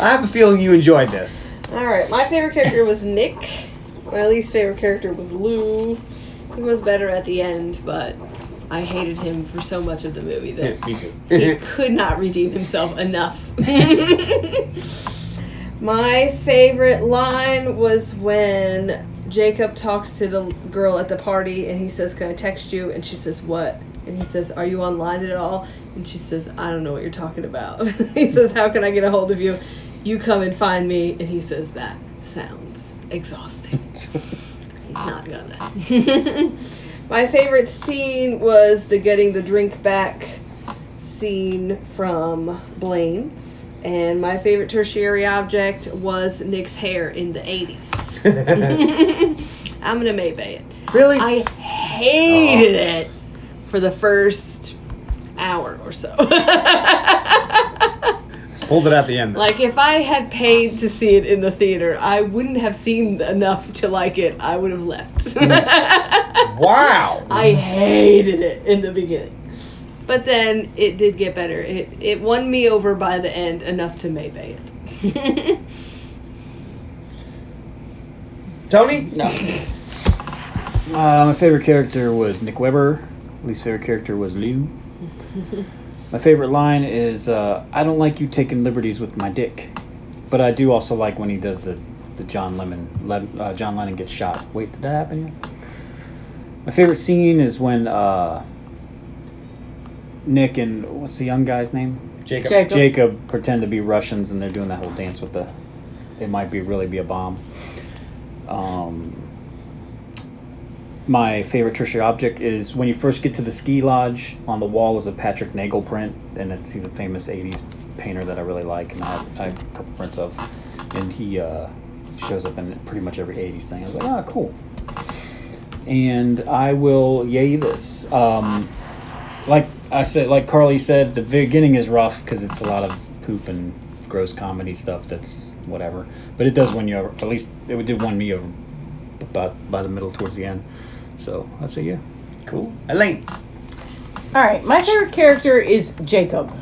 I have a feeling you enjoyed this.
All right, my favorite character was Nick. My least favorite character was Lou. He was better at the end, but I hated him for so much of the movie that
Me too. [laughs]
he could not redeem himself enough. My favorite line was when Jacob talks to the girl at the party and he says, Can I text you? And she says, What? And he says, Are you online at all? And she says, I don't know what you're talking about. [laughs] he says, How can I get a hold of you? You come and find me. And he says, That sounds exhausting. He's not gonna. [laughs] My favorite scene was the getting the drink back scene from Blaine. And my favorite tertiary object was Nick's hair in the 80s. I'm going to Maybay it.
Really?
I hated it for the first hour or so. [laughs]
Pulled it at the end. though.
like, if I had paid to see it in the theater, I wouldn't have seen enough to like it. I would have left. [laughs]
wow.
I hated it in the beginning. But then it did get better. It it won me over by the end enough to maybe it.
Tony?
No.
Uh, my favorite character was Nick Weber. Least favorite character was Lou. my favorite line is uh, I don't like you taking liberties with my dick. But I do also like when he does the, the John Lemon. Le- uh, John Lennon gets shot. Wait, did that happen yet? My favorite scene is when uh, Nick and what's the young guy's name?
Jacob.
Jacob.
Jacob pretend to be Russians and they're doing that whole dance with the. It might be really be a bomb. Um, my favorite tertiary object is when you first get to the ski lodge. On the wall is a Patrick Nagel print, and it's he's a famous '80s painter that I really like, and I have, I have a couple prints of, and he uh, shows up in pretty much every '80s thing. I was like, ah, cool. And I will yay this. Um, like I said, like Carly said, the beginning is rough because it's a lot of poop and gross comedy stuff. That's whatever, but it does win you over. At least it did win me over by, by the middle towards the end. So I'd say yeah.
Cool. Elaine.
All right, my favorite character is Jacob.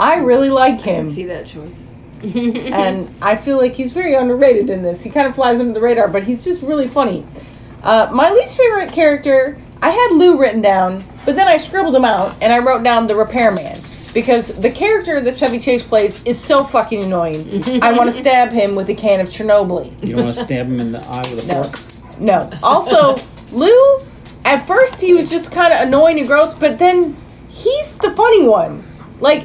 I really like him.
See that choice.
and I feel like he's very underrated in this. He kind of flies under the radar, but he's just really funny. Uh, my least favorite character, I had Lou written down, but then I scribbled him out and I wrote down the repairman because the character that Chevy Chase plays is so fucking
[laughs]
annoying. I want to stab him with a can of Chernobyl. [laughs]
You don't want to stab him in the eye with a
No.
fork.
No. Also, Lou, at first he was just kind of annoying and gross, but then he's the funny one. Like,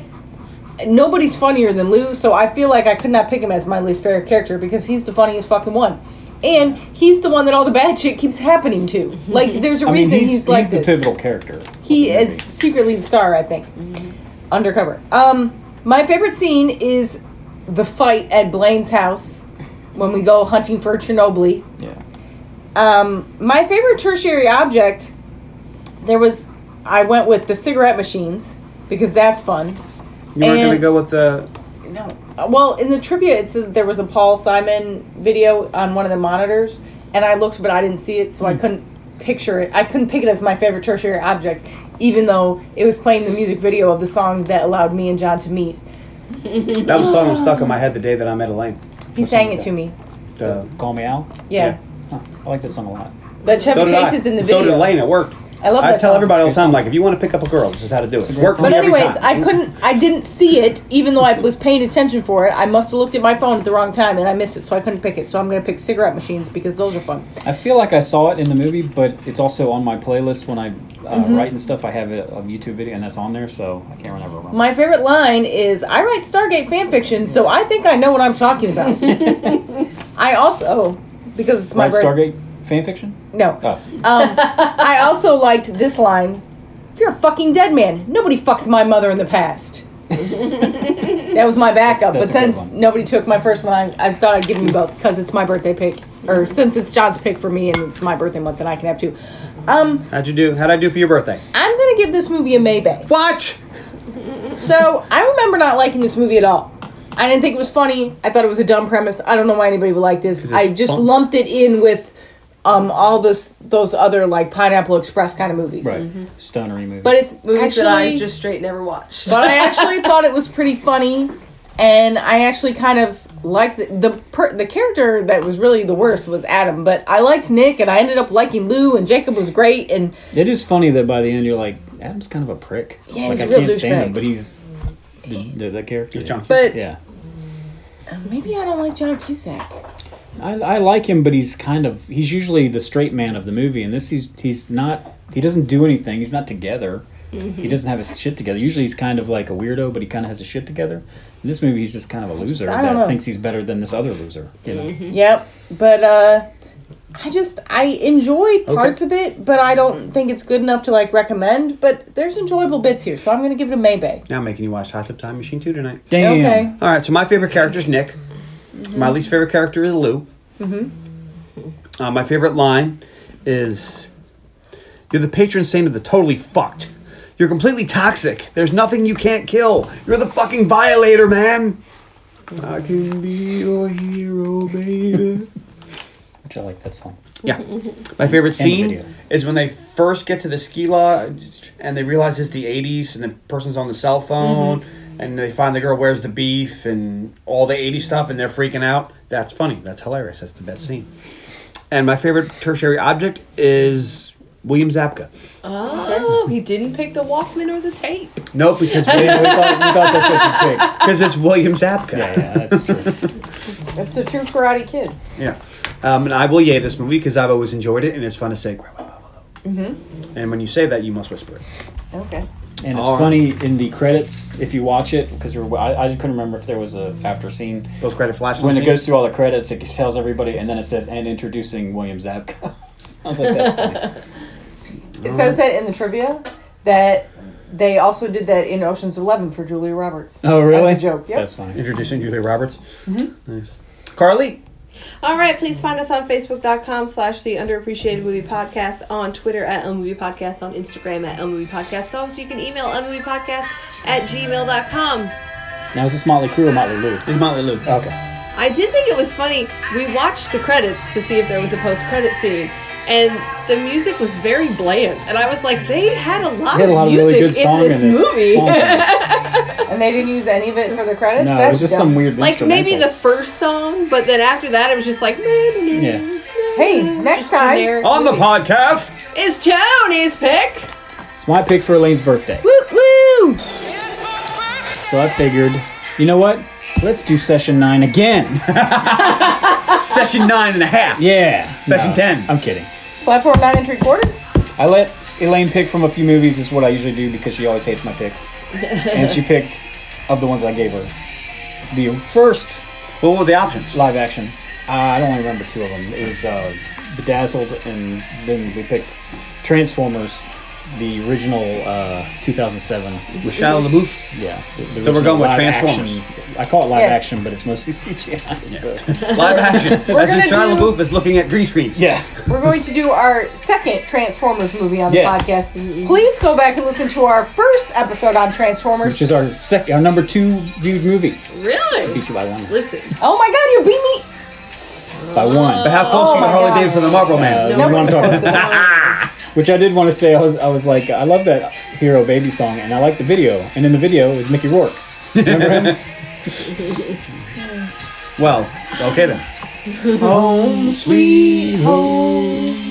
nobody's funnier than Lou, so I feel like I could not pick him as my least favorite character because he's the funniest fucking one. And he's the one that all the bad shit keeps happening to. Like, there's a
I mean,
reason
he's,
he's, like
he's the
this.
pivotal character.
He is secretly the star, I think. Undercover. Um, my favorite scene is the fight at Blaine's house when we go hunting for Chernobyl.
Yeah.
Um, my favorite tertiary object, there was, I went with the cigarette machines because that's fun.
You weren't going to
And-
go with the.
No. Uh, Well, in the trivia, it said that there was a Paul Simon video on one of the monitors, and I looked, but I didn't see it, so
Hmm.
I couldn't picture it. I couldn't pick it as my favorite tertiary object, even though it was playing the music video of the song that allowed me and John to meet.
That was something that stuck in my head the day that I met Elaine.
He sang it to me.
The,
Uh, Call me Al.
Yeah.
Huh, I like that song a lot.
But Chevy
So did
Chase
I.
is in the
so
video.
did Lane at work.
I love that
tell
song.
everybody all the time, like, if you want to pick up a girl, this is how to do it. Work
But
me every
anyways,
time.
I couldn't. I didn't see it, even though I was paying attention for it. I must have looked at my phone at the wrong time, and I missed it, so I couldn't pick it. So I'm gonna pick cigarette machines because those are fun.
I feel like I saw it in the movie, but it's also on my playlist when I uh,
Mm-hmm.
write and stuff. I have a, a YouTube video, and that's on there, so I can't remember.
My favorite line is, "I write Stargate fan fiction, so I think I know what I'm talking
[laughs]
about." I also, because it's my
Right,
birthday.
Stargate fan fiction.
No.
Oh.
Um, I also liked this line. You're a fucking dead man. Nobody fucks my mother in the past. that was my backup,
That's- that's
but
a good
since
one.
nobody took my first one, I, I thought I'd give you both because it's my birthday pick, or since it's John's pick for me and it's my birthday month, then I can have two. Um,
How'd you do? How'd I do for your birthday?
I'm gonna give this movie a Maybay.
What?
So I remember not liking this movie at all. I didn't think it was funny. I thought it was a dumb premise. I don't know why anybody would like this. I just
fun.
lumped it in with um, all those those other like Pineapple Express kind of movies.
Right. Stonery movie.
mm-hmm. But it's
Movies
actually,
that I just straight never watched. [laughs]
but I actually thought it was pretty funny, and I actually kind of liked the the, per, the character that was really the worst was Adam, but I liked Nick, and I ended up liking Lou, and Jacob was great, and
it is funny that by the end you're like, Adam's kind of a prick.
Yeah,
like
he's
I
a real
can't stand him,
douchebag.
but he's the, the, the character.
He's junky.
but
Yeah.
maybe I don't like John Cusack.
I, I like him, but he's kind of he's usually the straight man of the movie, and this he's he's not he doesn't do anything. He's not together.
Mm-hmm.
He doesn't have his shit together. Usually he's kind of like a weirdo, but he kind of has his shit together. In this movie, he's just kind of a loser
I
that
don't know. Mm-hmm.
thinks he's better than this other loser. You know,
Yep, but uh, I just I enjoyed parts of it, but I don't think it's good enough to like recommend. But there's enjoyable bits here, so I'm gonna give it a Maybay.
Now I'm making you watch Hot Tub Time Machine 2 tonight.
damn.
Okay.
All right, so my favorite character is Nick.
Mm-hmm.
My least favorite character is Lou. Uh, my favorite line is You're the patron saint of the totally fucked. You're completely toxic. There's nothing you can't kill. You're the fucking violator, man. I can be your hero, baby.
Which I like that song.
yeah. My favorite
video.
scene is when they first get to the ski lodge and they realize it's the 80s and the person's on the cell phone and they find the girl wears the beef and all the 80s stuff and they're freaking out. That's funny. That's hilarious. That's the best scene. And my favorite tertiary object is William Zabka.
oh, he didn't pick the Walkman or the tape.
Nope, because
we, [laughs]
William-
thought, we thought that's what you picked.
'cause it's William Zabka.
Yeah, that's true.
That's the true Karate Kid.
Yeah. Um, and I will yay this movie because I've always enjoyed it and it's fun to say. Mm-hmm. And when you say that, you must whisper it.
Okay.
And it's
All right.
funny in the credits if you watch it because I, I couldn't remember if there was a after scene.
Those credit flash
when
scene.
it goes through all the credits, it tells everybody, and then it says, "And introducing William Zabka." [laughs] I was like,
[laughs]
"That's funny."
It
Mm-hmm.
says that in the trivia that they also did that in Ocean's Eleven for Julia Roberts.
oh, really?
That's a joke. Yep.
That's funny.
Introducing Julia Roberts.
Mm-hmm.
Nice. Carly.
All right, please find us on Facebook.com slash The Underappreciated Movie Podcast, on Twitter at Unmovie Podcast, on Instagram at Unmovie Podcast. Also, you can email unmoviepodcast at gmail.com.
Now is this Motley Crue or Motley Lou?
It's Motley Lou.
Okay.
I did think it was funny. We watched the credits to see if there was a post credit scene, and the music was very bland. And I was like, they had a lot,
They had a lot of
music
really good song
in this movie. [laughs]
song in this.
And they didn't use any of it for the credits.
No,
That's
it was just
dumb.
some weird.
like maybe the
instrumentals.
first song, but then after that, it was just like,
Yeah.
Hey, next time.
generic
On the
movie.
podcast.
is Tony's pick.
It's my pick for Elaine's birthday,
It's my birthday.
so I figured, you know what? Let's do session nine again. [laughs]
Session nine and a half.
Yeah.
Session 10.
I'm kidding.
Platform nine and three quarters.
I let Elaine pick from a few movies. Is what I usually do because she always hates my picks, and she picked of the ones I gave her. The first
What were the options?
live action. Uh, I don't remember two of them. It was uh, Bedazzled, and then we picked Transformers, the original uh, 2007.
With Shia LaBeouf.
Yeah. the- the
So we're
original
going with
live
Transformers.
action. I call it live
Yes.
action, but it's mostly [laughs] CGI. So.
Live action. That's when
gonna
Shia
do- Oh,
LaBeouf is looking at green screens.
Yeah.
We're going to do our second Transformers movie on the
Yes.
podcast. Please go back and listen to our first episode on Transformers.
Which is our sec- our number two viewed movie.
Really?
Beat you by one.
Listen,
oh my god, you beat me!
By one.
But how close
Oh
were
my
Harley
God.
Davidson and the Marlboro Man?
Uh,
No
we want
one's
to talk [laughs]
close to
Which I did want to say, I was, I was like, I love that Hero Baby song, and I like the video. And in the video is Mickey Rourke. Remember him?
Well, okay then. Home sweet home.